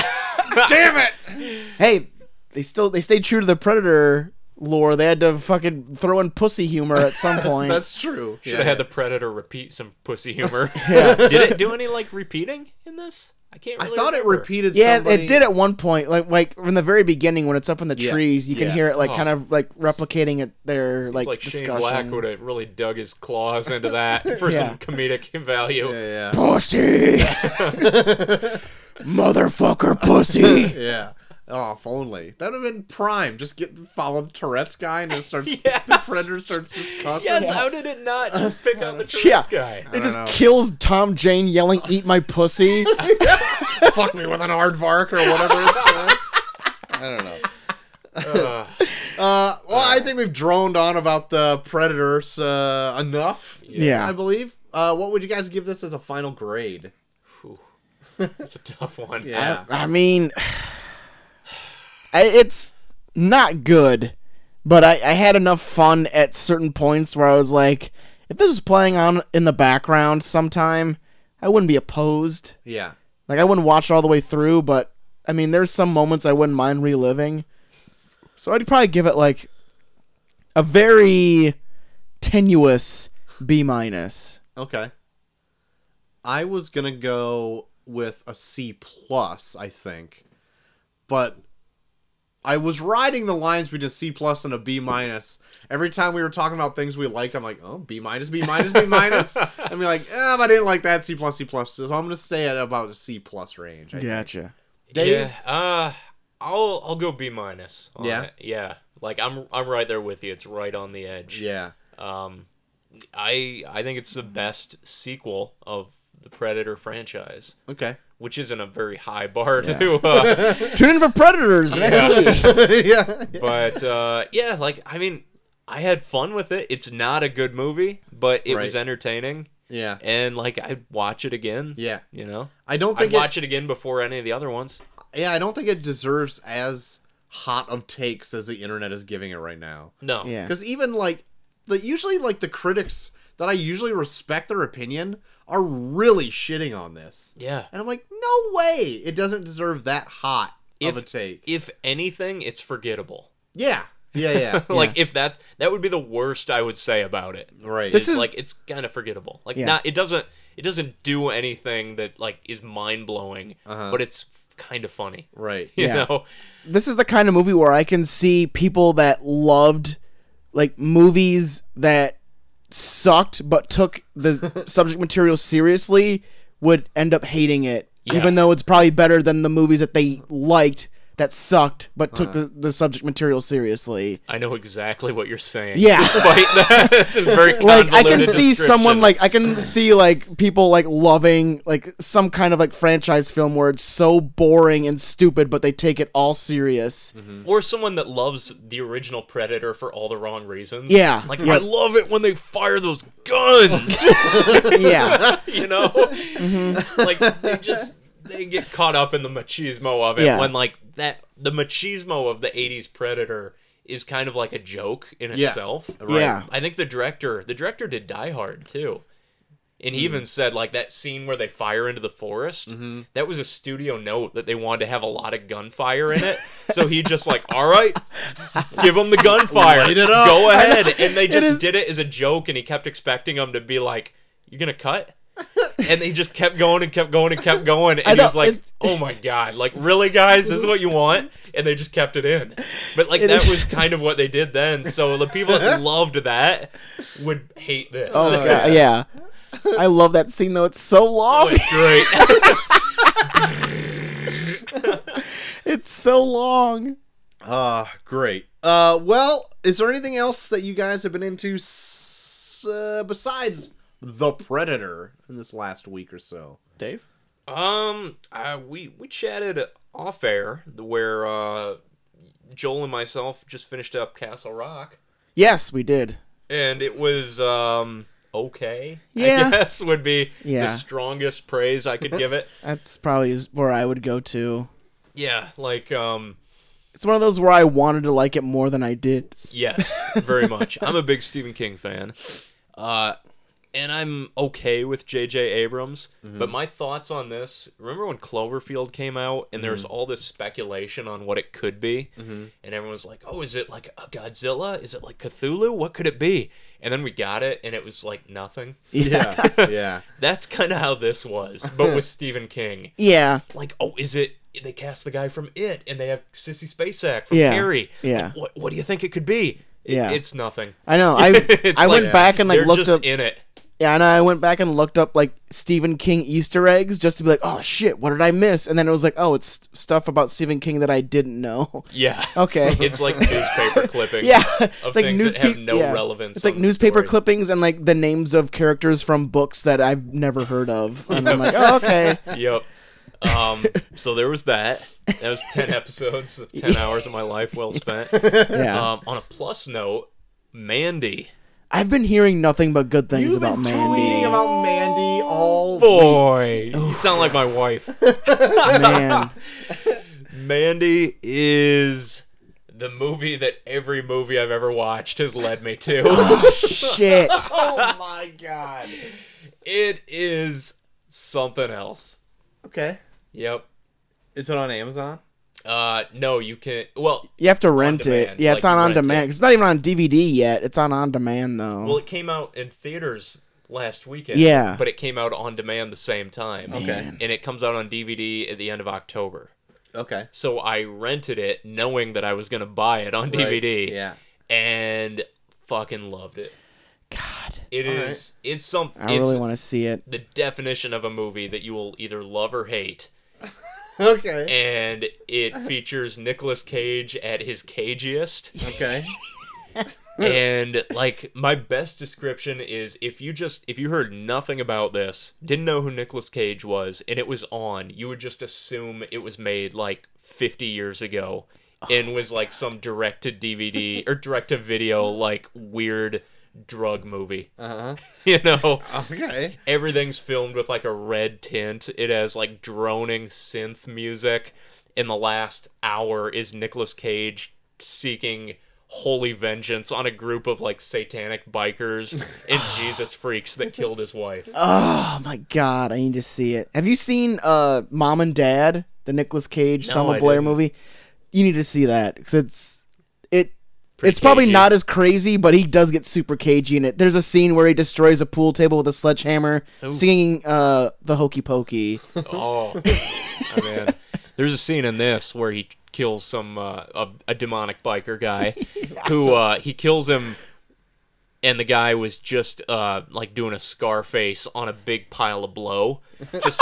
damn it.
Hey, they still they stayed true to the predator lore. They had to fucking throw in pussy humor at some point.
That's true.
Should
Yeah.
have had the Predator repeat some pussy humor. Did it do any like repeating in this? I can't.
I
Really
thought it
remember.
repeated.
yeah,
somebody-
it did at one point. Like like from the very beginning when it's up in the
Yeah,
trees, you can
yeah.
hear it like
Oh.
kind of like replicating it their
Like,
like,
Shane Black would
discussion.
have really dug his claws into that for
Yeah.
some comedic value.
Yeah,
Pussy, motherfucker, pussy.
yeah, yeah. Oh, if only that would have been prime. Just get follow the Tourette's guy, and it starts. The
Yes.
predator starts just cussing.
Yes, how did it not
Uh,
just pick out the
Yeah.
Tourette's guy?
It
don't
just
know.
kills Tom Jane yelling, "Eat my pussy."
fuck me with an aardvark or whatever it's. Uh, I don't know.
Uh,
Uh, well, I think we've droned on about the predators uh, enough.
Yeah.
I believe. Uh, what would you guys give this as a final grade?
whew. That's a tough one. Uh,
Yeah,
I mean, I- it's not good, but I, I had enough fun at certain points where I was like, if this was playing on in the background sometime, I wouldn't be opposed.
yeah.
Like, I wouldn't watch it all the way through, but I mean, there's some moments I wouldn't mind reliving. So I'd probably give it like a very tenuous B minus.
Okay. I was gonna go with a C plus, I think, but I was riding the lines between a C plus and a B minus. Every time we were talking about things we liked, I'm like, oh, B minus, B minus, B minus. I'm like, um, I didn't like that C plus, C plus. So I'm gonna stay at about a C plus range. I
Gotcha.
Dave?
Yeah. Uh, I'll I'll go B minus. on
Yeah?
it. Yeah. Like I'm I'm right there with you. It's right on the edge.
Yeah.
Um, I I think it's the best sequel of the Predator franchise,
Okay.
which isn't a very high bar to. Uh,
Tune in for Predators next
Yeah.
week.
yeah.
but uh, yeah, like I mean, I had fun with it. It's not a good movie, but it was
Right.
entertaining,
Yeah.
and like I'd watch it again.
Yeah.
You know,
I don't
I'd
think
watch it again before any of the other ones.
it, yeah, I don't think it deserves as hot of takes as the internet is giving it right now.
No.
Yeah.
Because even like the usually like the critics that I usually respect their opinion are really shitting on this.
Yeah.
And I'm like, no way. It doesn't deserve that hot
If-
of a take.
If anything, it's forgettable.
yeah. Yeah, yeah.
like if that that would be the worst I would say about it.
right.
This is-
like it's kind of forgettable. Like
Yeah.
not it doesn't it doesn't do anything that like is mind blowing,
Uh-huh.
but it's kind of funny.
right.
You
Yeah.
know?
this is the kind of movie where I can see people that loved like movies that sucked but took the subject material seriously would end up hating it
Yeah.
even though it's probably better than the movies that they liked that sucked but took
Uh-huh.
the, the subject material seriously
I know exactly what you're saying.
yeah
Despite that, it's a very
like I can
convoluted
see someone
description.
like I can see like people like loving like some kind of like franchise film where it's so boring and stupid but they take it all serious.
or someone that loves the original Predator for all the wrong reasons.
Yeah.
like
Yeah.
I love it when they fire those guns.
Yeah.
you know, like they just they get caught up in the machismo of it
Yeah.
when like that the machismo of the '80s Predator is kind of like a joke in
Yeah.
itself.
Right.
Yeah.
I think the director the director did Die Hard too. And he
Hmm.
even said like that scene where they fire into the forest,
Mm-hmm.
that was a studio note that they wanted to have a lot of gunfire in it. so he just like, all right, give them the gunfire,
Light it up."
go ahead, and they just
is-
did it as a joke, and he kept expecting them to be like, you're gonna cut. And they just kept going and kept going and kept going, and he
know,
was like,
it's-
"Oh my god! Like, really, guys, this is what you want?" And they just kept it in. But like,
It
that
is-
was kind of what they did then. So the people that loved that would hate this.
Oh my god, yeah. I love that scene though. It's so long.
It's great.
It's so long.
Uh great. Uh well, is there anything else that you guys have been into s- uh, besides The Predator in this last week or so?
Dave?
um, uh, we we chatted off air where uh, Joel and myself just finished up Castle Rock,
Yes, we did.
and it was um okay.
Yeah.
I guess would be
Yeah.
the strongest praise I could give it.
That's probably is where I would go to.
Yeah, like um,
It's one of those where I wanted to like it more than I did.
yes, very much. I'm a big Stephen King fan. Uh, and I'm okay with J.J. Abrams,
Mm-hmm.
but my thoughts on this remember when Cloverfield came out and there was
Mm-hmm.
all this speculation on what it could be? And everyone was like, oh, is it like a Godzilla? Is it like Cthulhu? What could it be? And then we got it and it was like nothing.
Yeah. yeah.
That's kind of how this was, but with Stephen King.
Yeah.
Like, oh, is it. They cast the guy from It, and they have Sissy Spacek from
Yeah,
Carrie.
yeah.
Like, what, what do you think it could be? It-
Yeah.
It's nothing.
I know. I
It's
I went
like,
back and like
They're
looked
just
up
in it.
yeah, and I went back and looked up like Stephen King Easter eggs just to be like, "Oh shit, what did I miss?" And then it was like, "Oh, it's stuff about Stephen King that I didn't know."
Yeah.
Okay.
It's like newspaper clippings.
Yeah,
Of
it's like
things that
newspaper.
have no relevance
It's like
on the
newspaper
story.
clippings and like the names of characters from books that I've never heard of, and I'm like, oh, okay,
Yep. Um, so there was that. That was 10 episodes, 10 hours of my life well spent.
yeah.
Um, on a plus note, Mandy.
I've been hearing nothing but good things
You've
about
been
Mandy.
tweeting about Mandy all
Boy. You sound like my wife.
Man,
Mandy is the movie that every movie I've ever watched has led me to.
oh, shit.
oh my god.
it is something else.
Okay.
Yep.
Is it on Amazon?
Uh, no, you can. Well,
You have to rent it.
demand,
Yeah, it's
like,
on on
rent it.
demand. 'Cause It's not even on DVD yet. It's on on demand though.
Well, it came out in theaters last weekend.
Yeah.
But it came out on demand the same time.
Okay.
And it comes out on DVD at the end of October.
Okay.
So I rented it knowing that I was going to buy it on DVD
Right. Yeah.
and fucking loved it.
God,
It is. it's some
I
it's
really want to see it.
the definition of a movie that you will either love or hate.
Okay.
And it features Nicolas Cage at his cagiest.
Okay.
and like my best description is if you just if you heard nothing about this didn't know who Nicolas Cage was and it was on you would just assume it was made like 50 years ago and was like some direct to DVD or direct to video like weird drug movie
Uh
you know
huh. Okay.
everything's filmed with like a red tint it has like droning synth music and the last hour is Nicolas Cage seeking holy vengeance on a group of like satanic bikers and Jesus freaks that killed his wife.
Oh my god, I need to see it. Have you seen uh Mom and Dad, the Nicolas Cage Selma
I
Blair
didn't.
movie? You need to see that because it's it.
Pretty
it's probably
cagey.
not as crazy, but he does get super cagey in it. There's a scene where he destroys a pool table with a sledgehammer, singing uh the Hokey Pokey.
Oh, Oh, man. There's a scene in this where he kills some uh, a, a demonic biker guy who uh, he kills him and the guy was just uh, like doing a Scarface on a big pile of blow, just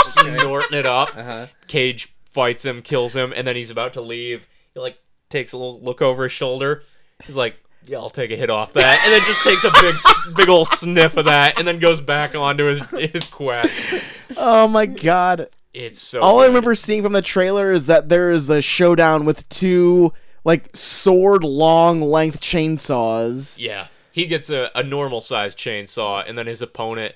snorting it up.
Uh-huh.
Cage fights him, kills him, and then he's about to leave. He like takes a little look over his shoulder. He's like, "Yeah, I'll take a hit off that," and then just takes a big, s- big old sniff of that, and then goes back onto his his quest.
oh my god.
It's so.
All I
good.
remember seeing from the trailer is that there is a showdown with two like sword long length chainsaws.
Yeah. He gets a, a normal sized chainsaw, and then his opponent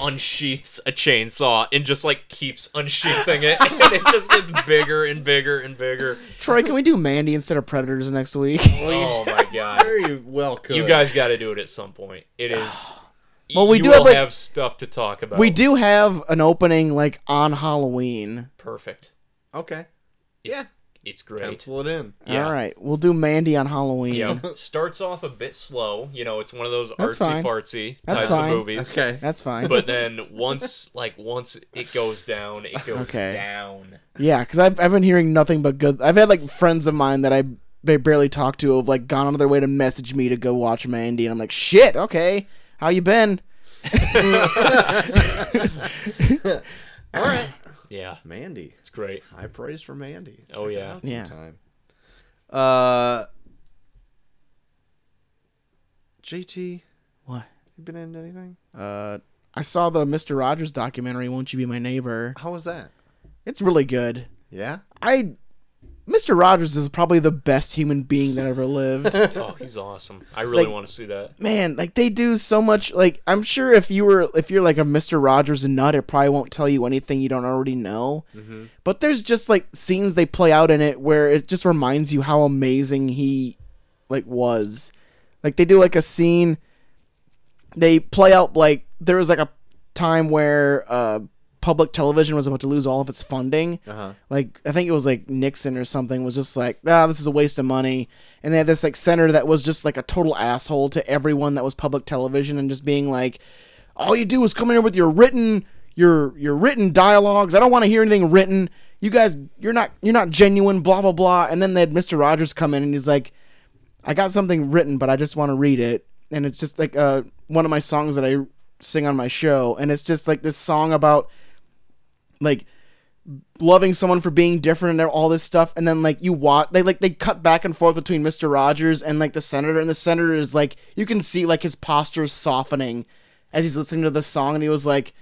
unsheaths a chainsaw and just like keeps unsheathing it, and it just gets bigger and bigger and bigger.
Troy, can we do Mandy instead of Predators next week?
Oh my god.
Very well could.
You guys got to do it at some point. It is.
Well, we
you
do
will
have, like-
stuff to talk about.
We do have an opening like on Halloween.
Perfect.
Okay.
It's,
Yeah.
It's great.
Pencil it in.
Yeah.
All right, we'll do Mandy on Halloween.
Yeah. Starts off a bit slow. You know, it's one of those
That's
artsy
fine.
fartsy
That's
types
fine.
of movies.
Okay.
That's fine.
But then once, like, once it goes down, it goes
Okay.
down.
yeah, because I've, I've been hearing nothing but good. I've had like friends of mine that I ba- barely talk to have like gone out of their way to message me to go watch Mandy, and I'm like, shit, okay, how you been?
All right.
Yeah.
Mandy.
It's great.
High praise for Mandy.
Oh,
Check it
yeah.
out
Yeah.
sometime. Uh. JT,
What?
you been into anything?
Uh, I saw the Mister Rogers documentary. Won't you be my neighbor?
How was that?
It's really good.
Yeah.
I, Mister Rogers is probably the best human being that ever lived.
Oh, he's awesome. I really
Like-
want to see that.
man, like they do so much. Like I'm sure if you were if you're like a Mister Rogers nut, it probably won't tell you anything you don't already know. But there's just like scenes they play out in it where it just reminds you how amazing he like was. Like they do like a scene. They play out like there was like a time where uh, public television was about to lose all of its funding
Uh-huh.
like I think it was like Nixon or something was just like, ah, this is a waste of money. And they had this like senator that was just like a total asshole to everyone that was public television and just being like, all you do is come in here with your written your your written dialogues. I don't want to hear anything written. You guys, you're not you're not genuine. Blah blah blah. And then they had Mister Rogers come in and he's like, I got something written, but I just want to read it. And it's just like uh, one of my songs that I sing on my show. And it's just like this song about like loving someone for being different and all this stuff and then like you watch they like they cut back and forth between Mr. Rogers and like the senator and the senator is like you can see like his posture softening as he's listening to the song and he was like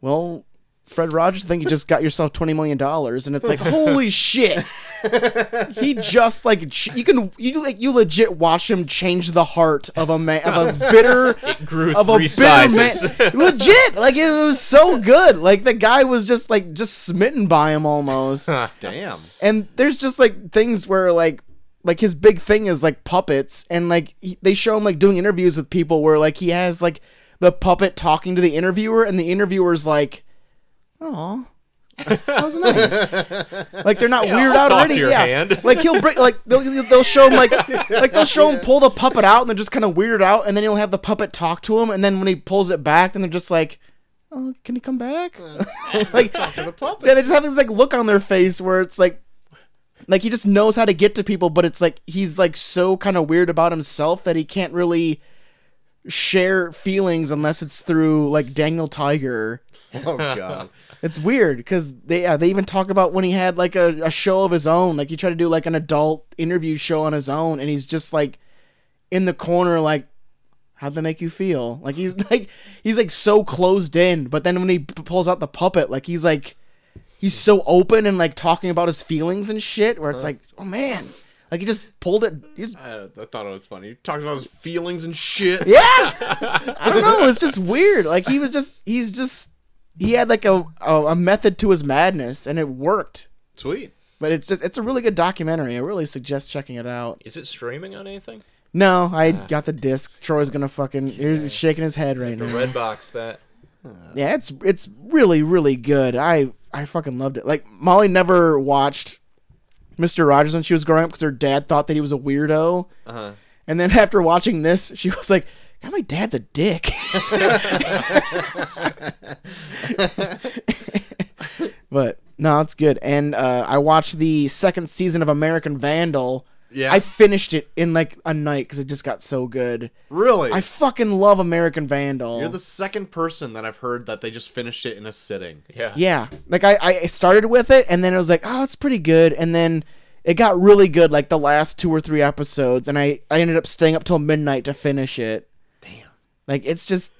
well Fred Rogers I think you just got yourself 20 million dollars and it's like holy shit he just like ch- you can you like you legit watch him change the heart of a man of a bitter
Grew
of a
three
bitter
sizes.
man. Legit, like it was so good. Like the guy was just like just smitten by him almost.
Damn.
and there's just like things where like like his big thing is like puppets, and like he, they show him like doing interviews with people where like he has like the puppet talking to the interviewer, and the interviewer's like, "Oh." that was nice. Like they're not weird
I'll
out
talk
already.
to your
yeah,
hand.
like he'll bring like they'll they'll show him like like they'll show him pull the puppet out and they're just kind of weird out, and then he'll have the puppet talk to him, and then when he pulls it back, then they're just like, oh, can he come back?
like talk to the puppet.
Yeah, they just have this like look on their face where it's like, like he just knows how to get to people, but it's like he's like so kind of weird about himself that he can't really share feelings unless it's through like Daniel Tiger.
Oh god.
It's weird because they yeah, they even talk about when he had like a, a show of his own. Like he tried to do like an adult interview show on his own, and he's just like in the corner, like how'd that make you feel? Like he's like he's like so closed in, but then when he p- pulls out the puppet, like he's like he's so open and like talking about his feelings and shit. Where it's like, oh man, like he just pulled it. He's
I, I thought it was funny. He talked about his feelings and shit.
yeah, I don't know. It's just weird. Like he was just he's just he had like a a, a method to his madness, and it worked.
Sweet.
But it's just it's a really good documentary. I really suggest checking it out.
Is it streaming on anything?
No, I got the disc. Troy's gonna fucking he's shaking his head right
The
now.
red box that.
Yeah, it's it's really really good. I I fucking loved it. Like Molly never watched Mister Rogers when she was growing up because her dad thought that he was a weirdo.
Uh-huh.
And then after watching this, she was like, "God, my dad's a dick." but no, it's good. And uh, I watched the second season of American Vandal.
Yeah.
I finished it in like a night because it just got so good.
really?
I fucking love American Vandal.
You're the second person that I've heard that they just finished it in a sitting.
Yeah.
Yeah. Like I, I started with it and then it was like, oh, it's pretty good. And then it got really good like the last two or three episodes and I, I ended up staying up till midnight to finish it.
Damn.
Like it's just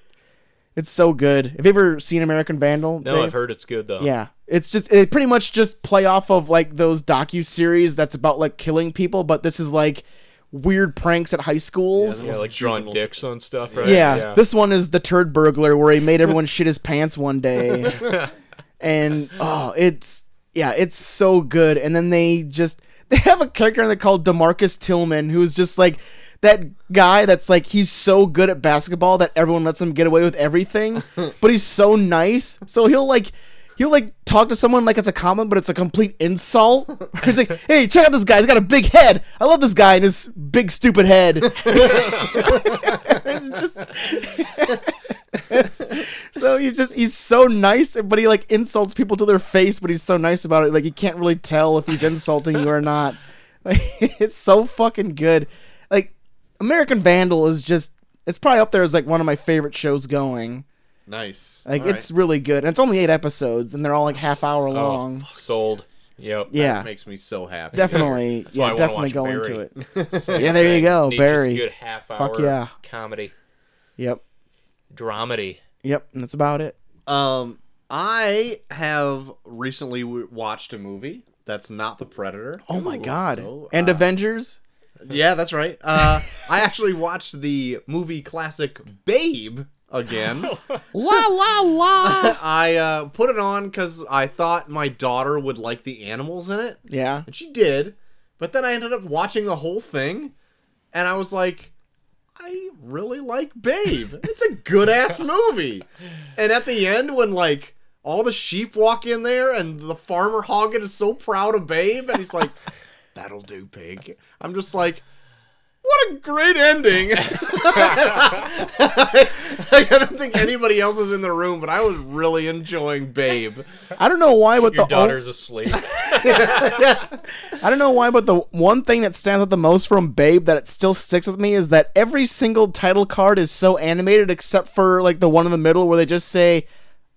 it's so good. Have you ever seen American Vandal?
No,
Dave?
I've heard it's good though.
Yeah. It's just it pretty much just play off of like those docu series that's about like killing people, but this is like weird pranks at high schools.
Yeah, like drawing dicks on stuff, right?
Yeah. This one is the turd burglar where he made everyone shit his pants one day. and oh, it's yeah, it's so good. And then they just they have a character in there called DeMarcus Tillman who's just like that guy that's like he's so good at basketball that everyone lets him get away with everything, but he's so nice. So he'll like He'll like talk to someone like it's a comment, but it's a complete insult. He's like, "Hey, check out this guy. He's got a big head. I love this guy and his big stupid head." it's just so he's just he's so nice but he like insults people to their face but he's so nice about it like you can't really tell if he's insulting you or not like it's so fucking good like american vandal is just it's probably up there as like one of my favorite shows going
Nice.
like
All
it's really good and it's only eight episodes and they're all like half hour
Oh,
long
sold. Yep.
yeah
right. makes me so happy.
definitely
why I
yeah
wanna
definitely
watch
go
Barry.
into it yeah there you go
Need just a
barry
Good half hour.
Fuck yeah.
Comedy,
yep
dramedy.
yep and that's about it
Um, I have recently w- watched a movie that's not The Predator.
oh my
Ooh,
god
so,
and
uh,
avengers
yeah, that's right. Uh, I actually watched the movie classic Babe again.
Oh. la la la
I uh, put it on because I thought my daughter would like the animals in it,
Yeah.
and she did. But then I ended up watching the whole thing, and I was like, I really like Babe. It's a good ass movie. And at the end, when like all the sheep walk in there, and the farmer Hoggin is so proud of Babe, and he's like, "That'll do, pig." I'm just like. What a great ending! like, I don't think anybody else is in the room, but I was really enjoying Babe.
I don't know why, but
Your
the o-
daughter's asleep.
I don't know why, but the one thing that stands out the most from Babe that it still sticks with me is that every single title card is so animated except for like the one in the middle where they just say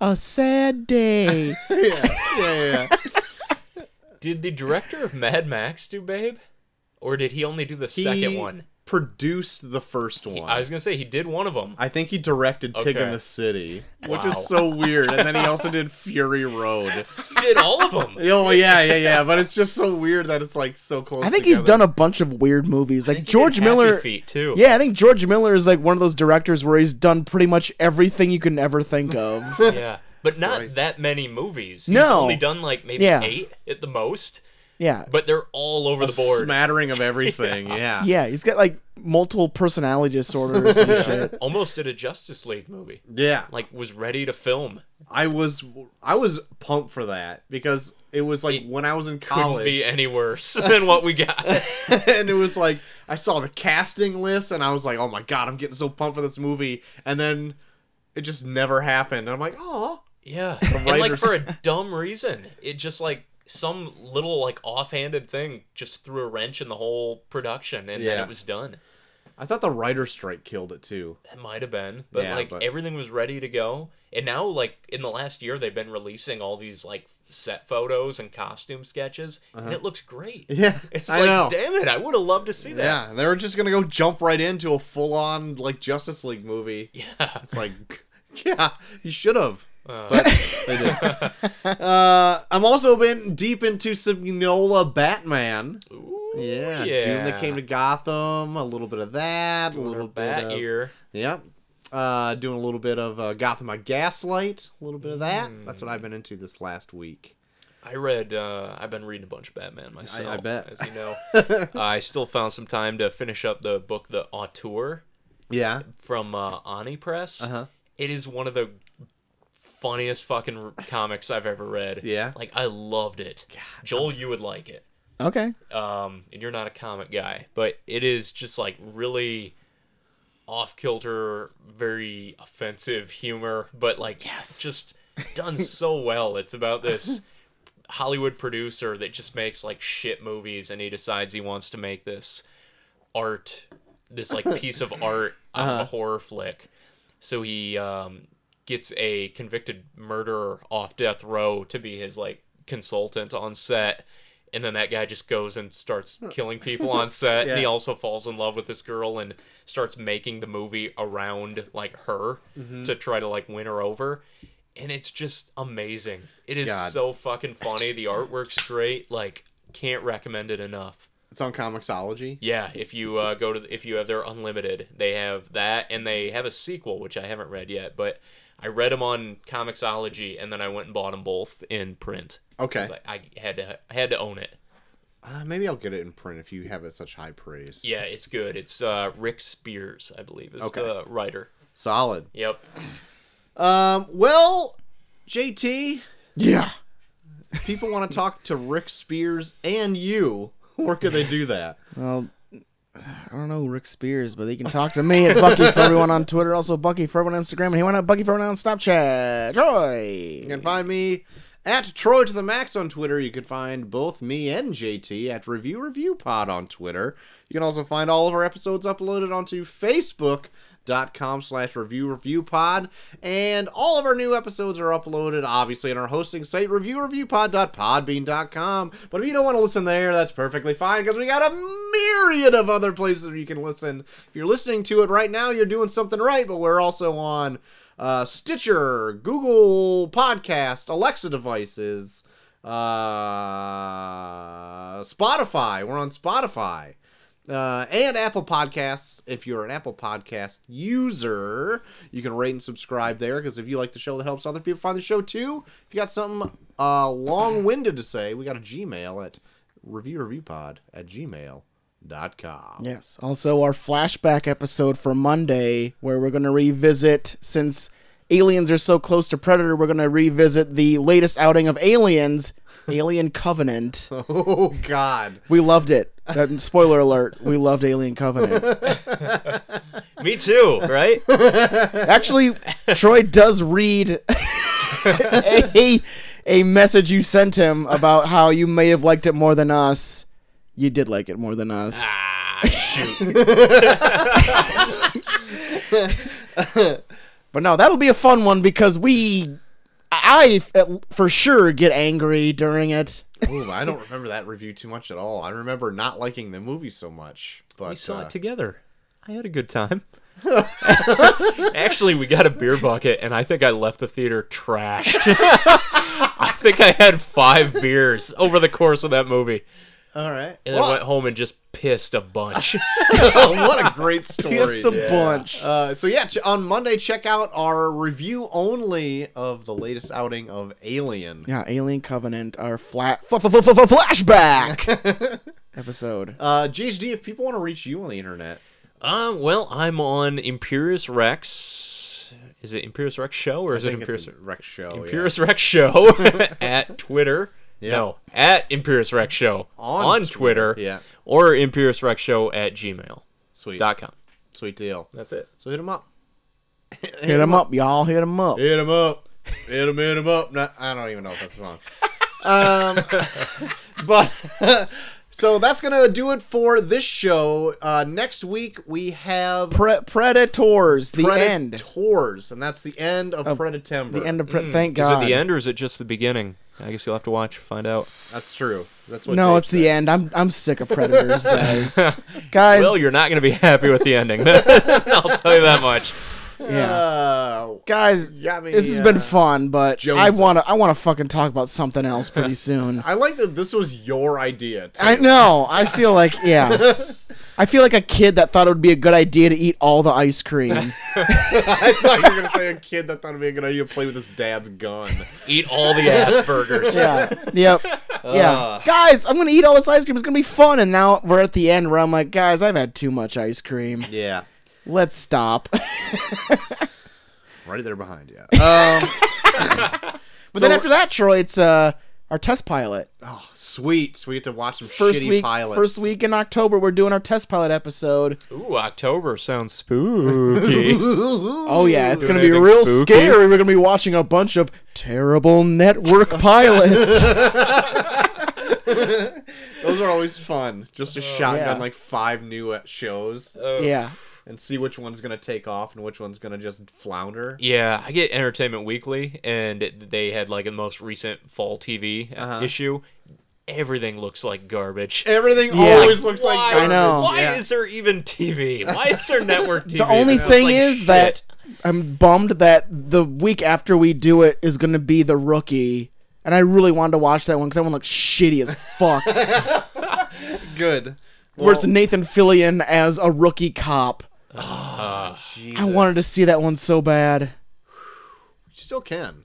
a sad day.
Yeah, yeah, yeah.
Did the director of Mad Max do Babe, or did he only do the
He
second one?
Produced the first one.
I was gonna say he did one of them.
I think he directed Pig in
Okay.
the City, which
Wow.
is so weird. And then he also did Fury Road.
He did all of them.
Oh yeah, yeah, yeah. But it's just so weird that it's like so close.
I think he's
together.
done a bunch of weird movies. Like
He did
George
Happy
Miller
Feet too.
Yeah, I think George Miller is like one of those directors where he's done pretty much everything you can ever think of.
Yeah. But not
Christ.
that many movies. He's
No.
only done like maybe
Yeah.
eight at the most,
Yeah.
but they're all over the board.
smattering of everything. yeah. yeah,
Yeah, he's got like multiple personality disorders and shit.
Almost did a Justice League movie. Like was ready to film.
I was, I was pumped for that because it was like when I was in
Couldn't
college.
be any worse than what we got.
and it was like I saw the casting list and I was like, "Oh my god, I'm getting so pumped for this movie." And then It just never happened. And I'm like, oh,
Yeah. and like
writers-
for a dumb reason. It just like some little like offhanded thing just threw a wrench in the whole production and then
Yeah.
it was done.
I thought the writer strike killed it too.
That might have been. But
Yeah,
like
but-
everything was ready to go. And now like in the last year they've been releasing all these like set photos and costume sketches and it looks great.
Yeah,
It's
Uh-huh. I
like
know.
damn it, I would have loved to see that.
Yeah, they were just gonna go jump right into a full on like Justice League movie.
Yeah.
It's like, yeah, you should have.
Uh,
They did. uh, I'm also been deep into Signola Batman.
ooh,
Yeah, Doom that came to Gotham. A little bit of that. a
Doing her
little bit
bat
of
ear.
Yep. Uh, doing a little bit of uh, Gotham by Gaslight, a little bit of that. That's
Mm.
what I've been into this last week.
I read. Uh, I've been reading a bunch of Batman myself.
bet.
as you know, I still found some time to finish up the book, The Auteur,
Yeah.
from uh, Ani Press.
Uh-huh.
It is one of the funniest fucking r- comics I've ever read.
Yeah.
like I loved it. Joel, you would like it.
Okay.
Um, and you're not a comic guy, but it is just like really off kilter, very offensive humor, but like
Yes.
just done so well. It's about this Hollywood producer that just makes like shit movies and he decides he wants to make this art this like piece of art out of a horror flick. So he um gets a convicted murderer off death row to be his like consultant on set. And then that guy just goes and starts killing people on set. And he
Yeah.
also falls in love with this girl and starts making the movie around like her
Mm-hmm.
to try to like win her over. And it's just amazing. It is
God.
so fucking funny. The artwork's great. Like, can't recommend it enough.
It's on Comixology.
Yeah, if you uh, go to if you have their unlimited, they have that, and they have a sequel which I haven't read yet, but I read them on Comixology, and then I went and bought them both in print.
Okay.
'Cause I, I had to I had to own it.
Uh, maybe I'll get it in print if you have it such high praise.
Yeah, it's good. It's uh, Rick Spears, I believe, is the
Okay.
writer.
Solid.
Yep.
Um, well, JT,
Yeah.
if people want to talk to Rick Spears and you. Where can they do that?
Well, I don't know Rick Spears, but they can talk to me at Bucky for everyone on Twitter, also Bucky for everyone on Instagram, and he went out Bucky for everyone on Snapchat.
You
Troy.
can find me at Troy to the Max on Twitter. You can find both me and JT at Review Review Pod on Twitter. You can also find all of our episodes uploaded onto Facebook dot com slash review review pod and all of our new episodes are uploaded obviously on our hosting site review review pod.podbean.com but if you don't want to listen there that's perfectly fine because we got a myriad of other places where you can listen if you're listening to it right now you're doing something right but we're also on uh, Stitcher, Google Podcast, Alexa devices, uh, Spotify. We're on Spotify. Uh, and Apple Podcasts. If you're an Apple Podcast user, you can rate and subscribe there because if you like the show, that helps other people find the show too. If you got something uh, long winded to say, we got a Gmail at reviewreviewpod at gmail.com.
Yes. Also, our flashback episode for Monday, where we're going to revisit, since aliens are so close to Predator, we're going to revisit the latest outing of aliens, Alien Covenant.
Oh, God.
We loved it. That, spoiler alert, we loved Alien Covenant.
Me too, right?
Actually, Troy does read a, a message you sent him about how you may have liked it more than us. You did like it more than us.
ah, shoot.
But no, that'll be a fun one because we, I I for sure get angry during it.
Ooh, I don't remember that review too much at all. I remember not liking the movie so much. But
We saw
uh,
it together. I had a good time. Actually, we got a beer bucket, and I think I left the theater trashed. I think I had five beers over the course of that movie,
all right.
and then
Well,
went home and just pissed a bunch.
what a great story.
Just a
Yeah.
bunch.
Uh, so yeah, ch- on Monday, check out our review only of the latest outing of Alien.
Yeah, Alien Covenant, our flat f- f- f- f- flashback episode.
Uh, GHD, if people want to reach you on the internet,
um, well, I'm on Imperius Rex. Is it Imperius Rex Show or is
I
it
think
Imperius?
it's a rec show. yeah.
Imperius Rex Show at Twitter.
Yeah.
No, at Imperius Rex Show
On
on, Twitter.
Yeah,
Or Imperius Rex Show at gmail.com.
sweet, sweet deal.
That's it.
So hit them up.
Hit him up, y'all. Hit him up.
Hit him up. Hit him, hit him up. Not, I don't even know if that's a song. Um, but so that's going to do it for this show. Uh, next week we have
Pre- predators. The end.
Predators, and that's the end of, Predatember.
The end of. Pre- thank
Mm. Is it
God.
the end or is it just the beginning? I guess you'll have to watch, find out.
That's true. That's what
No,
Dave
it's the
said.
end. I'm I'm sick of predators, guys. guys.
Well, you're not going to be happy with the ending. I'll tell you that much.
yeah.
Uh,
Guys,
got me,
this has
uh,
been fun, but I
jonesing.
wanna I wanna fucking talk about something else pretty soon.
I like that this was your idea. Too.
I know. I feel like yeah. I feel like a kid that thought it would be a good idea to eat all the ice cream.
I thought you were going to say a kid that thought it'd be a good idea to play with his dad's gun.
Eat all the Asperger's.
yeah. Yep. Yeah.
Ugh.
guys, I'm gonna eat all this ice cream. It's gonna be fun. And now we're at the end where I'm like, guys, I've had too much ice cream.
Yeah.
Let's stop.
Right there behind you.
Uh,
Um,
But then after that, Troy, it's uh our test pilot.
oh, sweet. So we get to watch some
First
shitty
week
pilots.
first week in October, we're doing our test pilot episode.
Ooh, October sounds spooky.
Oh yeah, it's gonna be
anything
real
spooky?
scary. We're gonna be watching a bunch of terrible network pilots.
Those are always fun. Just to
Oh,
yeah.
shotgun like five new uh, shows
yeah.
and see which one's gonna take off and which one's gonna just flounder.
Yeah, I get Entertainment Weekly, and it- they had like the most recent fall TV
Uh-huh.
issue. Everything looks like garbage.
Everything
Yeah.
always looks like
Why-
garbage.
I know.
Why
Yeah.
is there even TV? Why is there network TV?
The only
It looks
thing
like
is
shit.
that I'm bummed that the week after we do it is gonna be the rookie. And I really wanted to watch that one because that one looks shitty as fuck.
good.
where it's Nathan Fillion as a rookie cop. I wanted to see that one so bad.
Still can.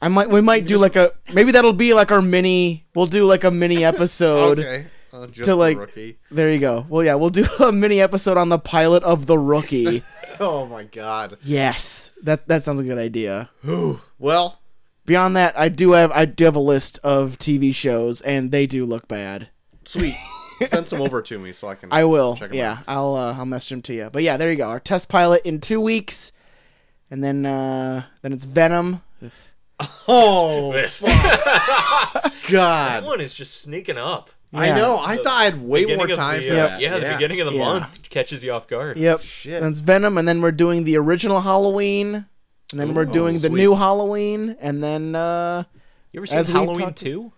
I might we might do like a maybe that'll be like our mini we'll do like a mini episode.
Okay. Uh, just
To,
the
like-
rookie.
There you go. Well yeah, we'll do a mini episode on the pilot of the rookie.
Oh my god.
yes. That that sounds like a good idea.
Well,
Beyond that, I do have I do have a list of TV shows and they do look bad.
sweet. Send some over to me so I can.
I will.
Check 'em
Yeah, I'll uh, I'll message them to you. But yeah, there you go. Our test pilot in 2 weeks. And then uh then it's Venom.
Oh
That
god.
one is just sneaking up.
I
Yeah.
know. I thought I had way
Beginning
more
of the,
time
uh,
for that.
Yeah, the beginning of the
Yeah.
month catches you off guard.
Yep.
Shit.
That's Venom, and then we're doing the original Halloween, and then we're doing the
sweet.
new Halloween, and then uh
You ever seen
As we
Halloween
talked-
2?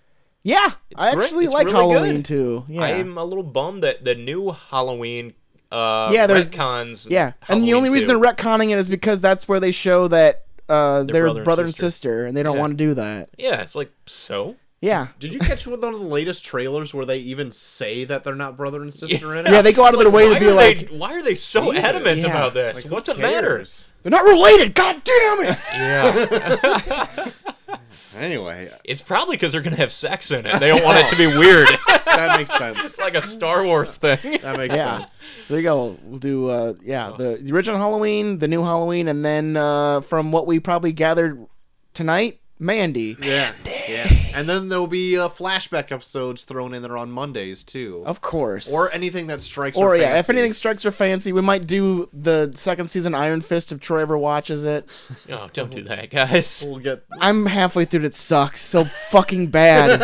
yeah, I
great.
actually
It's
like
really
Halloween
good.
too. Yeah,
I'm a little bummed that the new Halloween uh,
Yeah, they're-
retcons.
yeah. And the
Halloween
only reason
2.
they're retconning it is because that's where they show that uh, they're brother,
brother and
and
sister.
sister, and they don't want to do that.
Yeah, it's like, so?
Yeah.
Did you catch one of the latest trailers where they even say that they're not brother and sister in it?
Yeah, they go out of their way
Why
to be
are,
like,
they, why are they so
Jesus.
adamant
Yeah.
about this?
Like,
What's
who
it matter?
cares?
they're not related. God damn it!
Yeah.
Anyway,
it's probably because they're going to have sex in it. They don't want it to be weird.
that makes sense.
it's like a Star Wars thing.
That makes
Yeah.
sense.
So there you go. We'll do uh,
Oh.
yeah the, the original Halloween, the new Halloween, and then uh, from what we probably gathered tonight, Mandy.
Yeah, yeah. And then there'll be uh, flashback episodes thrown in there on Mondays too,
Of course.
or anything that strikes.
Or
her
yeah, if
fancy.
anything strikes her fancy, we might do the second season Iron Fist if Troy ever watches it.
Oh, don't do that, guys.
we'll get.
I'm halfway through it. It sucks so fucking bad.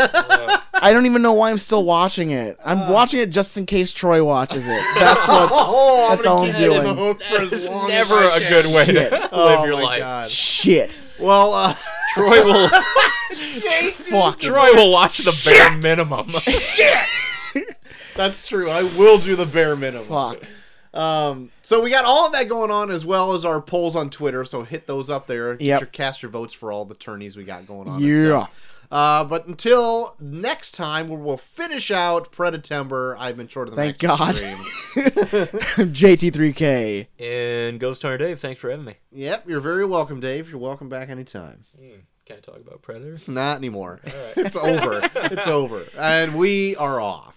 I don't even know why I'm still watching it. I'm
Uh.
watching it just in case Troy watches it. That's what.
Oh,
That's all I'm
keep that in the
doing.
hook for as long as
Never
I
a
can.
good way to live
Oh
your
my
life.
god.
Shit.
Well, uh,
Troy will
Fuck.
Troy will watch the bare minimum.
that's true. I will do the bare minimum.
Fuck.
Um, so we got all of that going on as well as our polls on Twitter. So hit those up there. Get
Yep.
your, cast your votes for all the tourneys we got going on. and
Yeah.
stuff. Uh, but until next time, where we'll finish out Predatember. I've been short of the
Thank
next
God.
stream.
JT3K.
and Ghost Hunter Dave, thanks for having me.
Yep, you're very welcome, Dave. You're welcome back anytime.
Can't talk about Predator.
Not anymore. it's over. It's over. And we are off.